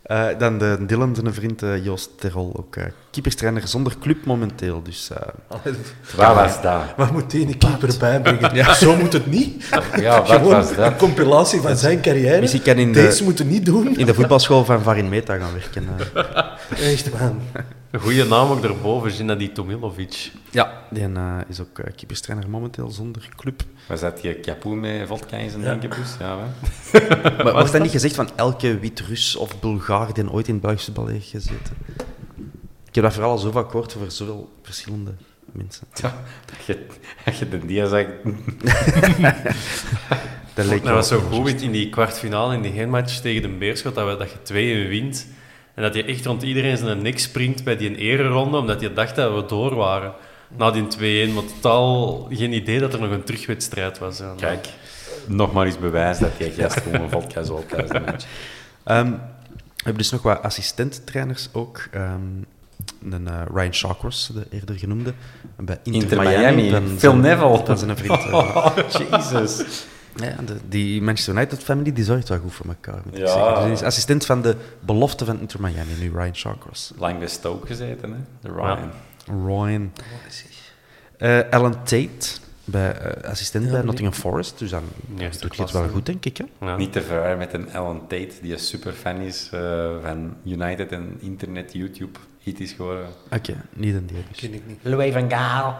Eh, dan de Dylan, zijn vriend eh, Joost Terol, ook eh keeperstrainer zonder club momenteel. Dus eh, Waar was dat? Waar moet die een keeper bijbrengen? Zo moet het niet. Ja, wat Gewoon was dat? een compilatie van zijn carrière. Misschien kan in de- Deze moeten niet doen. in de voetbalschool van Varin Meta gaan werken. eh. Echt, man. Een goede naam ook daarboven, Zinadi Tomilovic. Ja, die eh, is ook eh, keeperstrainer momenteel zonder [laughs] club. Was dat je kapoen met vodka in zijn drinkbus? Ja, [laughs] hè? Maar was dat niet gezegd van elke Wit-Rus of Bulgaar die ooit in het Belgische bal heeft gezeten? Ik heb dat vooral al zo vaak gehoord over zoveel verschillende mensen. Ja, dat je, dat je de dia zag... Dat leek Nou, Dat was wel zo goed in die kwartfinale, in die heenmatch tegen de Beerschot, dat, we, dat je tweeën wint. En dat je echt rond iedereen zijn nek springt bij die ereronde, omdat je dacht dat we door waren. Na die 2-1, maar totaal geen idee dat er nog een terugwedstrijd was. Ja. [laughs] Kijk, nog maar eens bewijs dat jij gast gewoon vodka zo thuis een match. Ehm, we hebben dus nog wat assistenttrainers ook. Ehm, een, eh, Ryan Shawcross, de eerder genoemde. Bij Inter, Inter Miami. Miami, dan Phil zijn- Neville. Dan zijn een vriend. eh. [laughs] Oh, Jesus. ja, de- die Manchester United family die zorgt wel goed voor elkaar. Moet ik Ja. zeggen. Dus hij is assistent van de belofte van Inter Miami, nu Ryan Shawcross. Lang bij Stoke gezeten, hè? De Ryan. Ryan. Eh, Alan Tate, bij, eh, assistent bij Nottingham Forest. Dus dan Eerste doet hij het klasse. wel goed, denk ik. Hè? Ja. Niet te verwarren met een Alan Tate, die een superfan is eh, van United en internet, YouTube. Hit is geworden. Oké, niet een die dus. Louis van Gaal.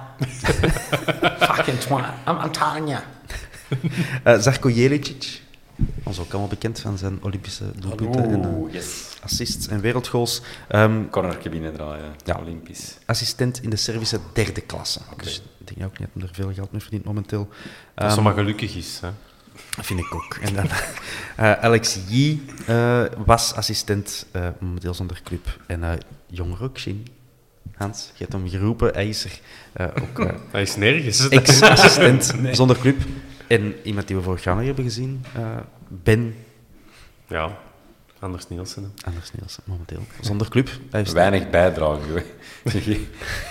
Fucking twine. I'm, I'm telling you. Eh, Zarko Jelicic, ons ook allemaal bekend van zijn Olympische doelpunten en eh, Oeh, yes. assists en wereldgoals. Ehm, Cornerke binnendraaien. Ja. Olympisch. assistent in de Servische derde klasse. Dus ik denk ook niet dat hij er veel geld mee verdient momenteel. Dat ze Ehm, maar gelukkig is. Hè. Dat vind ik ook. En dan, [laughs] eh, Alex Yi eh, was assistent eh, momenteel zonder club. En eh Jong Rokshin, Hans, je hebt hem geroepen, hij is er eh, [laughs] ook eh, Hij is nergens. ex-assistent zonder club. En iemand die we vorig jaar nog hebben gezien, eh, Ben Ja, Anders Nielsen. hè. Anders Nielsen, momenteel zonder club. Hij heeft Weinig bijdrage. hoor.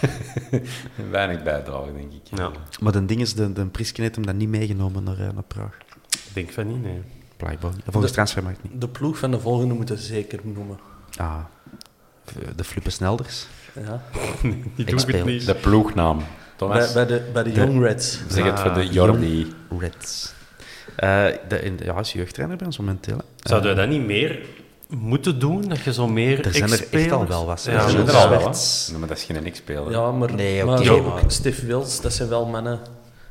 [laughs] Weinig bijdrage, denk ik. Ja, Maar de ding is, de, de Prisken heeft hem dan niet meegenomen naar, eh, naar Praag. ik denk van niet, nee. Blijkbaar. Volgens De- Transfermarkt niet. De ploeg van de volgende moeten we zeker noemen. Ah, de Flippe Snelders. Ja. Die doe ik het speel. niet. De ploegnaam. Bij, Thomas, bij, de, bij de Young Reds. zeg het voor de Jordi. Reds. Eh, de, in, ja, hij is jeugdtrainer bij ons momenteel. hè. Zouden we dat niet meer moeten doen? Dat je zo meer Eh, Er zijn er echt al ex-spelers- wel wat. hè. Ja, Dat is Jules er al wel, Wertz. hè? Nee, maar dat is geen niks-speler. Ja, maar, Nee, oké, maar, maar- ook Stef Wils, dat zijn wel mannen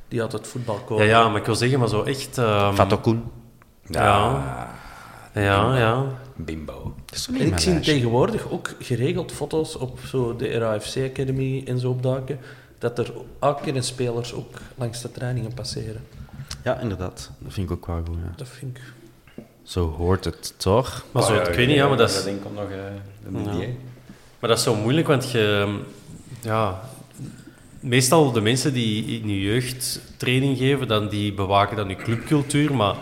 die uit het voetbal Ja, komen. ja, maar ik wil zeggen, maar zo echt... ehm, Fatou Koen. Ja. Ja, ja. Bimbo. En ik zie tegenwoordig ook geregeld foto's op zo de RAFC Academy en zo opduiken, dat er elke keer spelers ook langs de trainingen passeren. Ja, inderdaad. Dat vind ik ook wel goed. ja. Dat vind ik... Zo hoort het toch? Ah, Maar zo, ik weet niet, ja, maar dat is, denk ik nog eh, een maar dat is zo moeilijk, want je... Ja, meestal de mensen die in je jeugd training geven, dan die bewaken dan je clubcultuur, maar...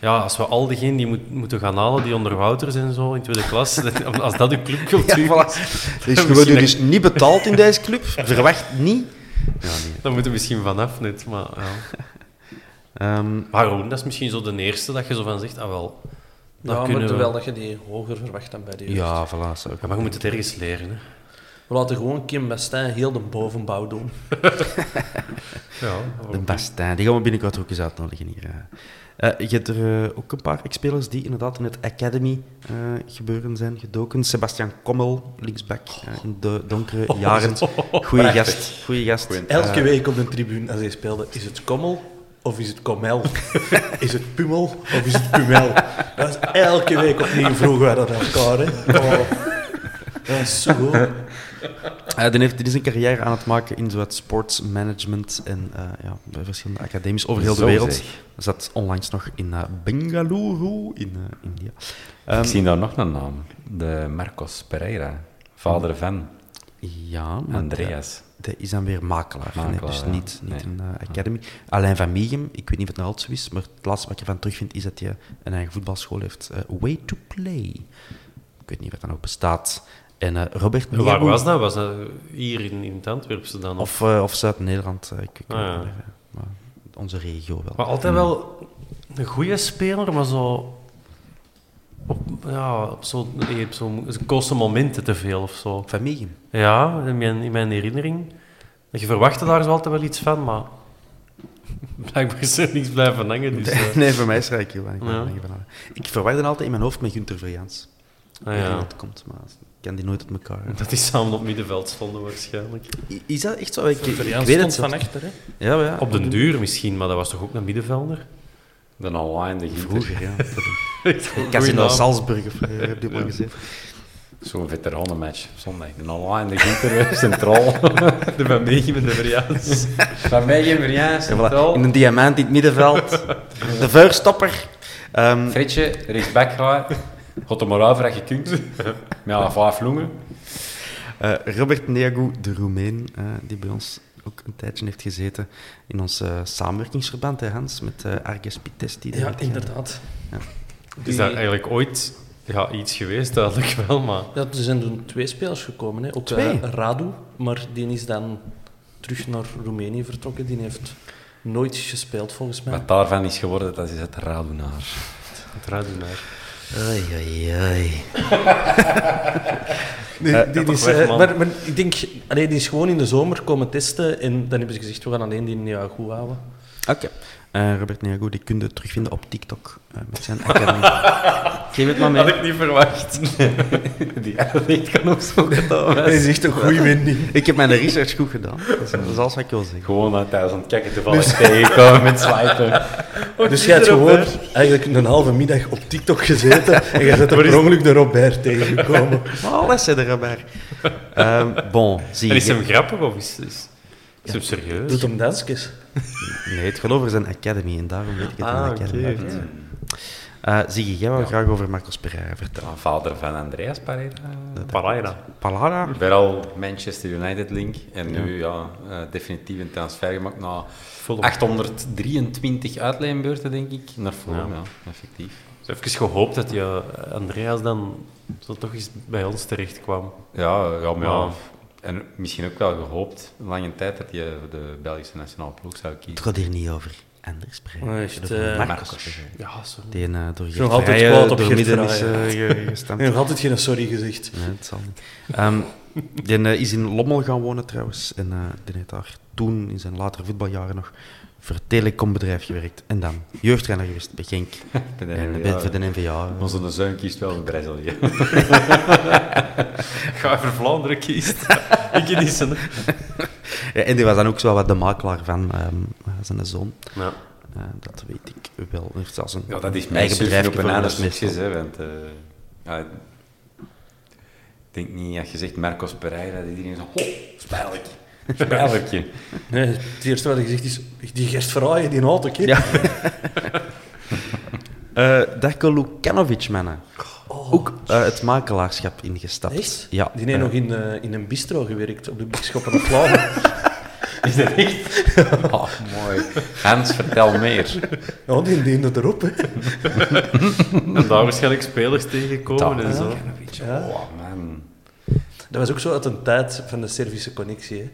Ja, als we al diegenen die moet- moeten gaan halen, die onder Wouters en zo in tweede klas, [laughs] dat- als dat uw [laughs] clubcultuur is, [laughs] Dus je wordt Misschien- dus niet betaald in deze club. Verwacht niet. Ja, nee. dan moeten we misschien vanaf net. Maar, ja. Ehm, Waarom? Dat is misschien zo de eerste dat je zo van zegt, ah wel, Ja, dat maar kunnen we. terwijl dat je die hoger verwacht dan bij de jeugd. ja, voilà. zo. Ja, maar je moet het ergens leren, hè. We laten gewoon Kim Bastijn heel de bovenbouw doen. Ja, De Bastijn. Die gaan we binnenkort ook eens uitnodigen hier. eh. Eh, je hebt er eh, ook een paar ex-spelers die inderdaad in het Academy eh, gebeuren zijn gedoken. Sebastian Kommel, linksback, eh, in de donkere jaren. Goeie gast. Goeie gast. Eh, Elke week op de tribune als hij speelde, is het Kommel of is het Komel? is het Pummel of is het Pumel? Dat is elke week opnieuw vroegen wij dat aan elkaar. Hè. Oh. Dat is zo goed. Eh, die, heeft, die is een carrière aan het maken in zowat sportsmanagement en eh, ja, bij verschillende academies over heel de Zo wereld. zeg. Zat onlangs nog in eh, Bengaluru in eh, India. Ehm, Ik zie daar nog een naam. De Marcos Pereira. Vader van Ja, maar Andreas. dat- Dat is dan weer makelaar. nee, Makelaar, dus ja. niet, niet Nee. een eh, academy. Alain van Mieghem, ik weet niet of het nou altijd zo is, maar het laatste wat ik ervan terugvind is dat je een eigen voetbalschool heeft. eh, Way to Play. Ik weet niet wat dat nog bestaat. En eh, Robert En Waar Meerboe- was dat? Was dat hier in, in het Antwerpse dan? Of? Of, eh, of Zuid-Nederland. eh, ik, ik Ah, weet ja. het niet, eh, maar onze regio wel. Maar altijd wel een goede speler, maar zo... Op, ja, op zo'n... die heeft zo'n- Ze kozen momenten te veel of zo. Van Mieghem. Ja, in mijn, in mijn herinnering. Je verwachtte daar zo altijd wel iets van, maar... [laughs] Blijkbaar is er niks blijven hangen, [laughs] dus... eh, Nee, voor mij is Rijk heel weinig. Ja. weinig van alle. Ik verwacht dan altijd in mijn hoofd met Gunter Verjaans. ah Ik weet niet ja. wat het komt, maar ik ken die nooit uit [laughs] elkaar. Dat die samen op middenveld stonden waarschijnlijk. I- Is dat echt zo? Ik, ik Verjaan weet het stond van achter, hè. Ja, maar ja. Op den duur misschien, maar dat was toch ook een middenvelder? De online, de Vroeger, Ginter. ja. Goeie Casino naam. Salzburg, of eh, heb je het al gezegd? Zo'n veteranenmatch op zondag. De online, de Ginter, eh, [laughs] centraal. De Van Meegem en de Verjaans. Van mij geen verjaars, Voilà, centraal. In een diamant in het [laughs] middenveld. De vuurstopper. Ehm, Fritje, rechtsback gaan. Gaat er maar over dat je kunt. Ja, vijf longen. eh, Robert Neagu, de Roemeen, eh, die bij ons ook een tijdje heeft gezeten in ons eh, samenwerkingsverband, hè, Hans, met eh Arges Pitesti. denk ik, Ja, hè. inderdaad. Is dat eigenlijk ooit ja, iets geweest? Duidelijk wel, maar... Ja, er zijn toen twee spelers gekomen. Hè. Ook eh, Twee? Radu, maar die is dan terug naar Roemenië vertrokken. Die heeft nooit gespeeld, volgens mij. Wat daarvan is geworden, dat is het radunaar. Het Radunaar. Oei, oei, oei. [laughs] Nee, die toch is, weg, eh, man. maar, maar ik denk, allee, die is gewoon in de zomer komen testen en dan hebben ze gezegd, we gaan alleen die Nea goed houden. Oké. Eh, Robert Neagu, die kun je terugvinden op TikTok eh, met zijn [laughs] academy. Geef het maar mee. ik niet verwacht. [laughs] Die atleet kan op zo'n Dat is echt een [laughs] goede winning. Ik heb mijn research goed gedaan. Dat is, dat is alles wat ik wil zeggen. Gewoon aan thuis aan het kijken toevallig tegenkomen met swipen. Dus jij hebt gewoon eigenlijk een halve middag op TikTok gezeten en jij bent er per ongeluk de Robert tegengekomen. Maar alles zit er bij. [laughs] Ehm, bon, zie En is je. hem grappig of is, is, is hem serieus? Doet hem dansjes. Nee, het gaat over zijn academy en daarom weet ik het Ah, een oké. academy. Eh, Ziggy, jij wou graag over Marcos Pereira vertellen. Aan vader van Andreas Pereira. Paraira. Palada? Wel Manchester United link. En nu ja, eh, definitief een transfer gemaakt na Fulham. 823 uitleenbeurten, denk ik. Naar Fulham, ja. effectief. Ik heb even gehoopt dat je eh, Andreas dan zo toch eens bij ons terecht kwam. Ja, ja, maar ja. Ja. En misschien ook wel gehoopt, lange tijd, dat je de Belgische nationale ploeg zou kiezen. Het gaat hier niet over Anders Pereira. Nee, Het gaat echt, over eh, Marcos Pereira. Ja, zo. Die eh, door Geert nog altijd Vrijen kwaad op door Geert midden is Vrijen. eh, ge- gestampt. En nog altijd geen sorry gezegd. Nee, het zal niet. Ehm, die eh, is in Lommel gaan wonen trouwens. En eh, die heeft daar toen, in zijn latere voetbaljaren nog, voor telecombedrijf gewerkt. En dan jeugdtrainer geweest bij Genk. Bij de en NVA. bij- voor de NVA. Onze zoon kiest wel voor Brazilië. [laughs] Ga voor Vlaanderen kiezen. [laughs] ik in die Ja, en die was dan ook zo wat de makelaar van ehm, zijn zoon. Ja. Eh, dat weet ik wel. Hij heeft zelfs een Ja, dat is mijn eigen bedrijf surfen op een ander meestal. stukjes, hè, want... eh, ja, ik denk niet, als je zegt Marcos Pereira, dat iedereen zo... Oh, spijlijk. Spijlijkje. Nee, het eerste wat ik gezegd is, die Gert Verhaaien, die auto, kid. Ja. Eh, Darko Lukanovic, mannen. Ook eh, het makelaarschap ingestapt. Echt? Ja. Die heeft Eh, nog in, eh, in een bistro gewerkt, op de Bisschoppen of [laughs] Vlaanderen. Is dat echt? Oh, mooi. Hans, [laughs] vertel meer. Ja, die diende erop, hè. En daar waarschijnlijk spelers tegenkomen en zo. Ja. Oh, man. Dat was ook zo uit een tijd van de Servische connectie. Hè.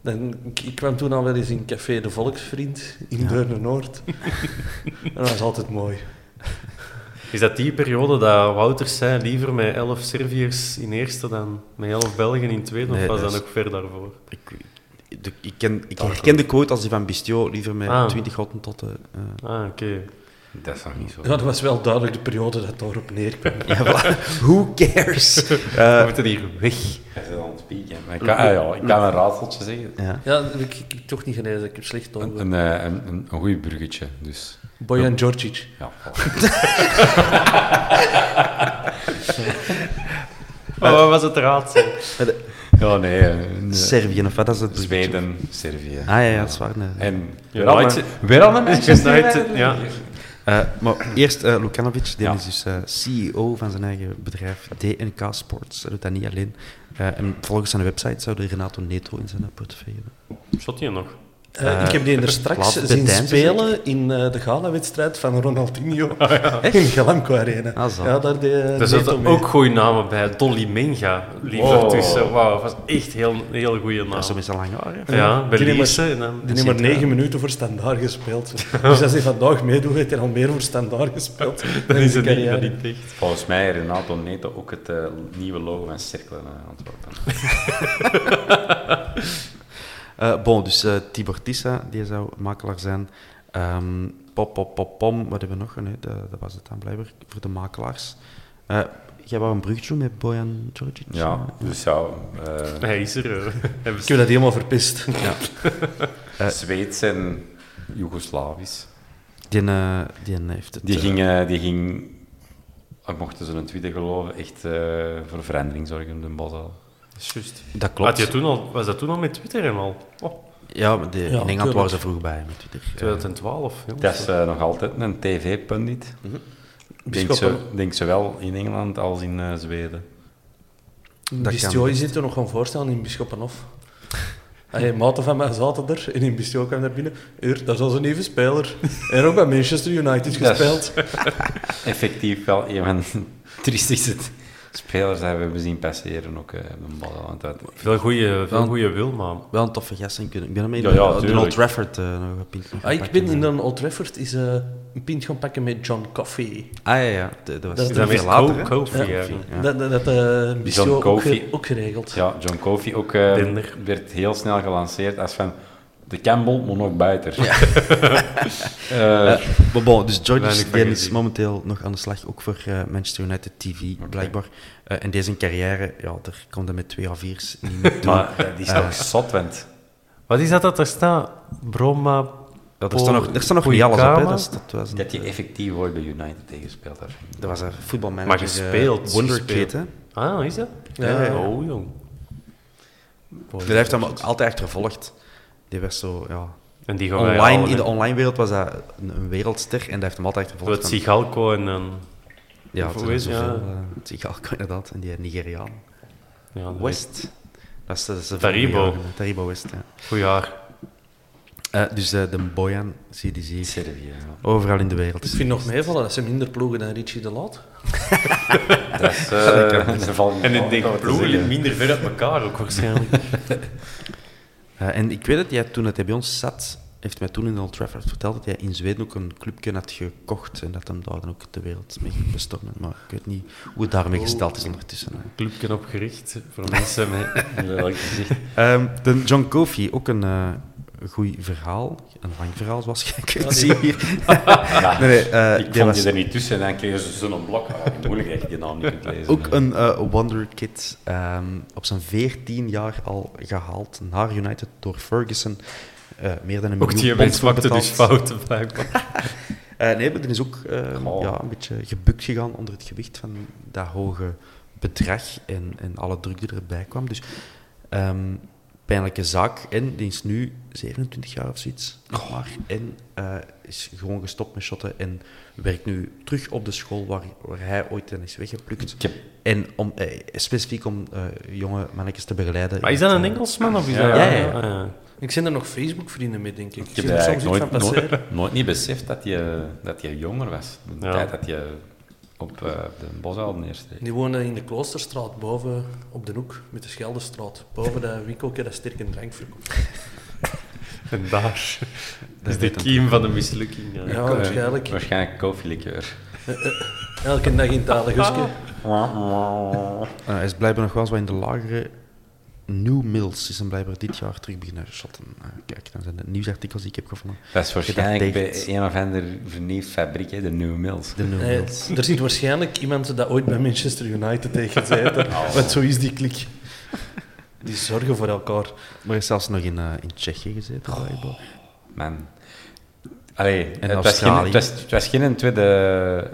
Dan, ik, ik kwam toen al wel eens in Café de Volksvriend in Deurne Noord. [laughs] en dat was altijd mooi. Is dat die periode dat Wouters zei, liever met elf Serviërs in eerste dan met elf Belgen in tweede? Nee, of was dat dat is- nog ver daarvoor? Ik, de- ik, ken, ik herken de quote als die van Bistio, liever met Ah. 20 gotten tot eh, de. [laughs] Ah, oké. Dat is nog niet zo. Ja, dat was wel duidelijk de periode dat het daarop neerkwam. Who cares? Eh, We moeten hier weg. Hij zit aan het spieken. Maar Ik kan, ah, ja, ik kan een raadseltje zeggen. ja. [laughs] Ja, dat heb ik, ik, heb toch niet gelezen. Ik heb slecht Een, door. een, eh, een, een, een goeie bruggetje, dus... Bojan Djordjic. Ja, [laughs] Maar wat was het raadsel? [laughs] Maar de- Ja, nee. eh, nee. Servië, of wat dat is het? Zweden, Servië. Ah ja, ja, dat is waar. nee. En Ja, weer al nooit- een- weer al een meisje. Nooit- ja. Eh, maar eerst eh Lukanovic, die Ja. is dus eh, CEO van zijn eigen bedrijf DNK Sports. Hij doet dat niet alleen. Eh, en volgens zijn website zou de Renato Neto in zijn portefeuille hebben. Zat hij nog? Eh, ik heb die er straks laatste zien dance, spelen in eh, de gala-wedstrijd van Ronaldinho [laughs] in Galamco Arena. Ah, zo. ja, daar eh, deed Er Neto zitten mee. ook goede namen bij. Dolly Menga liep Wow. ertussen. Wauw, dat was echt heel, heel goede naam. Dat is zo met zijn lange haar. hè. Ja, Die bij nummer- Lierse. en dan- Die nummer 9 minuten voor standaard gespeeld. Dus als hij vandaag meedoet, heeft hij al meer voor standaard gespeeld. Dan in is zijn het niet, carrière. dat niet echt. Volgens mij Renato Neto ook het eh, nieuwe logo van Cirkel in eh, Antwerpen. Eh, bon, dus eh, Tibor Tissa, die zou makelaar zijn. Ehm pop, pop, pop, pom. Wat hebben we nog? Nee, dat, dat was het dan blijkbaar voor de makelaars. Eh, jij wou een bruggetje doen met Bojan Djordjic? Ja, dus ja, eh, [laughs] Hij is er. eh. [laughs] Hij Ik best- heb dat helemaal verpist. Zweeds en Joegoslavisch. Die, eh, die heeft het... Die eh, ging, eh, die ging eh, mochten ze een tweede geloven, echt eh, voor verandering zorgen op de Basel. Dat Had klopt. je toen al, was dat toen al met Twitter en al? Oh, Ja, maar die- in Engeland tuurlijk. waren ze vroeg bij met Twitter. Eh, 2012. jongens. Dat is eh, nog altijd een tv-pundit. Denk, Bisschoppen. zo- denk zowel in Engeland als in eh, Zweden. kan. Bistio is dit er nog gaan voorstellen in Bisschoppenhof. Allee, maten van mij zaten er en in Bistio kwam daar binnen. Hier, dat is onze nieuwe speler. En ook bij Manchester United Dat is- gespeeld. Effectief wel een van de [laughs] triestigste spelers die we hebben zien passeren ook eh, op de Basel. Want dat- Veel goede veel Want- goeie wil, maar... Wel een toffe gast en kunnen. Ik ben ermee Ja, in de- ja, de tuurlijk. Old Trafford eh, nog een pint gaan Ah, ik pakken. ben in een Old Trafford is, eh, een pint gaan pakken met John Coffey. Ah ja, ja. Dat, dat was Dat Is dus- is dat veel weer later, hè? Kofi Ja. eigenlijk? Ja. Dat, dat, dat eh, Bistio John ook, Coffey. ge- ook geregeld. Ja, John Coffey ook eh, Binder. werd heel snel gelanceerd als van de Campbell moet nog buiten. Eh, Maar bon, dus George Weinig die van is gezien. momenteel nog aan de slag, ook voor eh, Manchester United TV, blijkbaar. Eh, en deze carrière, ja, daar komt hij met twee à viers niet meer toe. [laughs] maar dat is toch zot, want Wat is dat dat er staat? Broma... ja, er staat nog, er staat nog niet alles op, hè. Dat, is- dat was, een, dat je effectief ooit bij United tegenspeeld hebt. dat was een voetbalmanager. Maar eh, gespeeld. gespeeld. Wonderkid, hè. Ah, is dat? Ja, ja, ja. Oh, jong. Die heeft hem ook altijd achtervolgd. Die werd zo, ja... En die gaan wij Online, halen, in de hè. online wereld was dat een, een wereldster en dat heeft hem altijd achtervolgd. Wat En- Sigalco en... en Ja, Of het hoe zijn is- ja. zoveel. eh, Tsigalko [laughs] inderdaad, en die Nigeriaan. ja, dat is West. Dat is, dat is de Taribo. vorige, eh, Taribo West, ja. een Goed jaar. Eh, dus eh, de Bojan, zie je die zie je Servië. ja. Overal in de wereld. Ik vind nog meevallen dat ze minder ploegen dan Richie de Laat. Dat is, eh, er valt niet En ik Oh, over denk, te ploegen zeggen. liggen minder ver uit elkaar ook waarschijnlijk. Eh, en ik weet dat jij toen dat hij bij ons zat, heeft mij toen in Old Trafford verteld dat jij in Zweden ook een clubje had gekocht en dat hem daar dan ook de wereld mee bestormde. Maar ik weet niet hoe het daarmee gesteld is ondertussen. hè. Clubje opgericht voor mensen [laughs] met een lelijk gezicht. Ehm, de John Kofi, ook een eh goed verhaal. Een lang verhaal, zoals je kunt zien hier. Ja, Nee, nee, eh, ik die vond was- je er niet tussen en dan kreeg ze zo'n blok. Ah, moeilijk dat je die naam niet kunt lezen. Ook een eh, wonderkid. ehm, op zijn 14 jaar al gehaald naar United door Ferguson. Eh, meer dan een Ook die miljoen mens pond voor maakte dus betaald. fouten blijkbaar. Eh, nee, maar die is ook eh, Oh. ja, een beetje gebukt gegaan onder het gewicht van dat hoge bedrag en, en alle druk die erbij kwam. Dus ehm, pijnlijke zaak. En die is nu 27 jaar of zoiets. nog Maar, en eh, is gewoon gestopt met shotten en werkt nu terug op de school waar, waar hij ooit in is weggeplukt. Ik heb- En om, eh, specifiek om eh, jonge mannetjes te begeleiden. Maar is dat een Engelsman of is Ja, dat... ja, ja. Ah, ja. Ik zijn er nog Facebook-vrienden mee, denk ik. Ik zie heb er soms eigenlijk iets nooit, van passeren. nooit, nooit niet beseft dat je, dat je jonger was. De Ja. tijd dat je op eh, de Bosal neersteeg. [laughs] Die wonen in de Kloosterstraat, boven op de hoek met de Scheldestraat. Boven dat winkeltje dat sterk en drank verkoopt. En daar is weet de hem kiem van de mislukking. ja. Ja, waarschijnlijk. Eh, [laughs] waarschijnlijk koffielikeur. Elke dag in het Talen Guske. Eh, hij is blijkbaar nog wel eens wat in de lagere. New Mills is hem blijkbaar dit jaar terug beginnen shotten. Eh, kijk, dan zijn de nieuwsartikels die ik heb gevonden. Dat is waarschijnlijk Gedacht bij een of ander vernieuwd fabriek, hè, de New Mills. De New Eh, Mills. er zit waarschijnlijk iemand dat ooit bij Manchester United tegen zei. [laughs] dat- Oh. Want zo is die klik. Die zorgen voor elkaar. [laughs] Maar hij is zelfs nog in, eh, in Tsjechië gezeten, Oh. blijkbaar. Man. Allee, En het, was geen, Australië. het, was, het was geen tweede,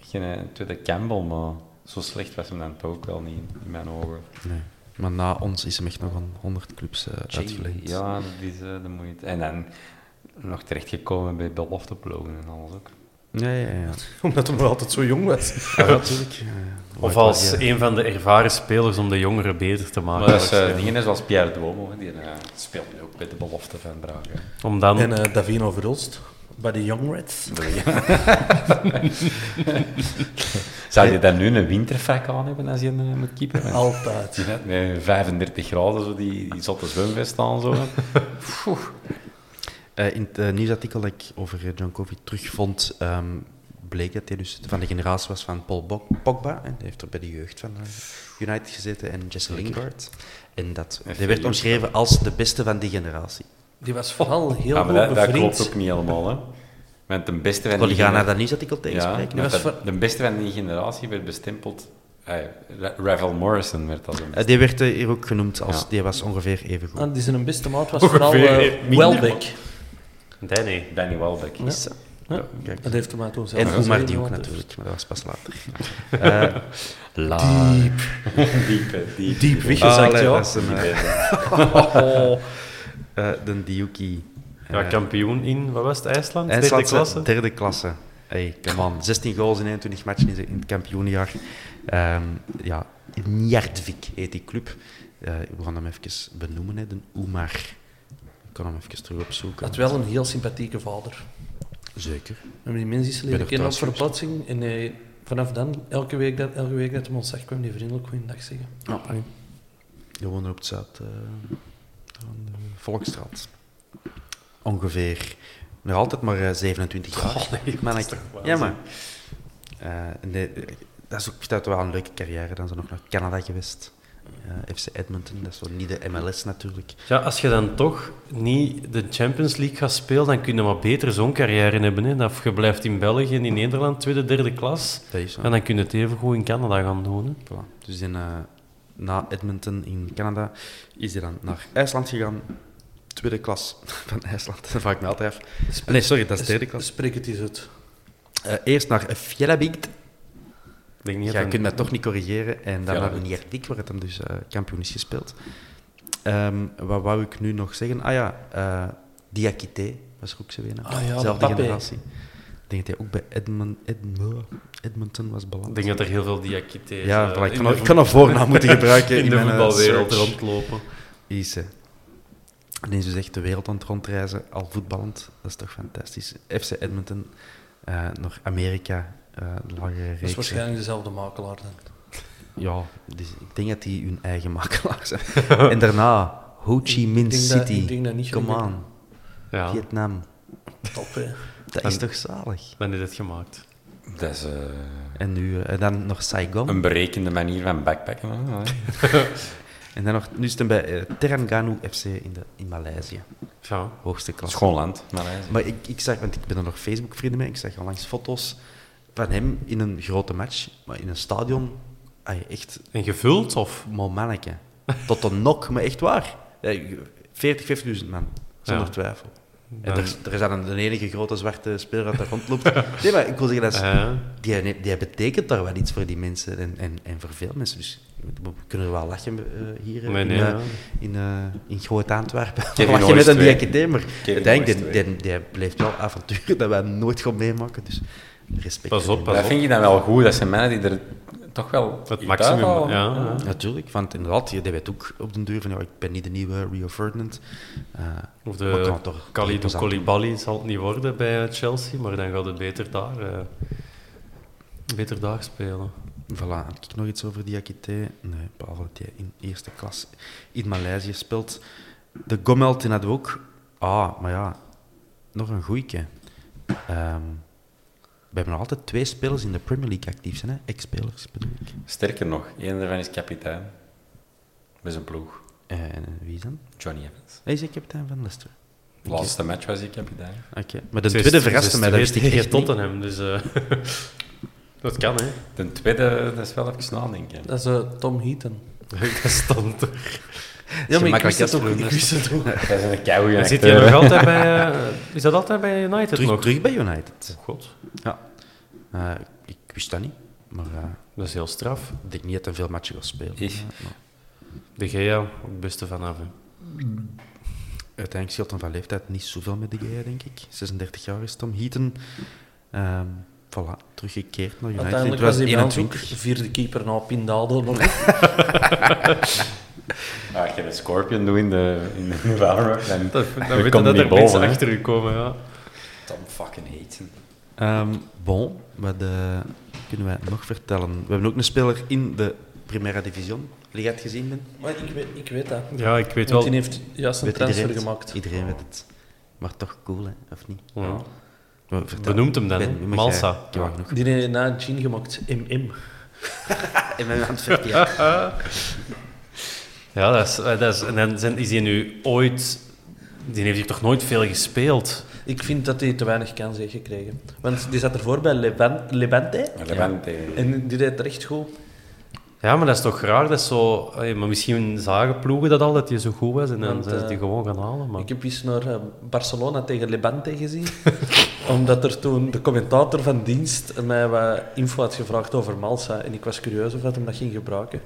geen tweede Campbell, maar zo slecht was hem dan toch ook wel niet in, in mijn ogen. Nee. Maar na ons is hem echt nog aan 100 clubs eh, uitverlengd. Ja, dat is eh, de moeite. En dan nog terechtgekomen bij belofteploegen en alles ook. Ja, ja, ja. Omdat hij nog altijd zo jong was. Ja, natuurlijk. Of als een van de ervaren spelers om de jongeren beter te maken. Maar dat is Ja. eh, dingen zoals Pierre Duomo, hè, die eh, speelt nu ook bij de belofte van Braga. Om dan... En eh, Davino Verhulst bij de Young Reds. Zou je daar nu een wintervak aan hebben als je eh, moet keeper bent? Altijd. Die net Met 35 graden, zo die, die zotte zwemvest aan. Zo. Eh, in het eh, nieuwsartikel dat ik over eh, John Covey terugvond, ehm, bleek dat hij dus van de generatie was van Paul Bo- Pogba. En die heeft er bij de jeugd van eh, United gezeten en Jesse Lingard. En dat, die werd omschreven als de beste van die generatie. Die was vooral heel Ja, goed maar dat, dat bevriend. klopt ook niet helemaal. Hè. Want de beste van Wil je die gaan gener- naar dat nieuwsartikel ja, tegenspreken? want was dat- De beste van die generatie werd bestempeld... eh, Ra- Ravel Morrison werd dat een Eh, die werd eh, hier ook genoemd als, Ja. die was ongeveer even goed. Ah, die zijn beste maat was vooral eh, minder, Welbeck. Danny. Danny Welbeck. [laughs] is dat. Ja, Kijk. Dat heeft hem uit ons En Oemar die ook natuurlijk, maar dat was pas later. Eh, Diep. diep, hè, diep. Diep Ah, weggezakt, allee, ja. dat is een, Oh. eh, de Diuki. Ja, kampioen in, wat was het, IJsland? IJslandse Derde klasse? Derde klasse. Hey, come on. 16 goals in 21 matchen in, in het kampioenjaar. Ehm ja, Njartvik heet die club. Eh we gaan hem even benoemen, hè, de Oemar. Ik kan hem even terug opzoeken. Had wel een heel sympathieke vader. Zeker. We hebben die mensen eens Ben leren nog kennen op thuis verplaatsing. En eh, vanaf dan, elke week dat, elke week dat hem ons zag, kwam die vriendelijk goeiedag zeggen. Je woont op het Zuid, eh, aan de Volksstraat. Ongeveer. Nog altijd maar eh, 27 jaar. Manneke. ja, maar. Eh, nee, eh, dat is ook dat wel een leuke carrière. Dan zijn we nog naar Canada geweest. Eh, FC Edmonton, dat is wel niet de MLS natuurlijk. Ja, als je dan toch niet de Champions League gaat spelen, dan kun je maar beter zo'n carrière hebben. Hè? Of je blijft in België en in Nederland, tweede, derde klas. Dat is zo. En dan kun je het even goed in Canada gaan doen. Hè? Voilà. Dus in, eh, na Edmonton in Canada is hij dan naar IJsland gegaan. Tweede klas [laughs] van IJsland, dat vraag ik me altijd af. Nee, sorry, dat is derde klas. Spreek het eens uit. Eh, eerst naar Fjellabygd. Ik denk niet Ja, dat je een- kunt dat toch niet corrigeren. En dan Ja, naar dat- Nierdik, waar het dan dus eh, kampioen is gespeeld. Ehm, wat wou ik nu nog zeggen? Ah ja, eh Diakité was er ook zo een. Ah ja, Zelfde Mbappé. generatie. Ik denk dat hij ook bij Edmond, Edmond, Edmonton was Ik beland. denk dat er heel veel diakites ja, eh, voilà, ik in kan de een- ik vo- kan een voornaam moeten gebruiken [laughs] in de mijn, eh, voetbalwereld search. rondlopen. Ise. En die is dus echt de wereld aan het rondreizen, al voetballend. Dat is toch fantastisch. FC Edmonton, eh naar Amerika, eh de lagere reeks. Dat is waarschijnlijk dezelfde makelaar dan. Ja, dus ik denk dat die hun eigen makelaar zijn. [laughs] en daarna Ho Chi Ik Minh denk dat- City. ik denk dat niet Come genoeg. on, Ja, Vietnam. Top, hè. Dat is toch zalig? dan is het gemaakt. Dat is eh, En, nu, eh, en dan nog Saigon. een berekende manier van backpacken. [laughs] hè. En dan nog, nu is het hem bij eh, Terengganu FC in, de, in Maleisië. Ja. Hoogste klasse. Schoon land, Maleisië. Maar ik, ik zag, want ik ben er nog Facebook-vrienden mee, ik zag onlangs foto's van hem in een grote match, maar in een stadion, ay, echt En gevuld, of? maar manneke. Tot een nok, maar echt waar. Eh, 40, 50.000 man, zonder Ja. twijfel. En Dan- er, is- er is dan de enige grote zwarte speler dat daar rondloopt. Nee, maar ik wil zeggen, dat is, Eh, die, die betekent daar wel iets voor die mensen en, en, en voor veel mensen. Dus we kunnen er wel lachen eh, hier eh, Nee, in, nee, eh, ja. in, eh, in Groot-Antwerpen. Kevin Lachen Oost met een twee. diakité, maar Kevin uiteindelijk, Oost die, die, die blijft wel avonturen dat wij nooit gaan meemaken. Dus respect. pas op, dat pas op. vind je dan wel goed. Dat zijn mannen die er toch wel Het iets maximum, ja. uithalen. ja. Natuurlijk, want inderdaad, je weet ook op den duur van, ja, ik ben niet de nieuwe Rio Ferdinand. Eh, Of maar ik de kan toch- Khalidou kan toch aan- Koulibaly zal het niet worden bij eh, Chelsea, maar dan gaat het beter daar, eh, beter daar spelen. Voilà, had ik nog iets over Diakité? Nee, behalve dat hij in eerste klas in Maleisië speelt. De Gomelt, die hadden we ook. Ah, maar ja, nog een goeieke. Ehm, we hebben nog altijd twee spelers in de Premier League actief zijn, hè? ex-spelers bedoel ik. Sterker nog, één daarvan is kapitein. Met zijn ploeg. En wie is dan? Johnny Evans. Hij is de kapitein van Leicester. De laatste match was hij kapitein. Oké, maar de tweede verraste mij, dat wist ik tegen echt niet. Tottenham, dus... eh, [laughs] dat kan, hè. De tweede, dat is wel even nadenken. [laughs] Dat is eh, Tom [laughs] Heaton. Dat stond er. Ja, maar ik gemakkelijk wist het ook. uitgeroepen, Ik hè. wist het ook. Dat is een keigoeie En acteur. zit hij nog [laughs] altijd bij... eh, is dat altijd bij United Terug, nog? terug bij United. God, Ja. Eh, ik wist dat niet, maar eh, dat is heel straf. [laughs] ik denk niet dat hij veel matchen gaat spelen. Is. Ja, maar- De Gea, ook het beste vanaf. hè. Uiteindelijk scheelt dan van leeftijd niet zoveel met de Gea, denk ik. 36 jaar is Tom Heaton. Ehm voilà, teruggekeerd naar United. Uiteindelijk Het was hij bij ons ook vierde keeper na [laughs] Pindado. Nog. Ja, Ah, als je een scorpion doet in de, in de [laughs] Valorant, dan, Dan, dan, dan weet je komt dat niet er mensen boven. hè. achter u komen. Ja. Tom fucking haten. Ehm, bon, wat eh, kunnen wij nog vertellen? We hebben ook een speler in de Primera Division. Die je het gezien bent. Maar ik weet, ik weet dat. ja, ik weet Want die wel. heeft juist een Weet iedereen transfer het? gemaakt. Iedereen weet het. Maar toch cool, hè? Of niet? Ja. Maar vertel. Benoemt hem dan, Ben, hè? wie mag Malsa. jij- Ik wacht nog. Die heeft na Jean gemaakt, MM. In mijn hand verkeerd. Ja, dat is, eh, dat is, en dan zijn, is hij nu ooit... Die heeft hier toch nooit veel gespeeld? Ik vind dat hij te weinig kans heeft gekregen. Want die zat ervoor bij Levan- Levante. Maar Levante, En die deed het echt goed. Ja, maar dat is toch raar. Dat is zo, eh, maar misschien zagen ploegen dat al, dat hij zo goed was. En dan Want, zijn ze die eh, gewoon gaan halen. Maar... Ik heb eens naar eh, Barcelona tegen Levante gezien. [laughs] omdat er toen de commentator van dienst mij wat info had gevraagd over Malsa. En ik was curieus of dat hem dat ging gebruiken.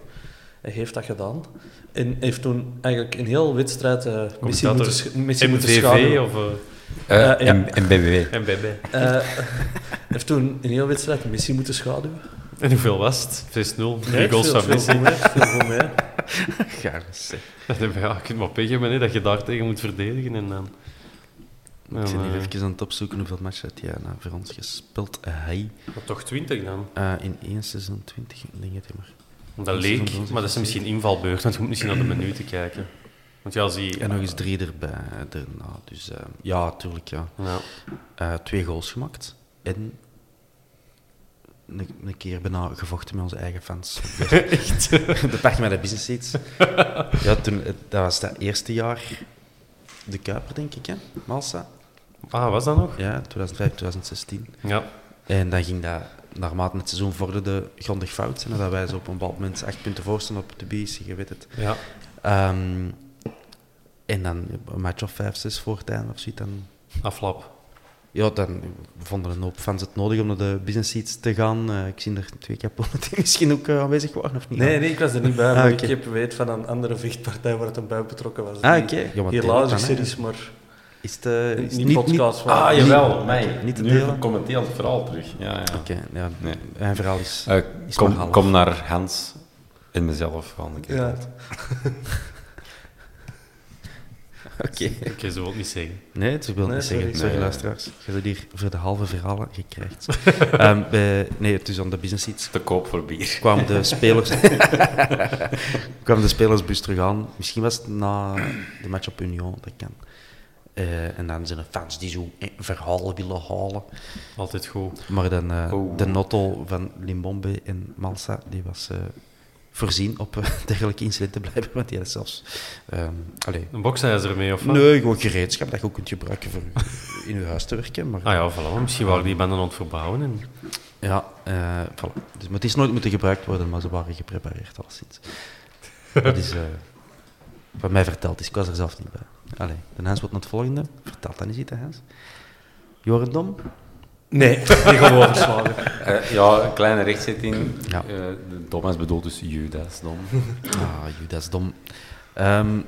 Hij heeft dat gedaan. En heeft toen eigenlijk een heel wedstrijd eh missie moeten, sch- missie moeten MVV schaduwen. of Eh, ja. en, en BBB. eh, MBB. Eh, [laughs] heeft toen een heel wedstrijd een missie moeten schaduwen. En hoeveel was het? 6-0. Drie Nee, goals veel- van Veel voor Messi. [laughs] mij, veel voor mij. Ja, je kunt maar pech hebben hè, dat je daar tegen moet verdedigen. En dan... Ik ben Ja, hier maar- even aan het opzoeken hoeveel matchen had hij nou voor ons gespeeld. Hij Maar toch 20 dan? eh, in 1 seizoen 20, ik denk het maar. Dat leek, maar dat is misschien invalbeurt. Want je moet misschien naar de minuten kijken. Want ja, zie En nog eens drie erbij eh, daarna. Dus eh, ja, tuurlijk ja. Ja. Eh, twee goals gemaakt. En een, een keer bijna gevochten met onze eigen fans. Echt? [laughs] de pech met de business seats. ja, toen, eh, dat was dat eerste jaar de Kuiper, denk ik, hè? Malsa. Ah, was dat nog? Ja, 2005, 2016. Ja. En dan ging dat, naarmate het seizoen vorderde, grondig fout. En dat wij ze op een bepaald moment acht punten voor stonden op de BC, je weet het. ja. Ehm, en dan een match of 5, 6 voor het einde of zoiets, dan Aflap. ja, dan vonden een hoop fans het nodig om naar de business seats te gaan. Eh, ik zie er twee kapotten die [laughs] misschien ook eh, aanwezig waren, of niet? Nee, nee, ik was er niet bij. Ah, Maar oké. ik heb weet van een andere vechtpartij waar het een bij betrokken was. Ah, Die oké. Ja, maar deel het Helaas dan, is hè. er iets, maar Is het, eh, is niet, het niet podcast. maar- Ah, jawel, mij. Niet- niet te nu delen. komt het verhaal terug. Ja, ja. Oké, ja, Nee. mijn verhaal is, Ah. Eh, is maar kom, half. kom naar Hans en mezelf. Van de Ja. Oké. Ik kan ze wel niet zeggen. Nee, het wil ik Nee, niet zeggen. sorry. Sorry, Nee. luisteraars. Je bent hier voor de halve verhalen gekregen. [laughs] Ehm, bij- nee, het is aan de business seats. Te koop voor bier. kwam de [laughs] spelers... kwam de spelersbus terug aan. Misschien was het na de match op Union, dat kan. Eh, en dan zijn er fans die zo eh, verhalen willen halen. Altijd goed. Maar dan, eh, Oh. de notto van Limbombe en Malsa, die was eh, voorzien op eh, [laughs] dergelijke incidenten blijven, want die had zelfs... ehm allee, Een boksijzer mee of wat? nee, gewoon gereedschap dat je ook kunt gebruiken voor in je huis te werken. Maar, Ah ja, voilà. maar Misschien waren die banden aan het verbouwen. En... Ja, eh, voilà. Dus, maar het is nooit moeten gebruikt worden, maar ze waren geprepareerd al sinds. Dat is eh, wat mij verteld is. Ik was er zelf niet bij. Allee, de Hans wordt naar het volgende. Vertel dan eens iets, hè, Hans. Jorendom? Nee, die gaan we overslaan. Eh, ja, een kleine rechtszet in. Ja. Eh, de Thomas bedoelt dus Judas, Dom. Ah, joh, dat is dom. Ehm,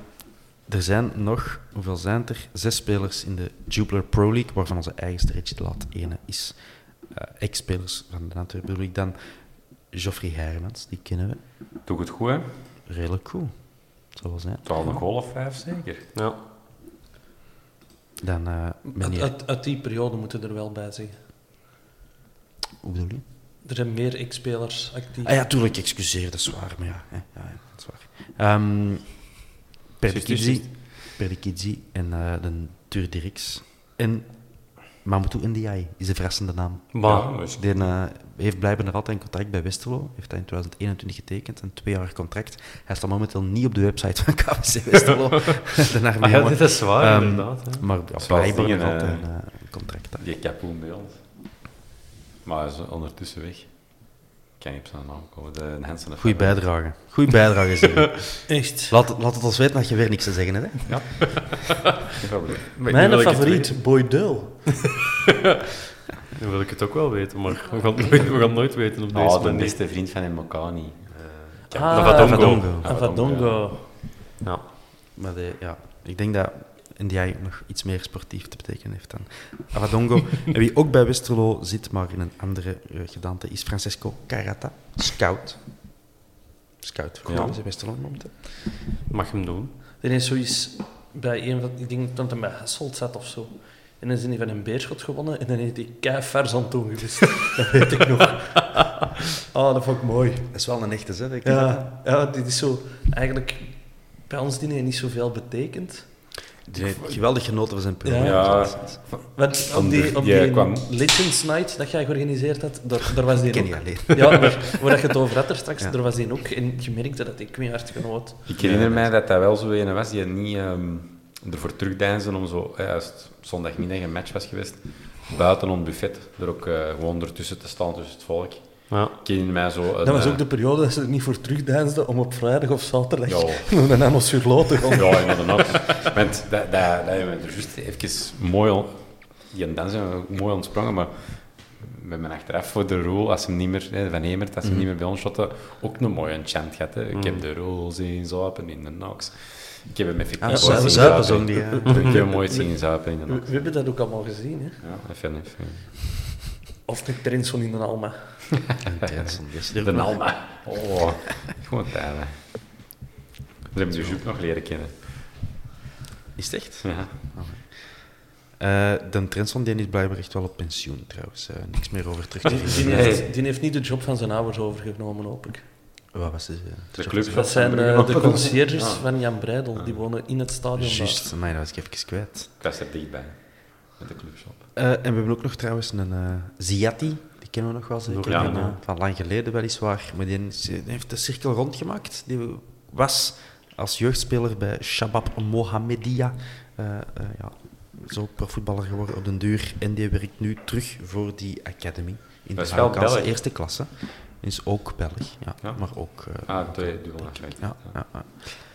er zijn nog, hoeveel zijn het er? Zes spelers in de Jupiler Pro League, waarvan onze eigenste Richard Laat ene is. Eh, Ex-spelers van de Antwerpen League dan. Geoffrey Hermans, die kennen we. Doe het goed, hè? Redelijk cool. Zal wel zijn. 12 een goal of 5 zeker. Ja. Dan eh Uit, meneer... uit, uit die periode moeten we er wel bij zeggen. Hoe bedoel je? Er zijn meer X-spelers actief. Ah ja, tuurlijk, excuseer, dat is waar. Maar ja, hè, ja, ja, dat is waar. Ehm Perdikidzi, Perdikidzi en eh, de Turdirix. En Mamoudou Ndiaye is de verrassende naam. Maar Die eh, heeft blijkbaar nog altijd een contract bij Westerlo. Heeft hij in 2021 getekend, een tweejarig contract. Hij staat momenteel niet op de website van [laughs] KVC [laughs] Westerlo. de arme Ah ja, [laughs] jongen. dit is waar, Ehm, inderdaad, hè. Maar ja, Zoals blijkbaar dingen, nog eh, altijd een eh, contract. daar. Die kapoen bij ons. Maar hij is ondertussen weg. Ik kan niet op zijn naam komen. De Hansen Goeie bijdrage. Goeie bijdrage, zeg je. [laughs] Echt. Laat, laat het ons weten dat je weer niks te zeggen hebt. Hè? Geen probleem. Nu wil Mijn ik het favoriet, Boy Deul. weten. Nu wil ik het ook wel weten, maar we gaan het nooit, we gaan het nooit weten op deze Oh, de manier. beste vriend van Mokani. Ah, Navadongo. Vadongo. Avadongo. Ja. Maar de, ja, ik denk dat Ndiaye nog iets meer sportief te betekenen heeft dan Avadongo. en wie ook bij Westerlo zit, maar in een andere eh, gedaante, is Francesco Carata, scout. Scout, Ja. ja. is in Westerlo momenteel. Mag hem doen. Er is zoiets bij een van... Ik denk dat hij bij Hasselt zat of zo. En dan is hij van een beerschot gewonnen en dan heeft hij keivers aan toegewist. [laughs] dat weet ik nog. Ah, dat vond ik mooi. Dat is wel een echte zet, ik Ja, ja, dit is zo... Eigenlijk bij ons dingen niet zoveel betekent. Die heeft geweldig genoten van zijn Ja. programma. Want op Van die, de- op jij die kwam- Legends Night dat jij georganiseerd had, daar, daar was die Ken ook. je alleen. Ja, maar waar je het over had er straks, Ja. daar was die ook. En je merkte dat ik me hard genoot. Ik herinner mij dat dat wel zo een was die niet ehm, ervoor terugdeinzen om zo, eh, als het zondagmiddag een match was geweest, buiten ons buffet, er ook eh, gewoon ertussen te staan tussen het volk. Ja. Ik herinner mij zo... een, Dat was eh, ook de periode dat ze er niet voor terugdeinsden om op vrijdag of zaterdag Ja. [laughs] naar een Anno Surlo te gaan. Ja, inderdaad. Want dat, dat, dat hebben we er juist even mooi... on- Die en dan zijn we ook mooi ontsprongen, maar we hebben achteraf voor de rule, als hem niet meer, hè, Van Hemert, als hem niet meer bij ons shotte, ook een mooie chant gehad. Hè. Ik heb de rule zien zuipen in de Nox. Ik heb hem effectief Ah, ooit zuipen, zien zuipen zuipen. zong die, ja. Ik heb hem ooit zien zuipen in de We, Nox. we hebben dat ook allemaal gezien, hè. Ja, even, even. Of de Trenson in de Alma. De Nalma. Oh, gewoon tijden. Dat heb ik dus ook nog leren kennen. Is het echt? Ja. Eh, de Trenson die is blijkbaar echt wel op pensioen trouwens. Eh, niks meer over terug te Die vinden. heeft, die heeft niet de job van zijn ouders overgenomen, hoop ik. Wat was het? eh, De club Dat zijn eh, de conciërges van Jan Breidel. Die wonen in het stadion. daar. Juist, maar dat was ik even kwijt. Ik was er dichtbij. Met de clubshop. Eh, en we hebben ook nog trouwens een eh Ziati, die kennen we nog wel zeker. Ja, Een, ja. eh, van lang geleden weliswaar, maar die is- die heeft de cirkel rondgemaakt. Die was als jeugdspeler bij Shabab Mohammedia eh, eh, ja, zo profvoetballer geworden op den duur. En die werkt nu terug voor die academy in Dat de is wel Marokkaanse Belg. eerste klasse. Is ook Belg, ja, Ja. maar ook... eh, Ah, twee dubbel afwijken. ja, ja, ja.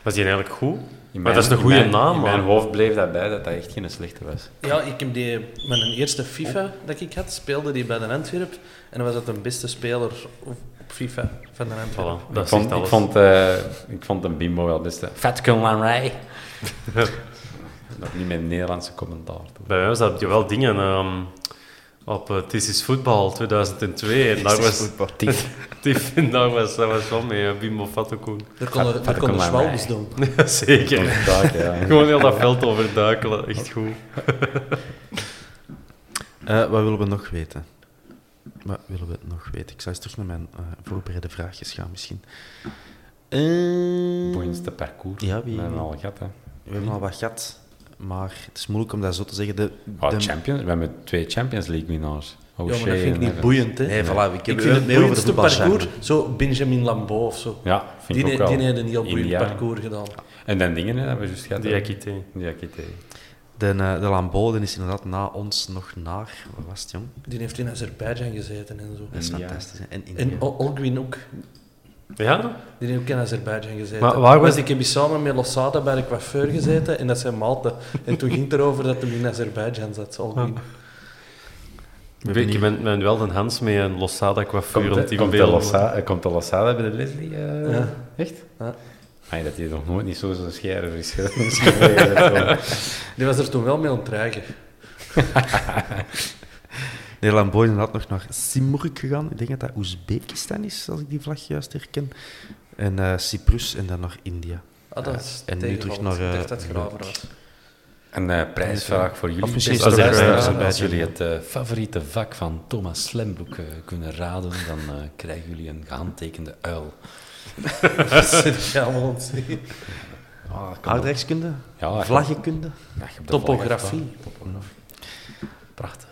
Was die eigenlijk goed? In maar mijn- dat is een in goede mijn- naam, In mijn man. hoofd bleef dat bij dat dat echt geen slechte was. Ja, ik heb die met een eerste FIFA dat ik had, speelde die bij de Antwerp. En dan was dat de beste speler op op FIFA van de Antwerp. Voilà, dat zegt ik, vond, alles. ik, vond, eh, ik vond een bimbo wel best. Vet kunnen rij. [laughs] Nog niet met een Nederlandse commentaar. Toe. Bij mij was dat wel dingen ehm, op eh, This is Voetbal 2002. En daar was... [laughs] Tief, en daar was, dat was wel mee, eh, Bimbo Fattekoen. [laughs] Daar konden, daar konden Fatkoman Schwalbes Rij. doen. Ja, Zeker. Taak, ja. Gewoon heel dat veld overduikelen, echt goed. Eh, wat willen we nog weten? Wat willen we nog weten? Ik zou eens terug naar mijn eh, voorbereide vraagjes gaan, misschien. Eh, Boeiendste parcours. Ja, wie- We hebben al gehad, hè. we hebben al wat gehad, maar het is moeilijk om dat zo te zeggen. De, Ah, de- Champions, we hebben twee Champions League winnaars. Ja, Oh, maar dat vind ik niet boeiend, hè. Nee, voilà, ik heb ik weer vind het meer over de boeiendste voetbalgenre. parcours, zo Benjamin Lambeau of zo. Ja, vind die ik ook wel. die heeft een heel boeiend India. parcours gedaan. En dan dingen, hè, dat we juist gehad Die hebben. Akite. Diakite. de, eh, de Lamboden is inderdaad na ons nog naar. Waar was het, jong? Die heeft in Azerbeidzjan gezeten en zo. Dat is India. fantastisch. hè. En India. En O- Olguin ook. Ja? Die heeft ook in Azerbeidzjan gezeten. Maar waar was- Want Ik heb hier samen met Losada bij de coiffeur gezeten en dat zijn maten. En toen ging het erover dat hij in Azerbeidzjan zat, Olguin. Ik ben, ik ben- ben wel de Hans met een Losada qua Komt, vuur de- komt, de Losa- eh, komt de Losada bij de Leslie? eh, Ja. Echt? Ja. Maar dat hij nog nooit niet zo zo'n schijrer is geweest. Die was er toen wel mee aan het dreigen. De Lamboden is inderdaad nog naar Simurg gegaan. Ik denk dat dat Oezbekistan is, als ik die vlag juist herken. En eh, Cyprus en dan naar India. Ah, dat is En nu terug tegenvallend. naar, Ik eh, dacht dat het naar- graver was. Een eh, prijsvraag voor jullie. Of misschien Beste is het ook luisteraars, een prijs Als bij jullie het eh, favoriete vak van Thomas Slemboek eh, kunnen raden, dan eh, krijgen jullie een gehandtekende uil. Dat is [laughs] helemaal [laughs] ontzien. Ah, Aardrijkskunde, Ah, Ja, ik- vlaggenkunde. Ja, je hebt de Topografie. vlag. Prachtig.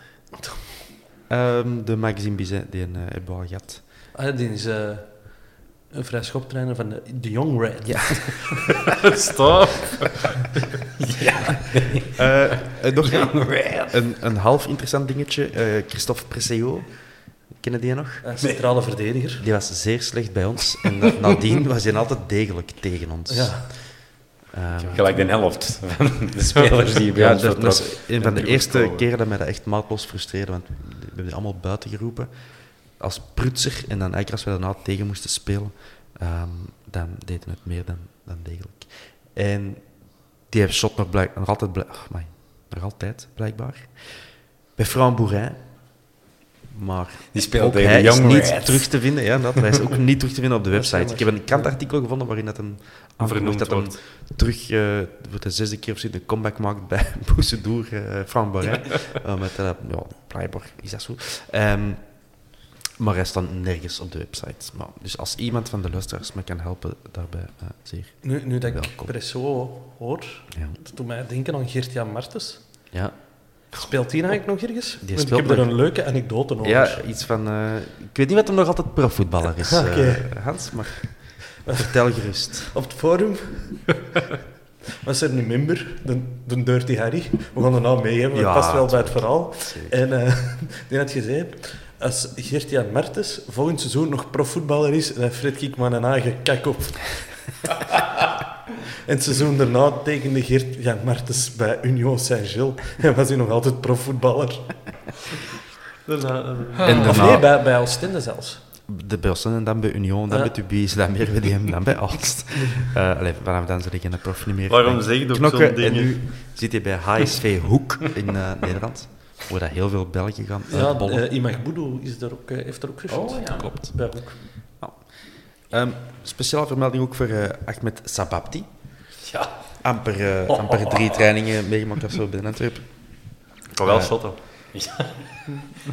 Ehm, de Maxime Bizet, die eh, hebben we al gehad. Ah, die is eh, een vrij schoptrainer van de, de Young Red. Ja. [laughs] Stop. Eh, [laughs] eh, nog een, een half interessant dingetje. Eh, Christophe Preseo, kennen die nog? Eh. centrale verdediger. Die was zeer slecht bij ons. En na- nadien was hij altijd degelijk tegen ons. Ja. Ehm, Gelijk de helft van de [laughs] spelers die bij ja, ons dat, dat vertrokken. is een van de En eerste terugkomen. keren dat mij dat echt maatloos frustreerde. Want we hebben die allemaal buiten geroepen als prutser. En dan eigenlijk als we daarna tegen moesten spelen, ehm, dan deden we het meer dan, dan degelijk. En die heeft shot nog, blijk, nog altijd, blijk, oh, amai, nog altijd blijkbaar. Bij Fran Boerin. Maar Die speelt ook tegen hij de is Young niet Rats. terug te vinden. Ja, dat, hij is ook niet terug te vinden op de website. Ik heb een krantartikel gevonden waarin dat hem aanvernoemd Vernoemd dat hem wordt. terug eh, voor de zesde keer of zo een comeback maakt bij [laughs] Boussedour, eh Fran Boerin. Eh, met, eh, ja, blijkbaar is dat zo. Ehm, maar hij staat nergens op de website. Maar, dus als iemand van de luisteraars me kan helpen daarbij, eh, zeer. Nu, nu dat ik Welkom. Presso hoor, Ja. dat doet mij denken aan Geert-Jan Martens. Ja. Speelt die eigenlijk nog ergens? Want ik speelt heb er nog. een leuke anekdote over. ja, iets van... eh, ik weet niet wat hem nog altijd profvoetballer [laughs] is, eh, Oké. Hans, maar vertel gerust. Op het forum was er een member, de, de Dirty Harry. We gaan de naam mee hebben, Ja, dat past wel bij het verhaal. En eh, [laughs] die had gezegd, als Geert-Jan Martens volgend seizoen nog profvoetballer is, dan frit ik maar een eigen kak op. en het seizoen daarna tekende Geert-Jan Martens bij Union Saint-Gilles. En was hij nog altijd profvoetballer. eh, En Of nee, bij, bij Oostende zelfs. de Belsen en dan bij Union, dan Ja. bij Tubize, dan bij RWDM, dan bij [laughs] Alst. Eh allee, vanaf dan zit ik in de prof niet meer. Waarom Ik zeg je ook knokken zo'n dingen? En nu zit hij bij HSV Hoek in eh, Nederland, waar dat heel veel Belgen gaan Ja, uitbollen. eh Imag Boudou is er ook, eh, heeft er ook gespeeld. Oh, ja. Klopt. Bij Hoek. Ehm, speciaal vermelding ook voor eh, Ahmed Sababti. Ja. Amper, eh, Oh, amper drie trainingen meegemaakt of zo binnen Antwerpen. Kan wel shotten.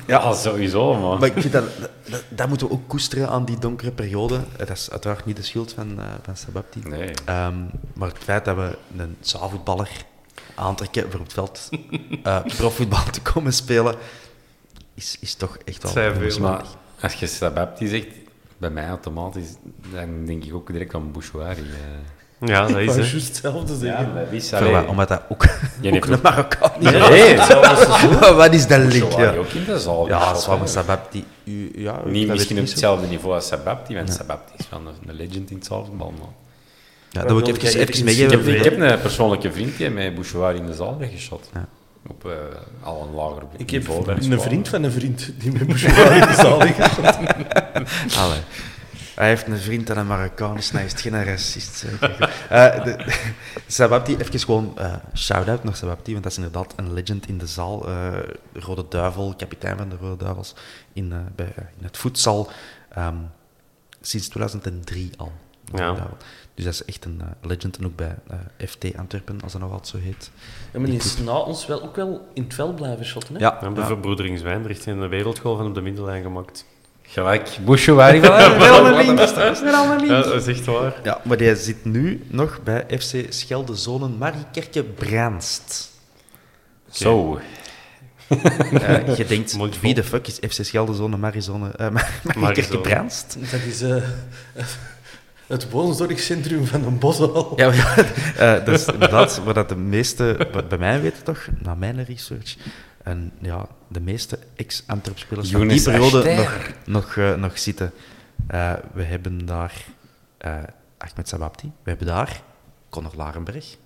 Ja, sowieso, man. Maar ik vind dat, dat, dat moeten we ook koesteren aan die donkere periode. Eh, Dat is uiteraard niet de schuld van, eh, van Sababti. Nee. Ehm, maar het feit dat we een zaalvoetballer aantrekken voor op het veld [laughs] eh, profvoetbal te komen spelen, is, is toch echt al... zijn veel. Maar als je Sababti zegt, bij mij automatisch, dan denk ik ook direct aan Bouchouari. eh. Ja, dat Ik is wou het. juist hetzelfde zeggen. Voor wat? omdat dat ook, ook [laughs] hebt een ook- Marokkaan is. [laughs] Nee, nee, hetzelfde seizoen. Wat is dat link? Bouchouari Ja, ook in de zaal. ja geschoten, Swam hè. Sababti... u- Ja, dat weet Niet ik misschien op niet zo. hetzelfde niveau als Sababti, want Sababti is wel een, een legend in het zaalvoetbal. man. Ja, dat wil ik even, even Ik heb, meegeven. ik voor- heb een persoonlijke vriend die met Bouchouari in de zaal weggeschot. Op eh, al een lager Ik heb niveau. een vriend van een vriend die met [laughs] Bouchard in de zaal ligt. Allee. Hij heeft een vriend dat een Marokkaan is, en hij is geen racist. zeker. Eh, de- [laughs] Sababti, even gewoon eh shout-out naar Sababti, want dat is inderdaad een legend in de zaal. Eh, Rode Duivel, kapitein van de Rode Duivels in, eh, bij, in het voedsal. ehm, sinds 2003 al. Rode Ja. Duivel. Dus dat is echt een eh, legend, en ook bij eh, FT Antwerpen, als dat nog altijd zo heet. Ja, maar die is na ons wel, ook wel in het veld blijven shotten. Hè? We hebben verbroedering Zwijndrecht in de wereldgoal van op de middellijn gemaakt. Gelijk, Bouchouari van Ja, dat is echt waar. Ja, maar die zit nu nog bij FC Schelde Zonen Marikerke Braanst. Zo. Eh, je denkt, Mooi gevoel. wie de fuck is FC Scheldezone, Marizone, eh Marikerke Marizone. Braanst? Dat is eh, [laughs] het woonsdorgcentrum van een boshal. Ja, [laughs] maar- eh, dat is inderdaad waar dat de meeste, wat bij mij weten toch, na mijn research, en ja, de meeste ex-Antwerp-spelers van die Younes periode Achter. nog, nog, eh, nog zitten. Eh, we hebben daar eh Ahmed Sababti, we hebben daar Conor Larenberg,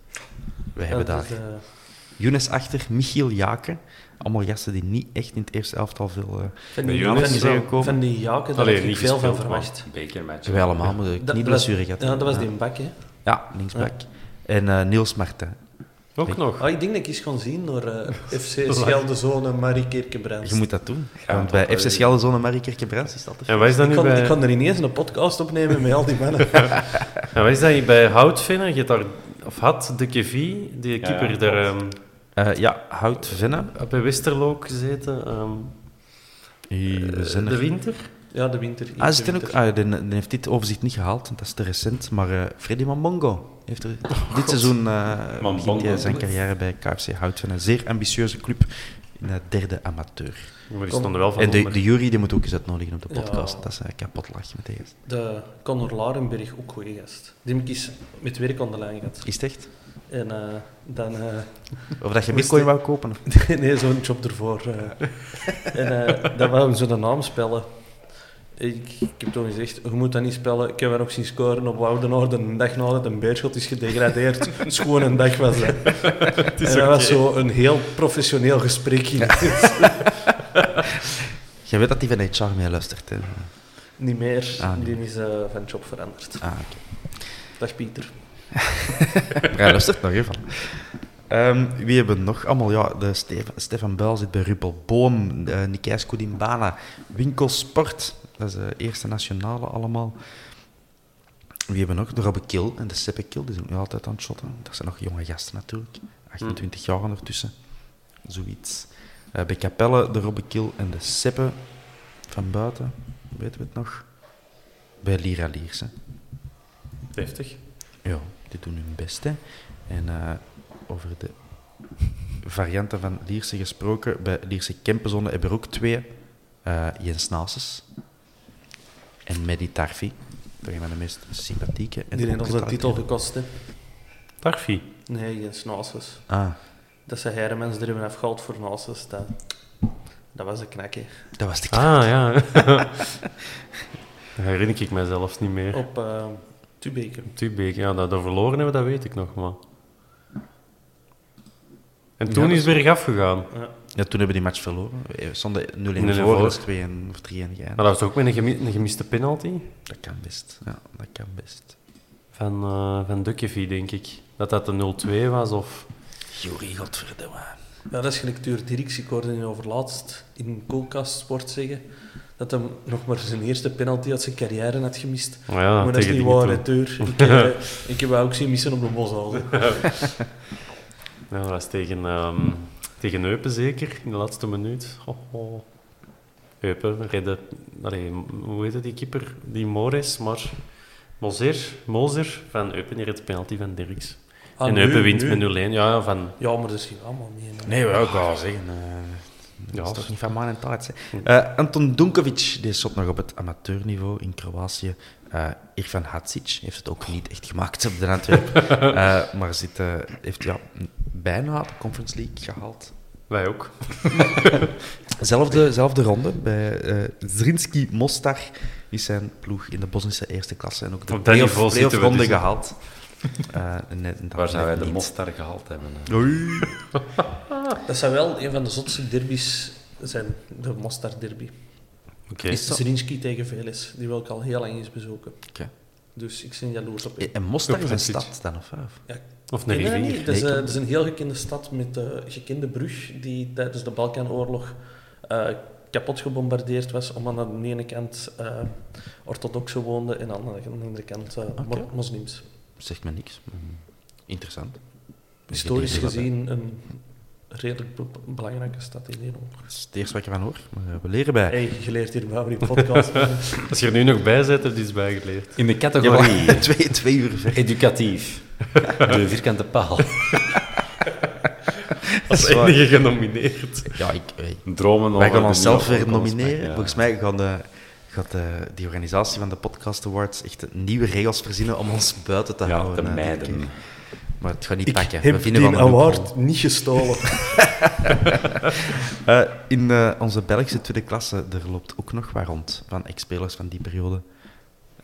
we hebben daar Dat is, eh, Younes Achter, Michiel Jaken, allemaal gasten die niet echt in het eerste elftal veel... eh, van Nee, die, Jonas van, is er gekomen. van die jaken, daar Allee, heb ik niet veel van gespeeld, maar- verwacht. Bekermatch. Terwijl allemaal met de Dat- knieblessure dat- gehad. Ja, dat was Ja. die bak, hè. Ja, linksback. En eh, Niels Marten. Ook nog. Ah, ik denk dat ik eens kon zien door eh, [laughs] FC Scheldezone Marie Kerkenbrands. Je moet dat doen. Ja, Want bij dat- FC Scheldezone Marie Brands is dat te En wat is dat Ik nu kon, ik eh, bij, kon er ineens een podcast opnemen met al die [laughs] mannen. en wat is dat hier bij Houtvinner? Je hebt daar, of had de Kevi, die Ja, keeper, ja, daar klopt. ehm, Eh, ja, Hout Venne. bij Westerlo ook gezeten. ehm, We zijn Eh, de er- winter. Ja, de winter. Eh, Ah, ze de zitten ook, winter. ah, die, die heeft dit overzicht niet gehaald, want dat is te recent. Maar eh, Freddy Mambongo heeft er dit seizoen eh begint hij zijn carrière bij KFC Houtvinnen. Een zeer ambitieuze club in de derde amateur. Maar die stonden wel van en de, onder. de jury die moet ook eens uitnodigen op de podcast. Ja. Dat ze kapot lachen met deze. De Conor Larenberg, ook goede gast. Die heb ik eens met werk aan de lijn gehad. Is het echt? En eh, dan... eh, [laughs] Of dat je Moest bitcoin die- wou kopen? Of? nee, zo'n job ervoor. eh. en eh, dan wou hem zo de naam spellen. Ik, ik heb toen gezegd, je moet dat niet spellen. Ik heb hem ook zien scoren op Woudenaar een dag nadat een beerschot is gedegradeerd. Schoon een dag was dat. en dat was zo een heel professioneel gesprek. hier. Je weet dat die van HR mee luistert. Hè? [laughs] niet meer. Ah, niet Die is eh, van job veranderd. Ah, oké. Dag Pieter. Hij luistert nog even. Ehm, wie hebben we nog allemaal? Ja, de Stef- Stefan Buil zit bij Ruppel Boom, uh, Nikijs Koedimbana, Winkelsport, dat is de eerste nationale allemaal. Wie hebben we nog? De Robbe Kill en de Seppe Kill, die zijn ook nog altijd aan het shotten. Dat zijn nog jonge gasten natuurlijk, 28 jaar ondertussen, zoiets. Eh, bij Capelle, de Robbe Kill en de Seppe van buiten, weten we het nog. Bij Lira Lierse. Deftig. Ja, die doen hun best. Hè. En eh, over de varianten van Lierse gesproken, bij Lierse Kempenzone hebben we er ook twee. Eh, Jens Nases en Mehdi Tarfi. Toch een van de meest sympathieke. En Die heeft ons een opgetalde- titel gekost, hè. Tarfi. Nee, geen Nasus. Ah, Dat ze heren mensen er hebben afgehaald voor Nasus. Dat, dat was een knak, hè. dat was de knaak. Ah, [laughs] ja. Dat herinner ik mij zelfs niet meer. Op eh Tubeke. Tubeek, ja, dat, dat verloren hebben, dat weet ik nog, maar... En toen is het weer afgegaan. Ja, toen hebben we die match verloren. Eh, We stonden 0-1 0-1 voor, voor. dat is 2-1 of 3-1 geëindigd. Maar dat was ook met een, gemi- een gemiste penalty Dat kan best. Ja, dat kan best. van, eh van Dukkevie, denk ik. Dat dat de 0-2 was, of... Jury, godverdomme. Ja, dat is gelijk door directiecoördinator in overlaatst in Koelkast Sport zeggen dat hij nog maar zijn eerste penalty uit zijn carrière had gemist. Nou ja, maar dat is tegen niet die waar, hè, toe. Teur. [laughs] Ik, eh, ik heb haar ook zien missen op de boshal. Ja, dat was tegen, ehm tegen Eupen zeker, in de laatste minuut. Ho, ho. Eupen redde... Allee, hoe heet het, die keeper? Die Mores, maar... Mozer, Mozer van Eupen, die redt de penalty van Dirks. Ah, en nu, Eupen wint nu. met 0-1. Ja, Ja, van... Ja, maar dat is hier allemaal niet. hè. Nee, we ook wel zeggen. eh, dat Ah. Ja, Hm. is toch niet van maan en taart. hè. Eh, Anton Dunkovic, die zat nog op het amateurniveau in Kroatië. Eh Irfan Hadzic heeft het ook niet echt gemaakt op de [laughs] Antwerp. Eh, maar zit, eh, heeft ja, bijna de Conference League gehaald. Wij ook. [laughs] Zelfde, zelfde ronde bij eh Zrinski Mostar is zijn ploeg in de Bosnische eerste klasse en ook de Op dat niveau zitten we playoff ronde dus, hè. gehaald. Eh, net- dat Waar zou net wij de niet. Mostar gehaald hebben? eh? hè? Oei. Dat zou wel een van de zotste derbies zijn, de Mostar derby. Oké. Is dat- Zrinski tegen Veles, die wil ik al heel lang eens bezoeken. Oké. Dus ik ben jaloers op hem. En eh, Mostar is een Hadzic. stad dan, of eh, of? Ja, Of een ken je dat rivier. niet? Dat is, eh, Nee, ik- dat is een heel gekende stad met eh gekende brug die tijdens de Balkanoorlog eh, kapot gebombardeerd was, omdat aan de ene kant eh orthodoxen woonden en aan de andere kant eh, mo- Oké. moslims. Zegt me niks. maar hm, Interessant. Historisch Ik weet niet wat gezien een redelijk be- belangrijke stad in Nederland. dat- Dat is het eerste wat ik ervan hoor, maar eh, we leren bij. Hey, geleerd hier bij die [laughs] podcast. maar- Als je er nu nog bij zit, heb je iets bijgeleerd. In de Jawel, [laughs] categorie twee, twee uur ver. educatief. De vierkante [laughs] paal. Als is waar. enige genomineerd. Ja, ik, eh, Dromen wij gaan over onszelf nieuwe weer podcast nomineren. maken, ja. Volgens mij gaan de, gaat de, die organisatie van de Podcast Awards echt nieuwe regels verzinnen om ons buiten te Ja, te houden. eh, denk mijden. ik. Maar het gaat niet Ik pakken. heb we vinden die wel een loophole. award niet gestolen. [laughs] Eh, in eh, onze Belgische tweede klasse, er loopt ook nog wat rond van ex-spelers van die periode.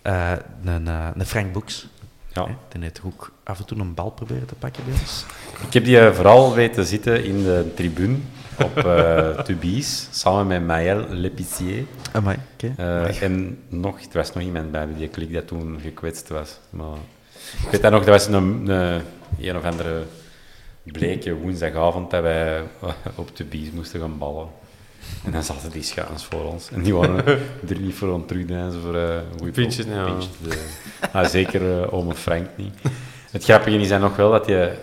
Eh, een, eh, een Frank Boeks. Ja. Hè, Die heeft ook af en toe een bal proberen te pakken bij ons. Ik heb die eh, vooral weten zitten in de tribune op eh Tubies, samen met Maël L'Épicier. Amai, oké. Eh, en nog, er was nog iemand bij die klik dat toen gekwetst was. Maar ik weet dat nog, dat was een, een, een of andere bleke woensdagavond dat wij [laughs] op de bies moesten gaan ballen. En dan zaten die schaans voor ons. En die [laughs] waren er niet voor om terug te dansen voor eh goede Pintjes, ja. zeker eh, ome Frank niet. Het grappige is dan nog wel dat je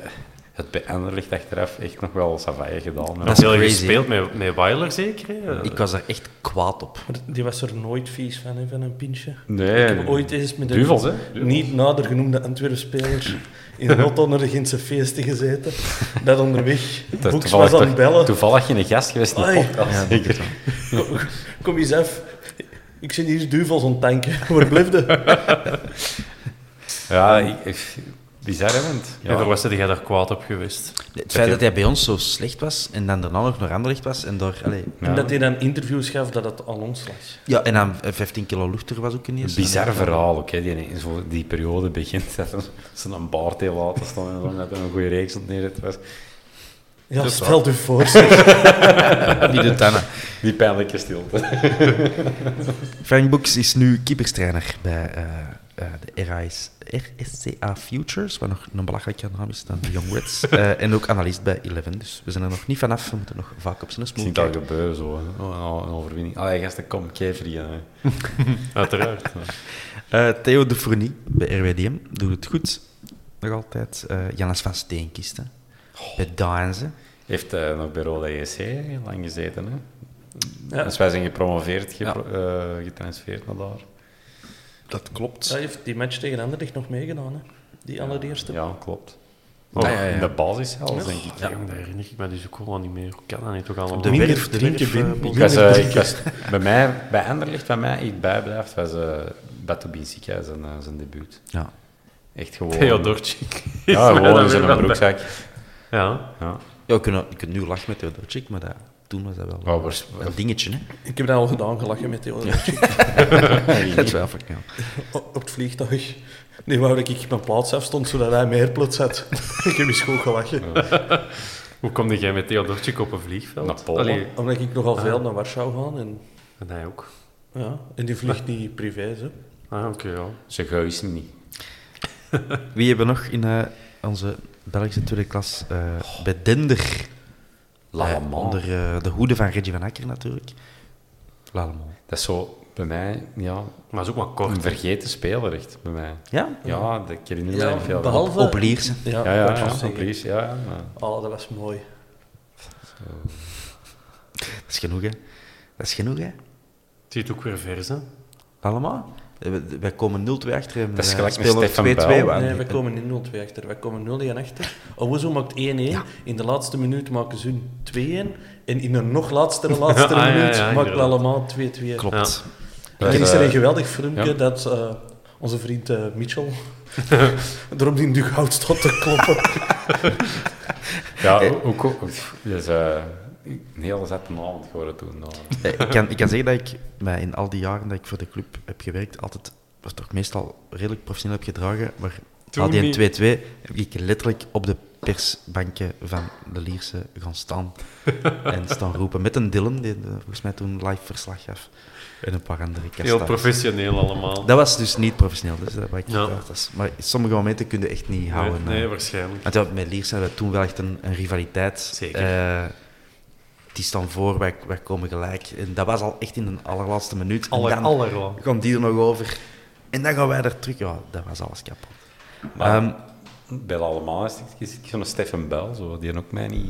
het bij Anderlecht achteraf echt nog wel savaaien gedaan Dat is hebt. heel crazy, gespeeld met, met Weiler, zeker? hè? Ik was daar echt kwaad op. Maar die was er nooit vies van, hè, van een pintje. Nee, Ik heb ooit eens met een Duvels, hè? Duvels. niet nader genoemde Antwerp-speler in een auto naar de Gentse feesten gezeten. Dat onderweg. Dat is Boeks was aan het toch- bellen. toevallig geen gast geweest in de Oei. podcast. zeker. Kom eens af. Ik zit hier duvels aan het tanken. [laughs] Waar blijf je? Ja, ik, ik- bizar, hè, want... En voor was dat jij daar kwaad op geweest? Het feit dat hij bij ons zo slecht was en dan daarna nog naar Anderlecht was en door... Allee, En dat hij dan interviews gaf dat het aan ons lag. ja, en dan 15 kilo luchter was ook ineens. Bizar verhaal ook, hè. Die, in zo die periode begint dat ze een baard heel laten staan en zo, omdat er een goede reeks op neerzet was. Ja, stel je voor. zeg. Die de tannen. [laughs] Die pijnlijke stilte. Frank Boeks is nu keeperstrainer bij eh, eh, de RAS RSCA Futures, wat nog een belachelijke naam is dan de Young Reds. [laughs] Eh, en ook analist bij Eleven. Dus we zijn er nog niet vanaf. We moeten nog vaak op zijn Ik smoel zie het al kijken. gebeuren, zo. hè. Oh, een- een overwinning. Allee, gasten, kom, geef die. hè. Uiteraard. Eh, Theo de Fournie bij RWDM doet het goed. Nog altijd. Eh Jannes van Steenkisten. Bij Daanze. Heeft eh, nog bij Rode ESC heel lang gezeten, hè? Ja. Dus wij zijn gepromoveerd, gepro- eh, getransfeerd naar daar. Dat klopt. Hij heeft die match tegen Anderlecht nog meegedaan, hè? Die allereerste. Ja, klopt. Oh, Ah, In de basis zelfs, denk ik. Ja, jong, dat herinner ik me dus ook al niet meer. Hoe kan dat niet toch allemaal? de Minder werf, de werf, drinken eh, binnen. Ik was, eh, ik was, bij mij, bij Anderlicht, bij mij, ik bijblijft, was eh Beto Bissika zijn, eh, zijn debuut. Ja. Echt gewoon. [laughs] Theodorczyk. Ja, Is mij gewoon dan in weer zijn wel broekzak. bij. Ja. Ja. Ja, we kunnen, je kunt nu lachen met Theodorczyk, maar dat, toen was dat wel Oh, waars- een dingetje. [laughs] Hè? Ik heb dat al gedaan, gelachen met Theo. Dat twijfel ik, ja. O- Op het vliegtuig. Nee, wou dat ik mijn plaats afstond, zodat hij meer plots had. [laughs] ik heb eens goed gelachen. Hoe kom jij met Theodorczyk op een vliegveld? Naar Polen. Allee, Omdat ik nogal veel naar Warschau ga. En, en hij ook. ja, en die vliegt niet privé, hè. Ah, oké, ja. Ze geuzen niet. Wie hebben we nog in eh, onze Belgische tweede klas? eh, Oh. bij Dender. Eh, Lallement. onder eh, de hoede van Reggie van Akker natuurlijk. Lallement. Dat is zo, bij mij, ja, Maar is ook maar een kort. vergeten speler, echt, bij mij. Ja? Ja, dat ik herinner me niet veel. behalve... Op Lierse. Ja, Ja, ja, dat ja, was van zeker. Vlies, ja. ja, maar- Oh, dat was mooi. Dat is genoeg, hè. Dat is genoeg, hè. Het ziet ook weer vers, hè? Allemaal? Eh, we- Wij komen 0-2 achter en Dat is eh, gelijk met spelen we Stefan 2-2. Bijl. aan. Nee, wij komen in 0-2 achter. Wij komen 0-1 achter. Owusu maakt 1-1. In de laatste minuut maken ze hun 2-1. En in een nog [laughs] laatste, laatste Ah, ja, ja, minuut maakt inderdaad. Lallemand 2-2. Klopt. En er is er een geweldig filmpje ja. dat eh, onze vriend eh, Mitchell [laughs] er op die dugout staat te [laughs] kloppen. Ja, Eh. ook... ook- Dus, eh, een hele zette avond geworden toen. nou. Eh, ik, kan, ik kan zeggen dat ik mij in al die jaren dat ik voor de club heb gewerkt, altijd, was toch meestal redelijk professioneel heb gedragen, maar Toen al die niet. 2-2 heb ik letterlijk op de persbanken van de Lierse gaan [laughs] staan en staan roepen met een Dylan, die eh, volgens mij toen live verslag gaf, en een paar andere Heel kastaars. professioneel allemaal. Dat was dus niet professioneel, dus dat, wat ik Ja. dat is- maar sommige momenten kun je echt niet nee, houden. nee, eh. waarschijnlijk. Want ja, met Liers hebben we toen wel echt een, een rivaliteit. Zeker. Eh, die staan voor, wij, wij komen gelijk. En dat was al echt in de allerlaatste minuut. Aller, en dan aller, hoor. gaan die er nog over. En dan gaan wij er terug. Ja, dat was alles kapot. Maar Ehm, bij allemaal is het is het zo'n Stefan Bell, zo, die er ook mij niet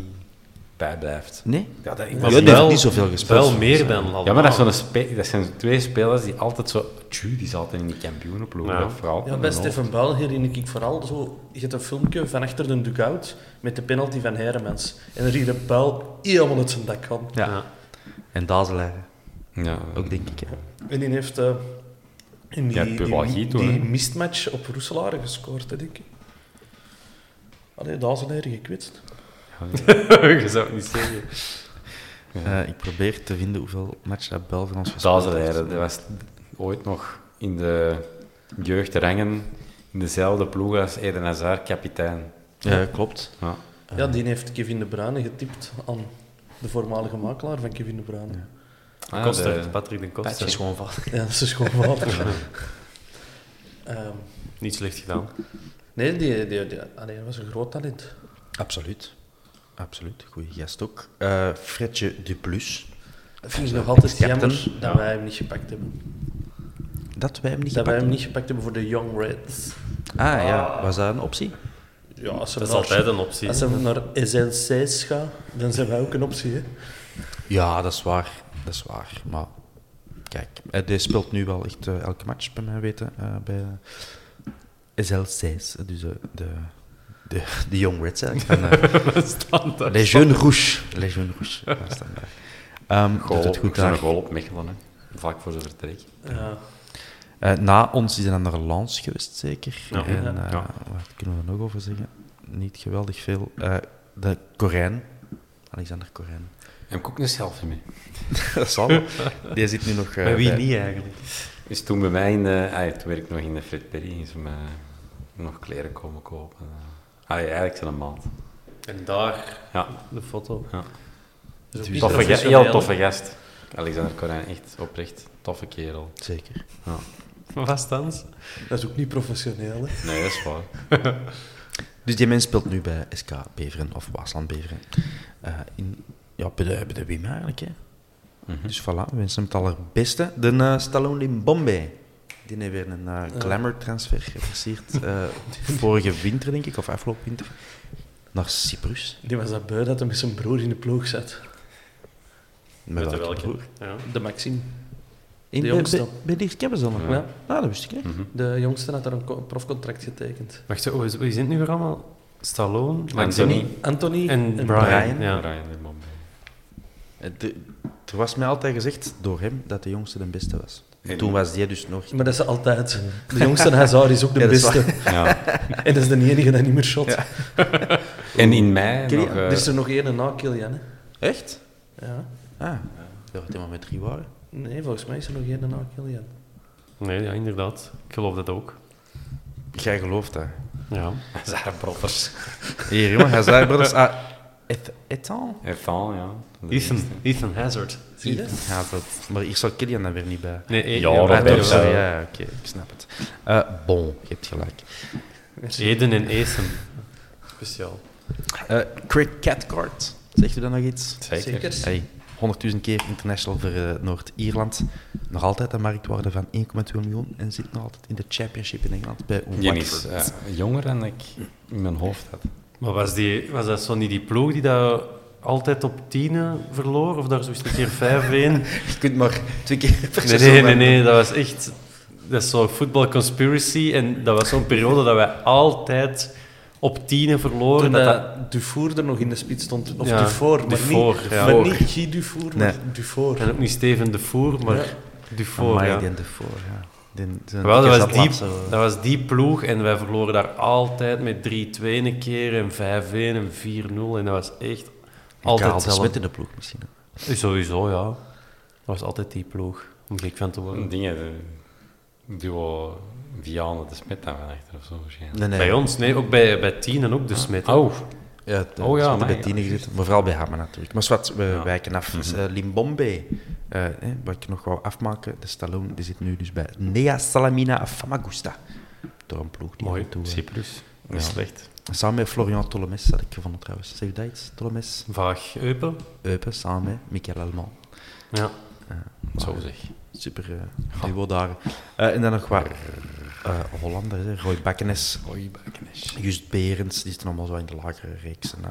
bij blijft. nee? Ja, dat, Maar Maar die heeft wel- niet zoveel gespeeld. Wel meer dan allemaal. Ja, maar dat, is zo'n spe- dat zijn twee spelers die altijd zo... Tju, die zaten in die kampioenenploeg. Ja. Ja. Vooral Ja, bij Stefan Buil herinner ik vooral zo... Je hebt een filmpje van achter de dugout met de penalty van Heremans. En er hier een Buil helemaal uit zijn dak gaan. Ja. En Dazelaar, Ja, [laughs] ook denk ik. hè. En die heeft eh, in die, Ja, die, Puwagie die, toen, hè. mistmatch op Roeselare gescoord, hè, denk ik. Allee, daar zijn er gekwetst. Je zou het niet zeggen. Eh, ik probeer te vinden hoeveel matchen dat Bel voor ons gespeeld Dazelaar, heeft. dat was ooit nog in de jeugdrangen in dezelfde ploeg als Eden Hazard, kapitein. Ja, klopt. Ja. Ja, die heeft Kevin de Bruyne getipt aan de voormalige makelaar van Kevin de Bruyne. Ah, Koster, de- Patrick de Koster. Patje. gewoon van. Ja, dat is gewoon water. Ehm, [laughs] Niet slecht gedaan. nee, die, die, die, allee, dat was een groot talent. Absoluut. Absoluut. Goeie gast ook. Eh Fredje Duplus. Dat vind ik nog altijd Captain. jammer dat wij hem niet gepakt hebben. Dat wij hem niet Dat wij gepakt hem niet gepakt hebben voor de Young Reds. Ah ja, was dat een optie? Ja, als ze Dat is naar- altijd een optie. Als ze naar SNC's gaan, dan zijn wij ook een optie. Hè? Ja, dat is waar. Dat is waar. Maar kijk, eh, die speelt nu wel echt eh, elke match, bij mij weten, eh, bij SL6. Dus eh, de, de, de Young Reds eigenlijk. Van, [laughs] eh, Standaard. Les Jeunes Rouges. Les Jeunes Rouges. dat is dan daar. Ehm, Goal, doet het goed daar. een goal op Mechelen, hè. vlak voor zijn vertrek. Ja. Eh, na ons is een andere Lans geweest, zeker. Ja. en, eh, Ja. Wat kunnen we er nog over zeggen? Niet geweldig veel. Eh, de Corijn. Alexander [laughs] Corijn. Heb ik ook een selfie mee. dat zal wel. Die zit nu nog... eh, Bij wie bij- niet eigenlijk? Is toen bij mij in de... Ah, ja, toen werkte ik nog in de Fred Perry, is me nog kleren komen kopen. Ah, ja, eigenlijk zijn een maand. En daar Ja, de foto. Dat is ook niet toffe ge- professioneel, heel toffe gast. Alexander Corijn, echt oprecht, toffe kerel. Zeker. Ja. vastans. Dat is ook niet professioneel. Hè. Nee, dat is waar. Dus die mens speelt nu bij SK Beveren of Waasland Beveren. Eh, in, ja, bij de, bij de Wim eigenlijk. Hè. Mhm. Dus voilà, we wensen hem het allerbeste. De eh, Stallone in Bombay. Die heeft weer een eh, glamour-transfer geforceerd. eh, [laughs] vorige winter, denk ik, of afgelopen winter. Naar Cyprus. Die was dat bui dat hij met zijn broer in de ploeg zat. Met, de welke broer? Ja. De Maxime. In, De bij, jongste. Hm. bij, bij Dirk Kebbels dan nog? Ja. Ah, dat wist ik. hè. De jongste had daar een co- profcontract getekend. Wacht, oh, is- wie zijn het nu weer allemaal? Stallone, Anthony. Maxini Anthony en, Brian. Brian. Ja. Brian de Bombay. Het- Er was mij altijd gezegd door hem dat de jongste de beste was. En- Toen was die dus nog... Maar dat is altijd. De jongste Hazard is ook de Ja, dat is beste. Ja. En dat is de enige die niet meer shot. En in mei Ken je- nog... Er eh, is er nog één na Kilian. Hè. Echt? Ja. Ah, dat we het maar met drie waren. Nee, volgens mij is er nog één na Kilian. Nee, ja, inderdaad. Ik geloof dat ook. Jij gelooft dat. Ja. Zara Brothers. Hier, jongen, Hazard Brothers. Ah, et, etan? Ethan, ja. De Ethan, eerste. Ethan Hazard. Zie je dat? Hazard. Maar hier zal Killian dan weer niet bij. Nee, eh, Ja, ja, dat Ah, maar weet toch, ik toch, sorry, wel. ja, oké, ik snap het. Eh, bon, je hebt gelijk. Eden en Ethan. Speciaal. Eh Craig Catcart, zegt u dan nog iets? Zeker. Zeker. Hey, 100.000 keer international voor eh, Noord-Ierland. Nog altijd een marktwaarde van 1,2 miljoen en zit nog altijd in de championship in Engeland bij Die is Watford. eh, jonger dan ik in mijn hoofd had. Maar was, die, was dat zo niet die ploeg die dat altijd op tienen verloor? Of daar zoiets een keer 5-1? [laughs] Nee, Je kunt maar twee keer per nee, nee, nee, dat was echt... Dat is zo'n football conspiracy. En dat was zo'n periode dat wij altijd op tienen verloren. Toen Dat dat, dat Dufour er nog in de spits stond. Of Ja, Dufour, maar Dufour, niet, ja. maar niet Guy Dufour, maar Nee. Dufour. en ook niet Steven de Voer, maar Dufour. Amai, Ja. die en de voor, ja. Die- zo'n Wel, dikke dat, was die, zatlap zo. dat was die ploeg en wij verloren daar altijd met 3-2 een keer en 5-1 en 4-0. En dat was echt altijd Karel de hetzelfde. Smet in de ploeg misschien. Sowieso, ja. Dat was altijd die ploeg, om gek van te worden. Dingen, de duo Vianne de Smet daar van achter of zo waarschijnlijk. Nee, nee. Bij ons, nee, ook bij, bij Tien en Ah. ook de Smit. hè. Oh, Ja, het, Oh ja, ja, maar- bij tien gezeten, maar vooral bij Hammer natuurlijk. Maar zwart, we wijken af. Dus, eh, Limbombe, eh, hè, wat ik nog wou afmaken, de Stallone, die zit nu dus bij Nea Salamina Famagusta. Door een ploeg die Mooi, er toe, eh, Cyprus. Niet slecht. Samen met Florian Tolomes had ik gevonden trouwens. Zeg je dat iets? Tolomes, Vaag Eupen. Eupen, samen met Michael Allemand. Ja. Zo zeg. Super eh duo daar. Eh, en dan nog wat eh, Hollanders, hè. Roy Bakkenes, Oei, Bakkenes. Just Berends, die zitten allemaal zo in de lagere reeks. En, eh,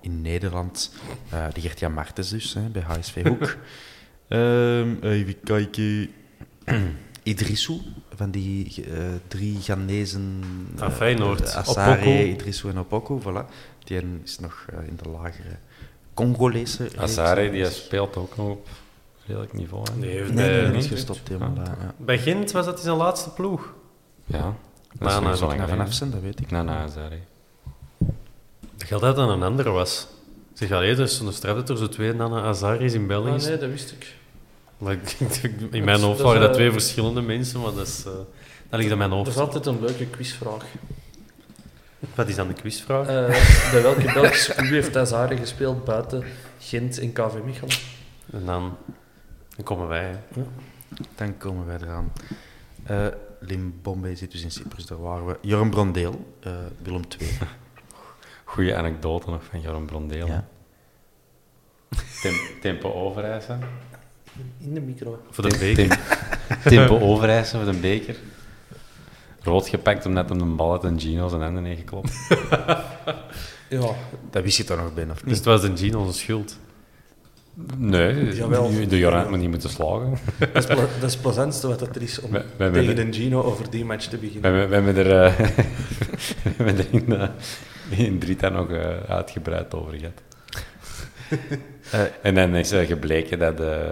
in Nederland, eh de Gert-Jan Martens dus, hè, bij HSV Hoek. Ehm, even kijken. [clears throat] Idrissou, van die eh, drie Ghanezen... Van eh, Feyenoord. eh, Assare, Opoku. Idrissou en Opoku, voilà. Die een is nog eh, in de lagere Congolese reeks. Azare, die speelt ook nog op redelijk niveau. hè? Nee, Nee, nee, bij, die is gestopt helemaal. eh, ja. bij Gent was dat zijn laatste ploeg. Ja. Dat Maar is nou, nog zo lang Ja, vanaf geleden. zijn, dat weet ik. Na, na Azare. Dat geldt dat het een andere was. Ik Zeg, allee, dus een straf dat er zo twee Nana Azaris in België Ah, is. nee, dat wist ik. Maar ik denk- in Dat mijn is- hoofd dat is, waren dat eh, twee verschillende mensen, maar dat, is, eh, dat ligt aan mijn Dat is hoofd. altijd een leuke quizvraag. Wat is dan de quizvraag? Eh, bij welke Belgische club heeft Azare gespeeld buiten Gent en KV Mechelen? En dan, dan komen wij. hè. Dan komen wij eraan. Eh Limbombe zit dus in Cyprus, daar waren we. Jorm Brondeel, eh, Willem [laughs] II. Goeie anekdote nog van Joram Brondeel. Ja. Tem- tempo Overijssen. In de micro. Voor de beker. Tem- tempo Overijssen voor de beker. Rood gepakt omdat hem de bal uit een Gino zijn handen heeft geklopt. Ja, Dat wist je toch nog binnen, of Dus niet? het was een Gene onze schuld. Nee, Jawel. de Joran had me niet moeten slagen. dat is, pla- dat is het plezantste wat dat er is om We- we hebben tegen de- een Gino over die match te We beginnen. hebben, we hebben er, eh, [laughs] we hebben er in, eh, in Drita nog eh, uitgebreid over gehad. en dan is [laughs] eh, gebleken dat... eh,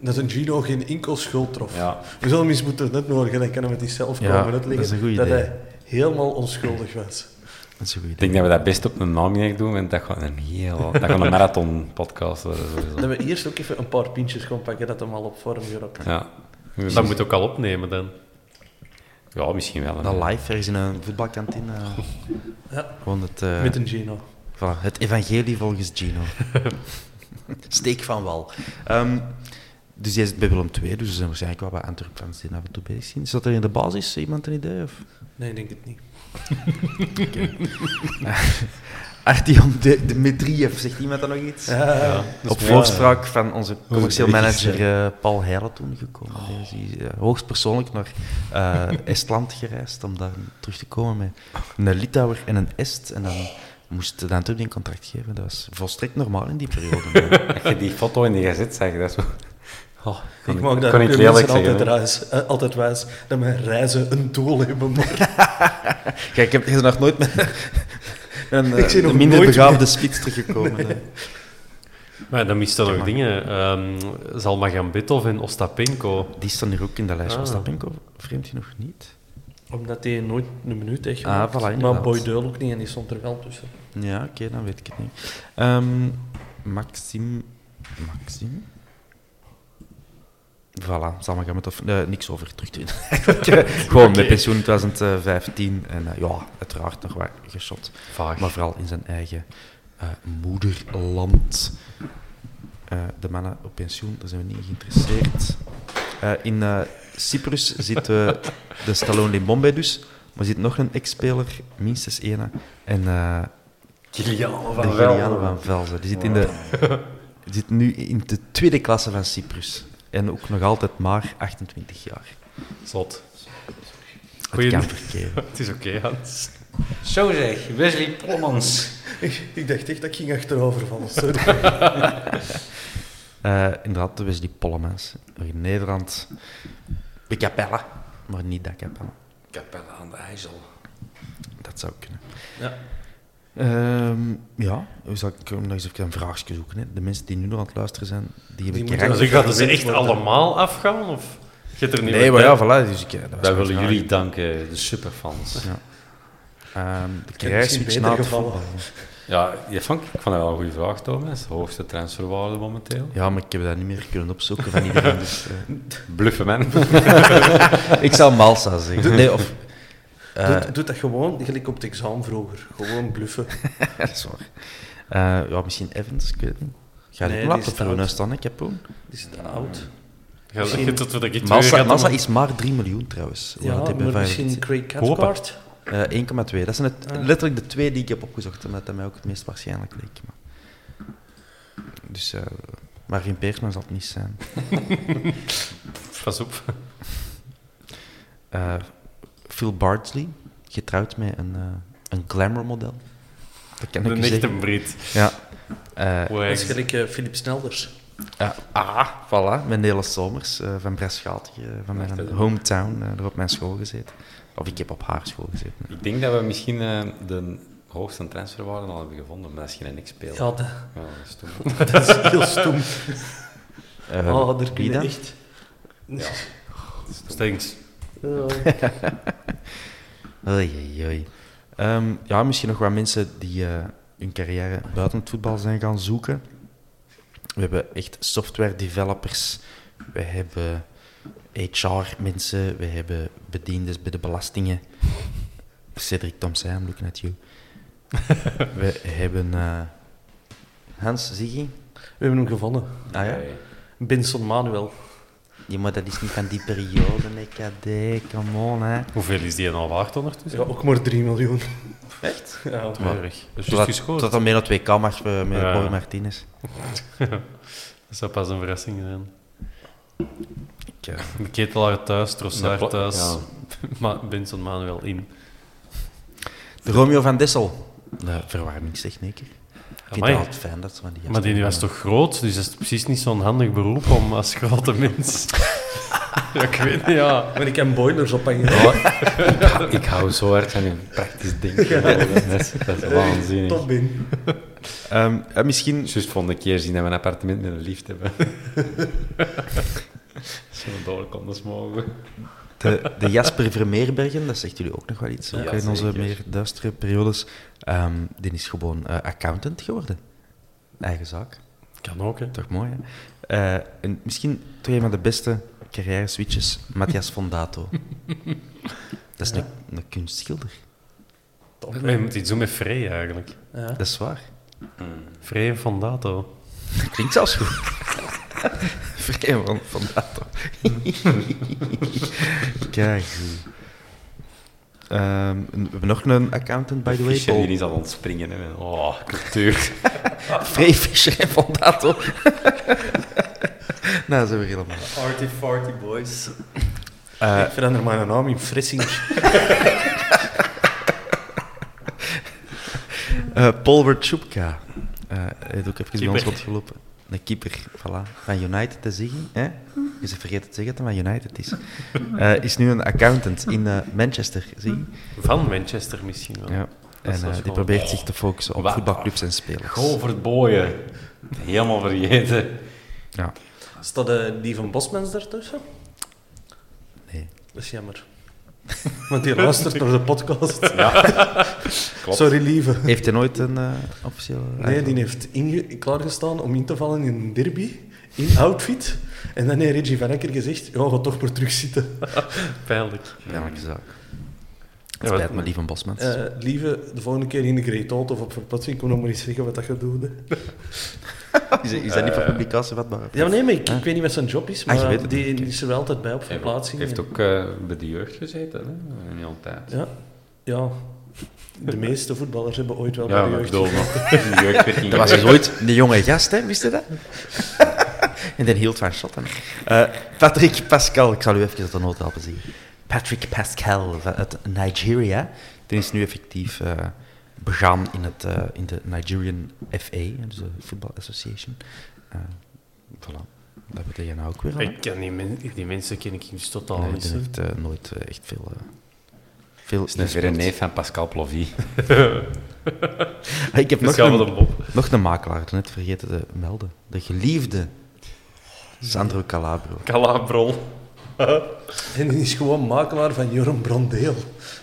Dat een Gino geen enkel schuld trof. ja, We zullen hem eens moeten uitnodigen, dan kan hij met die zelf Ja, komen uitleggen dat is een goed dat idee. hij helemaal onschuldig was. Dat is een goed ik denk dat we dat best op een namiddag doen, want dat gaat een, heel, dat gaat een marathon-podcast worden. Dat Sowieso. we eerst ook even een paar pintjes gaan pakken dat hem al op vorm gerokt. Ja. Dat moet ook al opnemen dan. Ja, misschien wel. hè. Dat live ergens in een voetbalkantine. eh, Ja. Gewoon het, eh, Met een Gino. voilà, [laughs] het evangelie volgens Gino. Steek van wal. Ehm, Dus jij zit bij Willem II, dus er zijn waarschijnlijk wel wat Antwerp-fans die af en toe bezig zijn. Is dat er in de basis iemand een idee? Of? Nee, ik denk het niet. Artyom de, de Medriev, zegt iemand dat nog iets? Dus Op voorspraak van onze commercieel Ja. manager eh, Paul Heijlen toen gekomen. Die is hier, eh, hoogstpersoonlijk naar [laughs] eh, Estland gereisd om daar terug te komen met een Litouwer en een Est. En dan moest dan natuurlijk een contract geven. Dat was volstrekt normaal in die [laughs] periode. Als je die foto in die gazet zag, dat is wel... [laughs] Oh, kon Ik maak daar kon ook mensen lelijk zeggen, altijd, hè. wijs, eh, altijd wijs dat mijn reizen een doel hebben. Maar Kijk, ik heb deze nog nooit [laughs] met een, eh, Ik zie nog een minder nooit begaafde spits teruggekomen. [laughs] eh. Maar dan miste nog dingen. Ehm Zalmagambetov en Ostapenko. Die staan hier ook in de lijst. Was dat Pinko vreemd genoeg niet? Omdat hij nooit een minuut heeft Ah, gemaakt. voilà, maar inderdaad. Boy Deul ook niet en die stond er wel tussen. Ja, oké, dan weet ik het niet. Ehm, Maxim. Maxim? Voilà, zal maar gaan met dat. eh, niks over terug te doen. [laughs] Eigenlijk, eh, Gewoon met pensioen in 2015. En eh, ja, uiteraard nog wat geschot. Vaag. Maar vooral in zijn eigen eh, moederland. Eh, de mannen op pensioen, daar zijn we niet in geïnteresseerd. Eh, in eh, Cyprus [laughs] zit eh, de Stallone Limbombe dus. Maar zit nog een ex-speler, minstens één. En eh, Kilian de Juliane van Velzen. Die zit, in de, die zit nu in de tweede klasse van Cyprus. En ook nog altijd maar 28 jaar. Zot. [laughs] Het Goeie- kan verkeerd. Het is oké, Hans. Zo zeg, Wesley Plommans. [laughs] Ik, ik dacht echt dat ik ging achterover vallen. Sorry. Eh, inderdaad, de Wesley Pollemans. In Nederland. De Capella. Maar niet dat Capella. Capelle aan de IJssel. Dat zou kunnen. Ja. Ehm, ja, dus zal ik hem nog eens even een vraagje zoeken. Hè. De mensen die nu nog aan het luisteren zijn, die hebben moeten karakter. Dus ik ga dus echt allemaal afgaan? Of gaat er niet Nee, maar ja, voilà. Dus ik, eh, dat was Wij mijn willen vraag. jullie danken, de superfans. Ja. Ehm, de heb misschien krijgswitch beter na het gevallen. voetbal. Ja, je vond, ik vond dat wel een goede vraag, Thomas. Hoogste transferwaarde momenteel. Ja, maar ik heb dat niet meer kunnen opzoeken van [laughs] iedereen. Dus, Bluffen, man. eh. ik zou Malsa zeggen. Nee, of... eh, [laughs] Doe, doe dat gewoon, gelijk op het examen vroeger. Gewoon bluffen. dat is waar. Eh, ja, misschien Evans, ik weet het niet. Ga Nee, ik die laten is laptop doen, oud. nou staan, ik heb hem. Die zit oud. Ja, dat je tot wat ik het Malsa, weer ga Malsa doen. is maar 3 miljoen trouwens. Hoe Ja, dat hij bij maar Feyenoord misschien Ah. zit. Craig Hopen. Cathcart. Eh, 1,2. Dat zijn het, letterlijk de twee die ik heb opgezocht, omdat dat mij ook het meest waarschijnlijk leek. Maar, dus, eh maar in Peersman zal het niet zijn. Pas op. Eh, Phil Bardsley, getrouwd met een, eh, een glamour model. Dat kan De ik u zeggen. echte Brit. Ja. Eh, Dat is gelijk eh, Philip Snelders. ja. Ah, voilà. Mijn hele zomers eh, van Breschaatig, eh, van mijn hometown, eh, daar op mijn school gezeten. Of ik heb op haar school gezeten. Ik denk dat we misschien eh, de hoogste transferwaarde al hebben gevonden, maar dat is geen X-speler. Ja, dat, Ja, dat is toen. [laughs] dat is heel stom. Eh, Ah, daar wie kun je dan? echt... Stinks. Ja. [laughs] Oei, oei, oei. Ehm, ja, misschien nog wat mensen die eh, hun carrière buiten het voetbal zijn gaan zoeken. We hebben echt software developers, we hebben HR-mensen, we hebben bedienders bij de belastingen. Cedric Thompson, I'm looking at you. we hebben eh, Hans Ziggy. We hebben hem gevonden. Ah ja? Benson Manuel. ja, maar dat is niet van die periode, EKD, come on, hè. Hoeveel is die nou waard ondertussen? Ja, ook maar 3 miljoen. Echt? Ja. Keurig. Dat is juist Tot gescoord. dat dan mee naar 2K mag eh, met Ja. Borja Martinez. Dat zou pas een verrassing zijn. Ja. De ketelaar thuis, Trossard Dat pla- thuis, [laughs] ja. Ma- Benson Manuel in. De Romeo van Dessel. Nou, De verwarmingstechnieker. Ik vind Amai. het altijd fijn dat ze van die gasten Maar die was toch groot, dus dat is precies niet zo'n handig beroep om als grote mens. ja, ik weet niet, ja. Maar ik heb boilers ophangen. Oh, Ik hou zo hard van hun praktisch denken. Dat is, dat Oh, is waanzinnig. Top in. Ehm, eh, misschien... Zus volgende keer zien dat we een appartement met een lift hebben. Zullen we doorkomen mogen? De, de Jasper Vermeerbergen, dat zegt jullie ook nog wel iets. Ook Ja, in onze zeker. meer duistere periodes. Ehm, die is gewoon eh, accountant geworden. Eigen zaak. Kan ook, hè. Toch mooi, hè? Eh, en misschien twee van de beste carrière-switches. Matthias [laughs] Fondato. dat is een, een kunstschilder. Je moet iets doen met Frey eigenlijk. Dat is waar. Frey en Fondato. Dat klinkt zelfs goed. [laughs] Vrij van, van dat toch. [laughs] Kijk. Ehm, en we hebben nog een accountant, by the way. Fischer hier Paul. is al ontspringen. Hè. Oh, cultuur. Vrij Fischer en Van Dato. [laughs] nou, zijn we helemaal. Arty farty boys. ik verander mijn naam in Frissing. Eh Paul Wiertschupka. Eh, Hij heeft ook even bij ons Keeper. rondgelopen. De keeper, voilà. Van United te zeggen. Hè? Je zegt vergeten te zeggen dat hij van United is. Eh, is nu een accountant in eh, Manchester, zie je? Van Manchester misschien wel. Ja. En is eh, wel die schoon. probeert zich te focussen op Wat? voetbalclubs en spelers. Goal voor het booien. Helemaal vergeten. Ja. Staat eh, die van Bosmans daartussen? Nee. Dat is jammer. Want die luistert naar de podcast. [laughs] Klopt. Sorry, lieve. Heeft hij nooit een eh officieel... Nee, die heeft inge- klaargestaan om in te vallen in een derby, in outfit. En dan heeft Reggie van Akker gezegd, ja, ga toch maar terug [laughs] zitten. Pijnlijk. Pijnlijke zaak. Het Ja, wat- spijt me, die van Bosmans. [laughs] Eh, lieve, de volgende keer in de Great Auto of op verplaatsing, kom nog maar eens zeggen wat dat gaat doen. hè. is, is dat niet eh, voor publicatie vatbaar? Ja, maar nee, maar ik, ik weet niet wat zijn job Ah, is, maar je weet het die, die is er wel altijd bij op verplaatsing. Heeft ook eh, bij de jeugd gezeten, hè? Een hele tijd. Ja, ja. De meeste voetballers hebben ooit wel Ja, bij de maar ik jeugd. bedoel nog. De jeugd werd niet Dat was dus [laughs] ooit een jonge gast, hè? wist je dat? [laughs] en dan hield van shotten. Eh, Patrick Pascal, ik zal u even uit de nood helpen zien. Patrick Pascal van- uit Nigeria. Die is nu effectief eh, begaan in, het, eh, in de Nigerian FA, hè, dus de Football Association. Eh voilà, dat weet jij nou ook weer. al, hè? Ik ken die, men- die mensen ken ik dus totaal Nee, niet. die hè. heeft eh, nooit eh, echt veel... eh, veel is een verre neef van Pascal Plovy. Ik heb nog Pascal een, van den Bob. nog een makelaar, net vergeten te melden. De geliefde Sandro Calabro. Calabrol. [laughs] En die is gewoon makelaar van Joram Brandeel.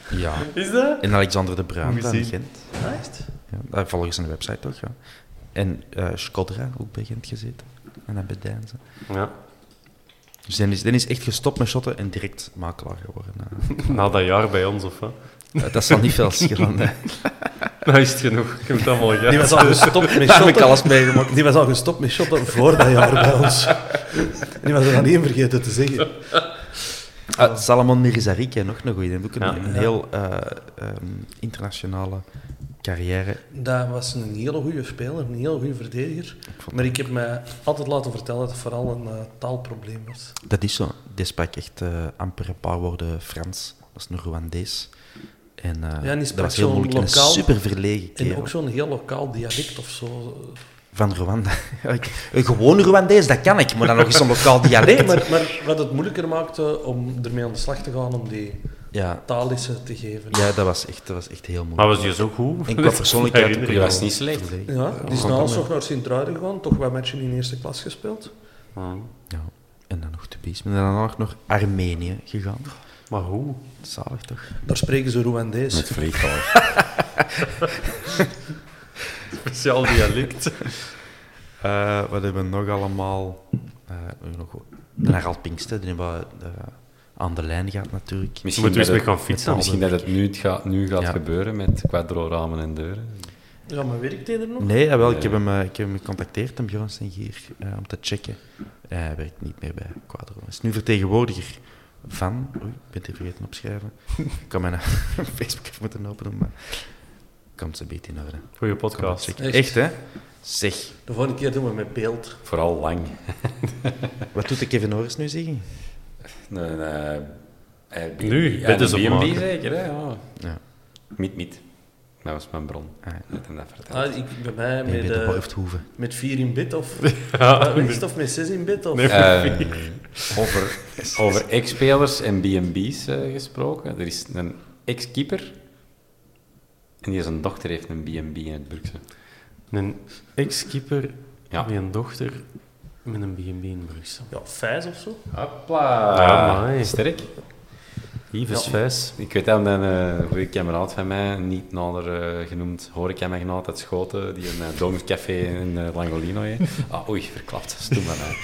Ja. Is dat? En Alexander de Bruin Moet van zien. Gent. Echt? Ja, daar volgens zijn website toch, ja. En eh Skodra, ook bij Gent gezeten. En dan bij Deinzen. Ja. Dus dan is, dan is echt gestopt met shotten en direct makelaar geworden. eh. Na dat jaar bij ons, of wat? [laughs] Eh, dat zal niet veel schelen. hè. Nou is het genoeg. Ik heb het allemaal Die was gehad. al gestopt met Daar heb ik shotten. alles meegemaakt. Die was al gestopt met shotten voor dat jaar bij ons. Die was er alleen vergeten te zeggen. Ah, Salomon Mirzariki, hè, nog een goeie. Die heeft ook een, Ja. een heel eh, ehm, internationale carrière. Dat was een hele goede speler, een hele goede verdediger. Maar ik heb mij altijd laten vertellen dat het vooral een eh, taalprobleem was. Dat is zo. Die sprak echt eh, amper een paar woorden Frans. Dat is een Rwandees. En eh, die dat sprak was heel zo'n moeilijk. En een lokaal- super verlegen En kerel. ook zo'n heel lokaal dialect of zo. Van Rwanda. [laughs] Ja, ik- een Gewoon Rwandees, dat kan ik, maar dan nog eens een lokaal dialect. [laughs] Nee, maar, maar wat het moeilijker maakte om ermee aan de slag te gaan, om die ja, taal eens, eh, te geven. ja dat, was echt, dat was echt heel Maar moeilijk. was je zo goed? En qua [laughs] persoonlijkheid... ook Die wel was niet slecht. verlegen. Ja, die is na ons nog naar Sint-Truiden gegaan, toch wat matchen in eerste klas gespeeld. Ah. Ja. En dan nog Tubies. En dan nog naar Armenië gegaan. Maar hoe? Zalig toch? Daar spreken ze Rwandees. Met vliegtuig. Speciaal dialect. Eh, wat hebben we nog allemaal? Eh, we hebben nog Harald Pinkster, die hebben we eh, aan de lijn gehad natuurlijk. Je moet dus dat mee het- gaan fietsen. Misschien dat het nu het gaat, nu gaat Ja. gebeuren met quadro-ramen en deuren. Ja, maar werkt hij er nog? Nee, jawel, ik heb hem, eh, ik heb hem gecontacteerd, hem Björn Stengier, eh, om te checken. Eh, hij werkt niet meer bij Quadro. Hij is nu vertegenwoordiger van... Oei, ik ben het vergeten opschrijven. [laughs] Ik kan mijn eh, Facebook even moeten openen, maar... Komt ze beetje in orde. [laughs] Goeie Kom, podcast. checken. Echt? Echt, hè? Zeg, De volgende keer doen we met beeld. Vooral lang. wat doet de Kevin Norris nu zeggen? Een, eh, Airbnb. Nu, Ja, dit is een opmaken. B&B zeker, hè? Ja. Ja. Miet, miet. Dat was mijn bron. Ah, ja. Dat hem dat verteld. Ah, ik, bij mij Nee, met, bij de eh, hoofdhoeven. met vier in [laughs] bed of, Ja, Ah, is het of met zes in bed. Of? Nee. Eh, over over ex-spelers en B&B's eh, gesproken. Er is een ex-keeper. En die zijn dochter heeft een B&B in het Burgse. [laughs] Een ex-keeper Ja. met een dochter met een B&B in Brussel. Ja, vijs of zo. Hopla. Ja, amai. Sterk. Yves Ja. Vijs. Ik weet dat een eh, goede kameraad van mij, niet nader eh, genoemd horecamagnaat uit Schoten, die een uh, donorcafé in eh, Langolino heeft. Ah, oei, verklapt. Stoem maar mij.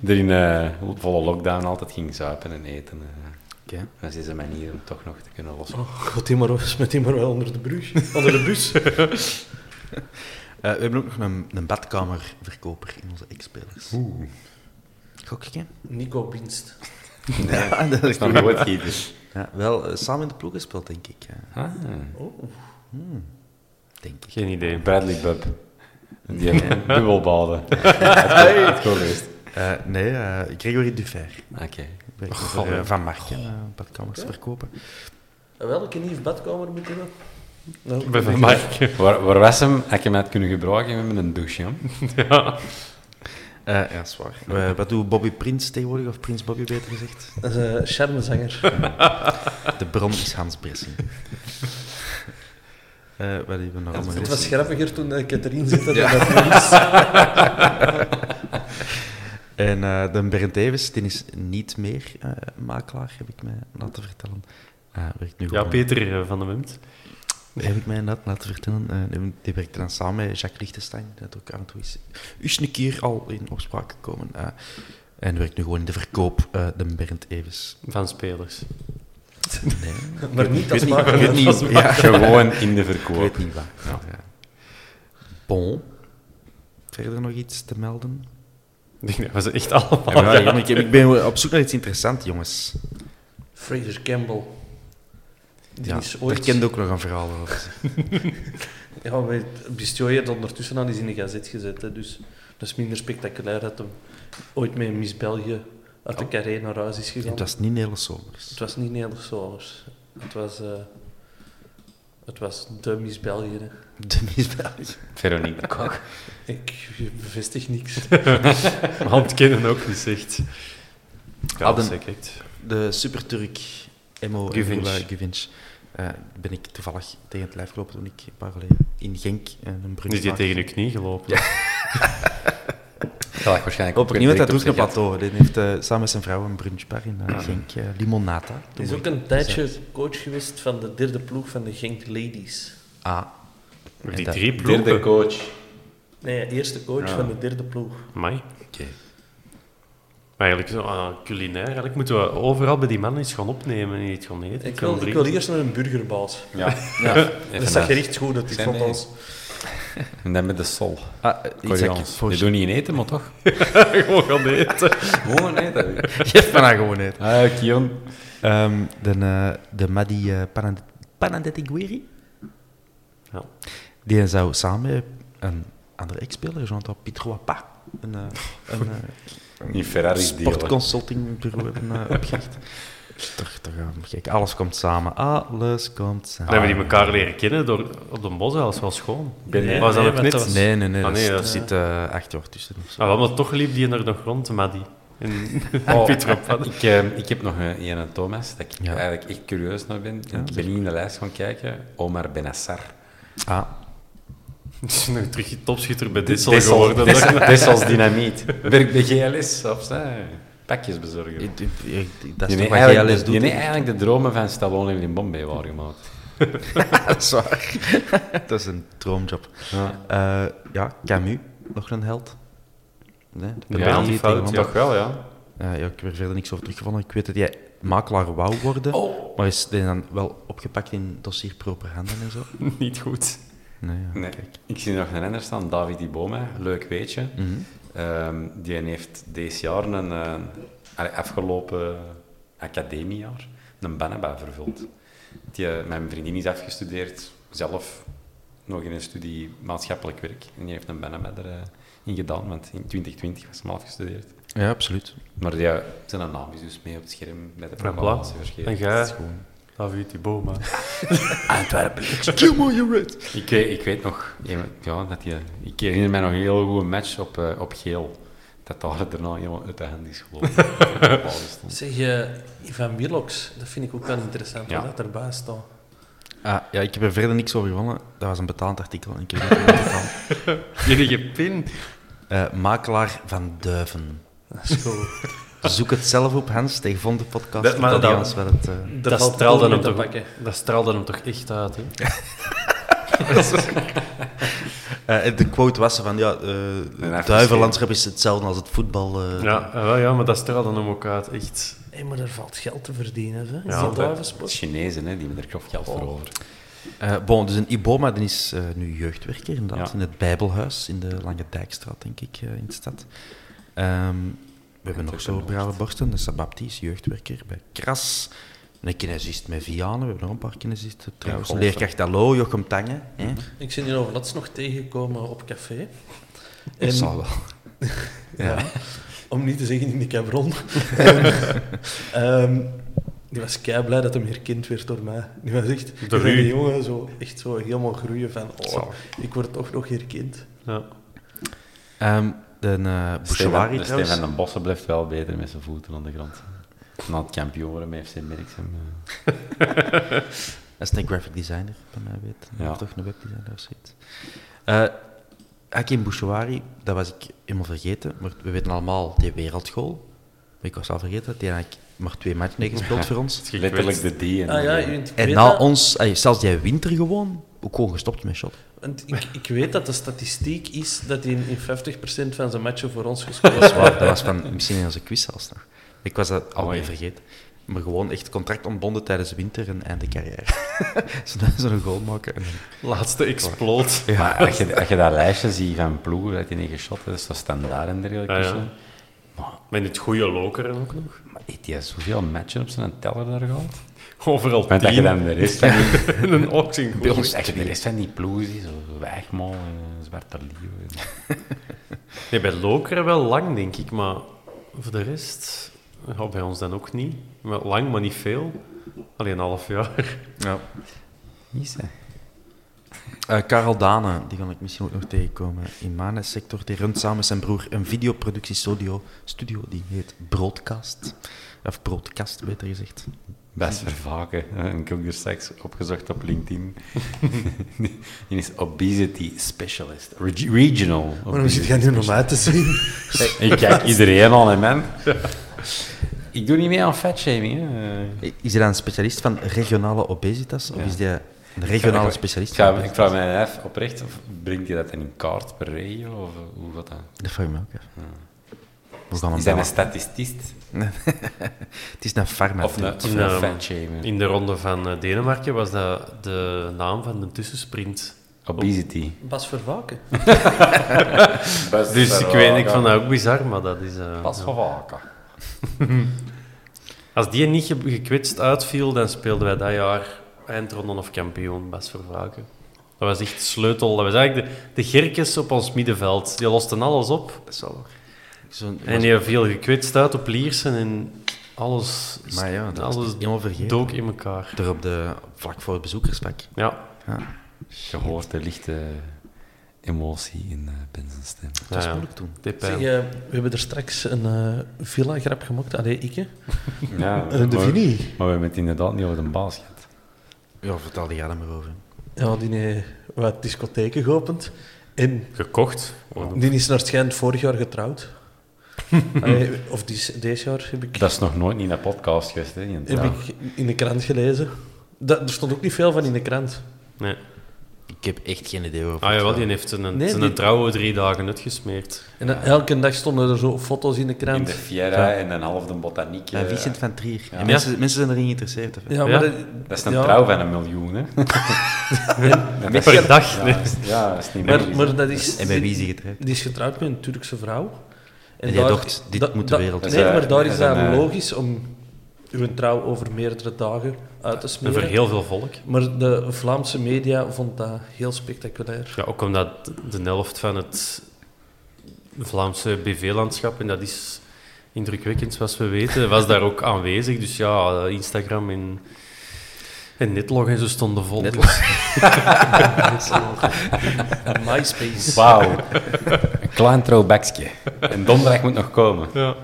Die in eh, volle lockdown altijd ging zuipen en eten. eh. Oké. Dat is een manier om toch nog te kunnen lossen. Oh, God, die maar eens met die maar wel onder de brug. [laughs] Onder de bus. Eh, we hebben ook nog een, een badkamerverkoper in onze ex-spelers. Gokje? Nico Binst. Ja, dat is Nog nooit gegeten. Ja, wel eh, samen in de ploeg gespeeld, denk ik. ja. Ah. Denk ik. Ah. Geen idee. Bradley Bub. Die [laughs] hebben [laughs] dubbelbaden. Het geweest. Eh, nee, eh, Gregory Dufer. Oké. Werkt Och, voor, eh, allee. van Marken, eh, badkamers verkopen. En Welke nieuwe badkamer moeten we? Nou, Bij Van Marken. Waar, waar was hem? Had ik hem net kunnen gebruiken met een douche, hè? Eh, ja, zwaar. wat doet Bobby Prins tegenwoordig, of Prins Bobby beter [laughs] gezegd? Dat is een charmezanger. De bron is Hans [laughs] Bressing. Eh, wat hebben we nog allemaal gezien? Het was grappiger toen ik het erin zette dan dat het nu [laughs] is. En eh, de Bernd Evers, die is niet meer eh, makelaar, heb ik mij laten vertellen. Eh, werkt nu Ja, gewoon- Peter eh, van de Wimt. Heb ik mij inderdaad laten vertellen. Eh, die- die werkte dan samen met Jacques Lichtenstein, dat ook af en toe is, is een keer al in opspraak gekomen. eh. en werkt nu gewoon in de verkoop, eh, de Bernd Evers. Van spelers. Nee, Maar niet als ik weet makelaar. niet, Als ja, [laughs] Gewoon in de ik verkoop. weet niet waar. Ja. Eh, Bon. Verder nog iets te melden? Ik denk dat we ze echt allemaal... Ja, jongen, ik, ik ben op zoek naar iets interessants, jongens. Fraser Campbell. Die Ja, is daar ooit... kende ook nog een verhaal over. Ja, maar Bistioje had ondertussen al eens in de gazet gezet, hè, dus dat is minder spectaculair dat hem ooit met een Miss België uit de carré naar huis is gegaan. Het was niet heel zomers. Het was niet Nederlands Solers. Het was... eh, het was de Miss België. hè. De misbruik. Veronique Kok. Ik bevestig [laughs] niks. Handkennen ook niet echt. Ja, Hadden- dat is correct. De superturk Emo Guvinch. Gula Guvinch. eh, ben ik toevallig tegen het lijf gelopen toen ik een paar jaar geleden in Genk eh, een brug Is die maakte. tegen je knie gelopen? Dat lag waarschijnlijk ook Opnieuw, direct dat doet een op zijn plateau. Die heeft eh, samen met zijn vrouw een brunchbar in eh, Genk, eh, Limonata. Hij is ook [laughs] een tijdje coach geweest van de derde ploeg van de Genk Ladies. Ah, Die dat- drie gat. Derde ploegen. coach. Nee, eerste coach van de derde ploeg. Amai. oké. Maar eigenlijk, zo, ah, culinair, eigenlijk moeten we overal bij die mannen iets gaan opnemen en iets gaan eten. Ik wil, ik wil eerst naar een burgerbaas. Ja. [laughs] ja. Dat zag er echt goed uit, ik Zijn vond nee. ons... En dan met de sol. Ah, eh, iets dat ik Koreaans. voor- Die [laughs] doen niet in eten, maar toch? gewoon gaan eten. Gewoon eten. Geef me nou gewoon uit. [laughs] Ah, Kion. Ehm, de, eh, de Maddy eh, Panan- Panandetigwiri, Ja. die zou samen met een andere ex-speler, Jean-Paul Pietro Wapa, een, eh, een eh, In Ferrari deel. sportconsultingbureau hebben [laughs] eh, opgericht. Toch, toch, eh, kijk, alles komt samen. Alles komt Dan samen. hebben die elkaar leren kennen door, op de bos, dat was wel schoon. nee, was dat nee, ook want niet? dat was- Nee, nee, nee. Ah, dat nee, is- dat er is- zit eh, acht jaar tussen. of zo. Ah, wel, maar toch liep die er nog rond, Maddy. En [laughs] Oh. Pieter op van. Ik, eh, ik heb nog een, een aan Thomas, dat ik Ja. eigenlijk echt curieus naar ben. ik ben niet in de lijst gaan kijken. Omar Benassar. [laughs] Ah, [laughs] Het is nog terug topschutter bij Dissel Dessel geworden. Dessel- [laughs] Dessels dynamiet. Werk bij GLS, of zijn pakjes bezorgen. ik- ik- ik- dat is toch Die nee, wat jij alles eigenlijk, doet. die [laughs] nee, hè? eigenlijk de dromen van Stallone in Bombay waren gemaakt. Dat is waar. [laughs] dat is een droomjob. Ja. Eh, ja, Camus, nog een held. Nee, de Ja, penalty die tegen fout, Londen. toch wel, ja. Eh, ja, ik heb er verder niks over teruggevonden. Ik weet dat jij makelaar wou worden, Oh. maar is die dan wel opgepakt in dossier proper handen en zo? [laughs] Niet goed. Nee, ja. Nee, ik zie nog een ander staan, David Iboma, leuk weetje. Mhm. Ehm, die heeft deze jaar een eh, allee, afgelopen academiejaar een Banaba vervuld. Die, eh, mijn vriendin is afgestudeerd, zelf nog in een studie maatschappelijk werk. En die heeft een Banaba erin in gedaan, want in 2020 was ze maar afgestudeerd. ja, absoluut. Maar ja, zijn naam is dus mee op het scherm bij de Voilà. programmatie verschenen. En jij? Dat is gewoon- David Ah, die boma. [laughs] Kill me, you're right. Ik, weet- ik weet nog, ja, dat je, ik herinner mij nog een heel goede match op, eh, op geel. Dat daar daarna helemaal uit de hand is gelopen. Zeg, je Ivan Milox, dat vind ik ook wel interessant, Ja. hoe dat erbij staat. Ah, ja, ik heb er verder niks over gewonnen. Dat was een betaald artikel. en Ik heb het niet betaald. [laughs] Enige pin. Eh, makelaar van Duiven. Dat is goed. Zoek het zelf op, Hans, tegen volgende podcast. Dat- maar Dat, dat- ons wel het, eh, Daar Dat valt straalde, veel hem mee te toch, pakken. dat straalde hem toch echt uit, hè? [laughs] Eh, de quote was van, ja, eh, het afgeschreven. duivenlandschap is hetzelfde als het voetbal. eh. Ja, eh, wel, ja, maar dat straalde hem ook uit, echt. Hé, maar daar valt geld te verdienen, hè. Ja, Ja, dat- die Het duivensport. Chinezen, hè, die hebben er grof geld voor over. Eh, bon, dus een Iboma die is eh, nu jeugdwerker inderdaad, Ja. in het Bijbelhuis in de Lange Dijkstraat, denk ik, eh, in de stad. Ehm, hebben nog Patrick zo'n van der brave borsten. De Sabaptis, jeugdwerker bij Kras. En een kinesist met Vianen. We hebben nog een paar kinesisten trouwens. Golfen. Leerkracht Allo, Jochem Tange. hè. Ik ben hier overlaatst nog tegengekomen op café. En- Dat zal wel. Ja. Om niet te zeggen in de cabron. Ehm, ehm, die was kei blij dat hem herkend werd door mij. Die was echt die Door zag die u? jongen zo, echt zo helemaal groeien van oh, Zalig. ik word toch nog herkend. Ja. Ehm, de eh Bouchouari Steven, Steven trouwens. van den Bossen blijft wel beter met zijn voeten aan de grond. Na het kampioen worden met FC Merksem. eh. Dat is een graphic designer, bij mij weet. Ja. Of toch een webdesigner of zoiets. Eh Hakim Bouchouari, dat was ik helemaal vergeten. Maar we weten allemaal die wereldgoal. Maar ik was al vergeten dat hij eigenlijk maar twee matchen heeft gespeeld voor ons. Letterlijk de die. En Ah ja, eh, want ik En weet na dat- ons, ey, zelfs die winter gewoon, ook gewoon gestopt met shot. want ik, ik weet dat de statistiek is dat hij in, in 50% van zijn matchen voor [laughs] ons gescoord heeft. Dat was van misschien in onze quiz zelfs nog. Ik was dat alweer vergeten. Maar gewoon echt contract ontbonden tijdens de winter en einde carrière. [laughs] Zo'n zo'n goal maken. En, Laatste exploot. Maar als je, als je dat lijstje ziet van ploegen dat die negen shot is, dat standaard en dergelijke. Ah, ja. tussen. Met het goede lokeren ook nog. Maar heeft hij zoveel matchen op zijn teller daar gehad? Overal Want dat je tien. dan de rest van die, [laughs] En een oxing. Bij ons echt de rest van die ploegen ziet, zo Wijgmal en Zwarte Leeuw. Nee, bij lokeren wel lang, denk ik. Maar voor de rest... ja, bij ons dan ook niet. Maar lang, maar niet veel. Alleen een half jaar. ja. Niet hè? Eh, Karel Dane, die kan ik misschien ook nog tegenkomen in mijn sector. Die runt samen met zijn broer een videoproductiestudio studio, die heet Broadcast. Of Broadcast, beter gezegd. [laughs] Best vervaken. Een Cook Seks opgezocht op LinkedIn. [laughs] Die is obesity specialist. Reg- regional. Waarom zit obesity jij nu nog uit te zien? specialist. Ik kijk iedereen al, hè, man. [laughs] Ik doe niet mee aan fatshaming. hè. Is hij dan een specialist van regionale obesitas? Of is hij een regionale specialist? Ik, ga- van ik vraag mij af, oprecht, of brengt hij dat in een kaart per regio? Of eh, hoe gaat dat? Dat vraag ik me ook af. We gaan hem Is dat een bellen. statistist? [laughs] Het is een farma. Of een, of In, een ehm, fatshamer? In de ronde van eh, Denemarken was dat de naam van de tussensprint. Obesity. Bas Vervaken. Dus ik weet, ik vond dat ook bizar, maar dat is... eh, Pas ja. gevaken. Als die niet ge- gekwetst uitviel, dan speelden wij dat jaar eindronde of kampioen, Bas Vervaken. Dat was echt sleutel. Dat was eigenlijk de, de Gerkes op ons middenveld. Die losten alles op. Zo'n- En die viel gekwetst uit op Liersen en alles, Maar ja, dat was alles ik helemaal vergeten. dook in elkaar. er op de, vlak voor het bezoekerspak. Ja, Je hoort de lichte emotie in eh Ben zijn stem. dat is moeilijk toen. [laughs] Zeg, eh, we hebben er straks een eh villa-grap gemaakt. Allee, ik. hè. Ja, Eh, de Vinnie. Maar we hebben het inderdaad niet over de baas gehad. Ja, vertel die er maar over. Ja, die heeft wat discotheken geopend. En Gekocht. Oh. die is naar het schijnt vorig jaar getrouwd. [laughs] Allee, of dies- deze jaar heb ik, Dat is nog nooit in een podcast geweest. Hè? in een heb trouw. ik in de krant gelezen. Dat, er stond ook niet veel van in de krant. Nee. Ik heb echt geen idee over. Ah ja, wel, die heeft een, Nee, zijn die- trouwe drie dagen uitgesmeerd. En dan elke dag stonden er zo foto's in de In krant. de Fiera en een half de botaniek. Ja, eh, Vincent van Trier. En mensen, mensen zijn erin geïnteresseerd. hè. Ja, maar Ja. dat- Dat is een ja. trouw van een [laughs] miljoen. Hè? Nee, dat Per is- dag. Ja, nee. dat is- ja, dat is niet Maar, moeilijk. maar dat is... En bij wie is die getrouwd? Die is getrouwd met een Turkse vrouw. En die dacht, dit moet de wereld Nee, zijn. maar daar is Dat is dat een, eh, logisch om uw trouw over meerdere dagen uit te En voor smeren. heel veel volk. Maar de Vlaamse media vond dat heel spectaculair. Ja, ook omdat de helft van het Vlaamse BV-landschap, en dat is indrukwekkend zoals we weten, was daar ook aanwezig. Dus ja, Instagram en, en Netlog en zo stonden vol. Dus- MySpace. [laughs] Wauw. Een klein throwbackje. En donderdag moet nog komen. Ja. [laughs]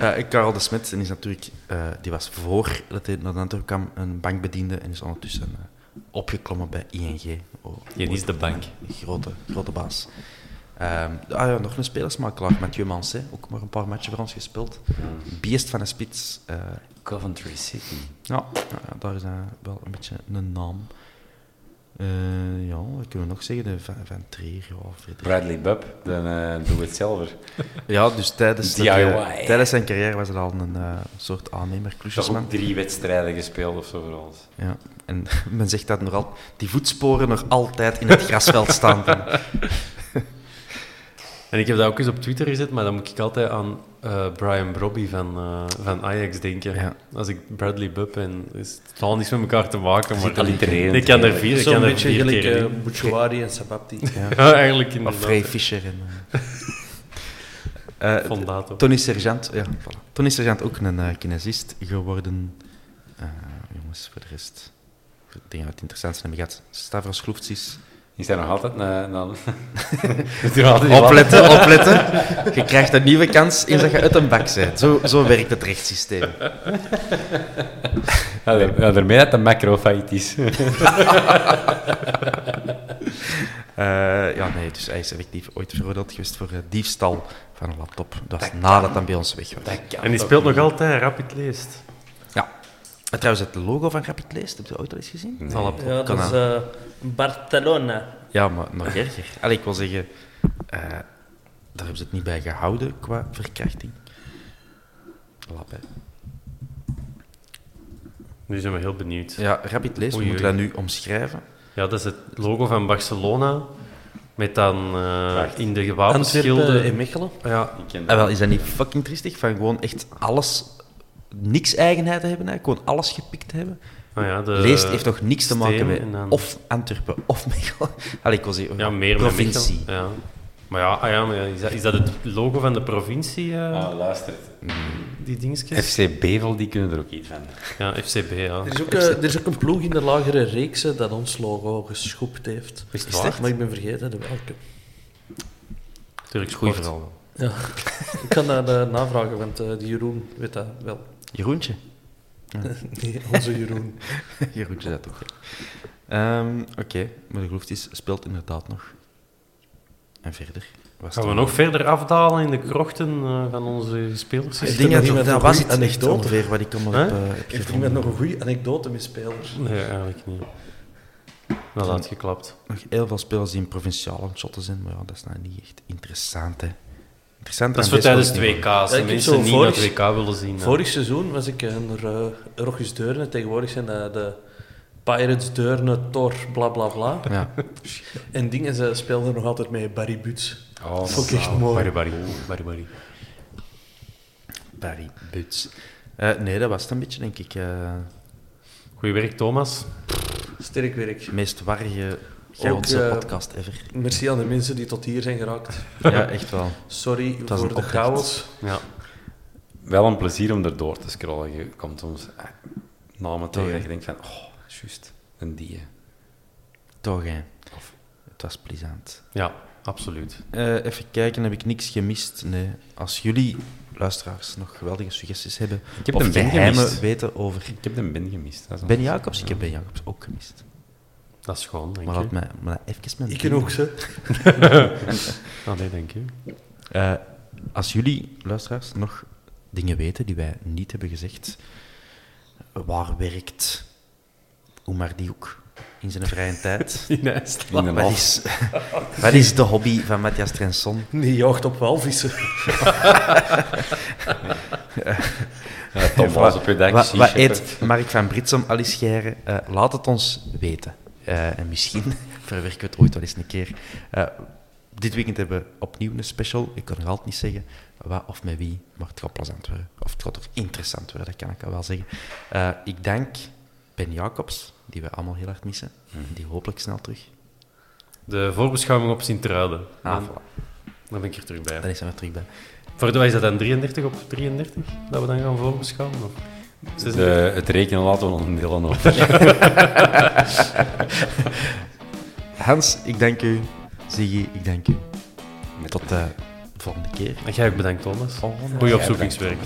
Ja, ik- Karel de Smet en is natuurlijk, eh, die was voor dat hij naar Antwerpen kwam een bankbediende en is ondertussen eh, opgeklommen bij ING. Oh, Die is de bank. grote, grote baas. Ehm, ah ja, nog een spelersmakelaar, Mathieu Mancet, ook maar een paar matchen voor ons gespeeld. Mm. Beest van een spits. eh, Coventry City. ja, ja, ja, daar is hij wel een beetje een naam. Eh, ja, wat kunnen we nog zeggen? De Van, van Trier, ja, Frederik. Bradley Bub, dan eh doe het zelf. Ja, dus tijdens, dat, eh, DIY. tijdens zijn carrière was het al een eh, soort aannemer, Dat is klusjesman. ook drie wedstrijden gespeeld of zo voor ons. Ja, en [laughs] men zegt dat nog al, die voetsporen nog altijd in het grasveld staan. En ik heb dat ook eens op Twitter gezet, maar dan moet ik altijd aan eh, Brian Brobby van, eh, van Ajax denken. Ja. Als ik Bradley Bubb en... Het is totaal niets met elkaar te maken, maar... allitererend Ik kan er eigenlijk. vier, ik Zo'n kan er beetje vier gelijk keer eh in. Bouchouari en Sabapti. Ja, [laughs] eigenlijk Of inderdaad. Frey Fischer en... eh, eh, Fondato. Tony Sergeant, ja, voilà. Tony Sergeant ook een eh, kinesist geworden. Eh, jongens, voor de rest... Ik denk dat het interessantste hebben gehad. Stavros Kloeftis. Is daar nog altijd eh, een... [laughs] een... Opletten, opletten. [laughs] Je krijgt een nieuwe kans in dat je uit een bak bent. Zo, zo werkt het rechtssysteem. Ja, daar- ja, daarmee dat de macro failliet is. Eh, ja, nee, dus hij is effectief ooit veroordeeld geweest voor eh, diefstal van een laptop. Dat is nadat hij bij ons weg was. En die speelt nog altijd Rapid Leest. Ja. En trouwens, het logo van Rapid Leest, heb je dat ooit al eens gezien? Zal op- Ja, dat Kan is eh, Barcelona. Ja, maar nog erger. Allee, ik wil zeggen, eh, daar hebben ze het niet bij gehouden qua verkrachting. Lap, hè. Nu zijn we heel benieuwd. Ja. Ja, Rapid Leest, we Oei, moeten oei. dat nu omschrijven. dat is het logo van Barcelona. Met dan eh, in de Antwerpen en wapenschilden... Mechelen. Ja, En Ah, wel, is dat niet fucking triestig? Van gewoon echt alles, niks eigenheid te hebben, hè? gewoon alles gepikt te hebben. nou ja, de eh, Leest heeft toch niks te maken steen met en dan- of Antwerpen of Mechelen. [laughs] Allee, ik wil zeggen, Ja, meer met provincie. Mechelen. Ja. Maar ja, ah ja maar ja, is, dat, is dat het logo van de provincie, eh, Ah, luister. die dingetjes? FC Bevel, die kunnen er ook iets van. ja, FCB, ja. Er is, ook, eh, er is ook een ploeg in de lagere reeksen dat ons logo geschoept heeft. Is het waar? Maar ik ben vergeten de welke. Turks Goeie sport. verhaal. Ja. ik kan daar eh, navragen, want eh, die Jeroen weet dat wel. Jeroentje. [laughs] [laughs] Nee, onze Jeroen. Jeroentje dat ook. Ehm, Oké, maar de Groeftis speelt inderdaad nog. En verder. Was Gaan er we nog verder afdalen in de krochten eh, van onze Ik spelers? Heeft er denk dat, nog iemand dat een was goeie het echt anekdote? ongeveer wat ik allemaal Huh? heb, eh, heb Heeft gevonden. iemand nog een goede anekdote met spelers? Nee, eigenlijk niet. Dat is uitgeklapt. Nog heel veel spelers die in provinciaal aan het shotten zijn, maar ja, dat is nou niet echt interessant, hè. Interessant Dat is aan voor deze tijdens het was het WK. Als de ik heb mensen zo'n niet naar vorig- het WK willen zien. eh. Vorig seizoen was ik een uh, Rogges Deurne. Tegenwoordig zijn dat de Pirates Deurne, Tor, bla bla bla. niet. Ja. En dingen, ze speelden nog altijd mee Barry Butts. Oh, Vond ik echt mooi. Barry, Barry. Barry, Barry. [laughs] Barry Butts. Eh, nee, dat was het een beetje, denk ik. eh, Goeie werk, Thomas. Sterk werk. de meest warrige Ook, Gelderse eh, podcast [laughs] ever. Merci aan de mensen die tot hier zijn geraakt. Ja, echt wel. Sorry was voor een de oprecht. chaos. Ja. Wel een plezier om erdoor te scrollen. Je komt soms eh, namen tegen en je denkt van... Oh, juist. Een die. hè. Toch, hè. Het was plezant. ja, absoluut. Eh, even kijken, heb ik niks gemist? Nee. Als jullie, luisteraars, nog geweldige suggesties hebben Ik heb of een Ben geheimen gemist. weten over Ik heb de Ben gemist. dat is Ben een- Jacobs, ik heb Ben Jacobs ook gemist. Dat is gewoon, denk Maar je. laat mij, maar laat even mijn Ik en ook ze. Ah, nee, denk je. Eh, als jullie, luisteraars, nog dingen weten die wij niet hebben gezegd, waar werkt Oemar Diouk in zijn vrije tijd? In IJsland. In de Wat nacht. is, [laughs] wat is de hobby van Matthias Trenson? Die jaagt op walvissen. Ja, [laughs] Tom was op je dak. Wat, wat Seashepard. eet Mark van Britsum al eens scheren? Eh, laat het ons weten. Eh, en misschien [laughs] verwerken we het ooit wel eens een keer. Eh, dit weekend hebben we opnieuw een special. Ik kan nog altijd niet zeggen wat of met wie, maar het gaat plezant worden. Of het gaat toch interessant worden, dat kan ik al wel zeggen. Eh, ik dank Ben Jacobs, die we allemaal heel hard missen. Mhm. Die hopelijk snel terug. De voorbeschouwing op Sint-Truiden. Ah, dan, voilà. dan ben ik er terug bij. Dan is hij weer terug bij. Voor de, wat is dat dan 33 op 33? Dat we dan gaan voorbeschouwen? Of? De, 36? het rekenen laten we nog een deel aan over. Hans, ik dank u. Ziggy, ik dank u. Tot eh, de volgende keer. En jij ook bedankt, Thomas. Oh. Goeie opzoekingswerk.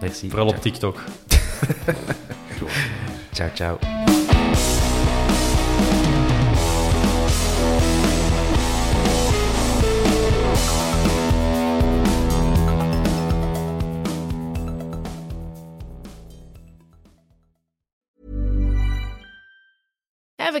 Merci. Vooral op Ciao. TikTok. Ciao, ciao. Ever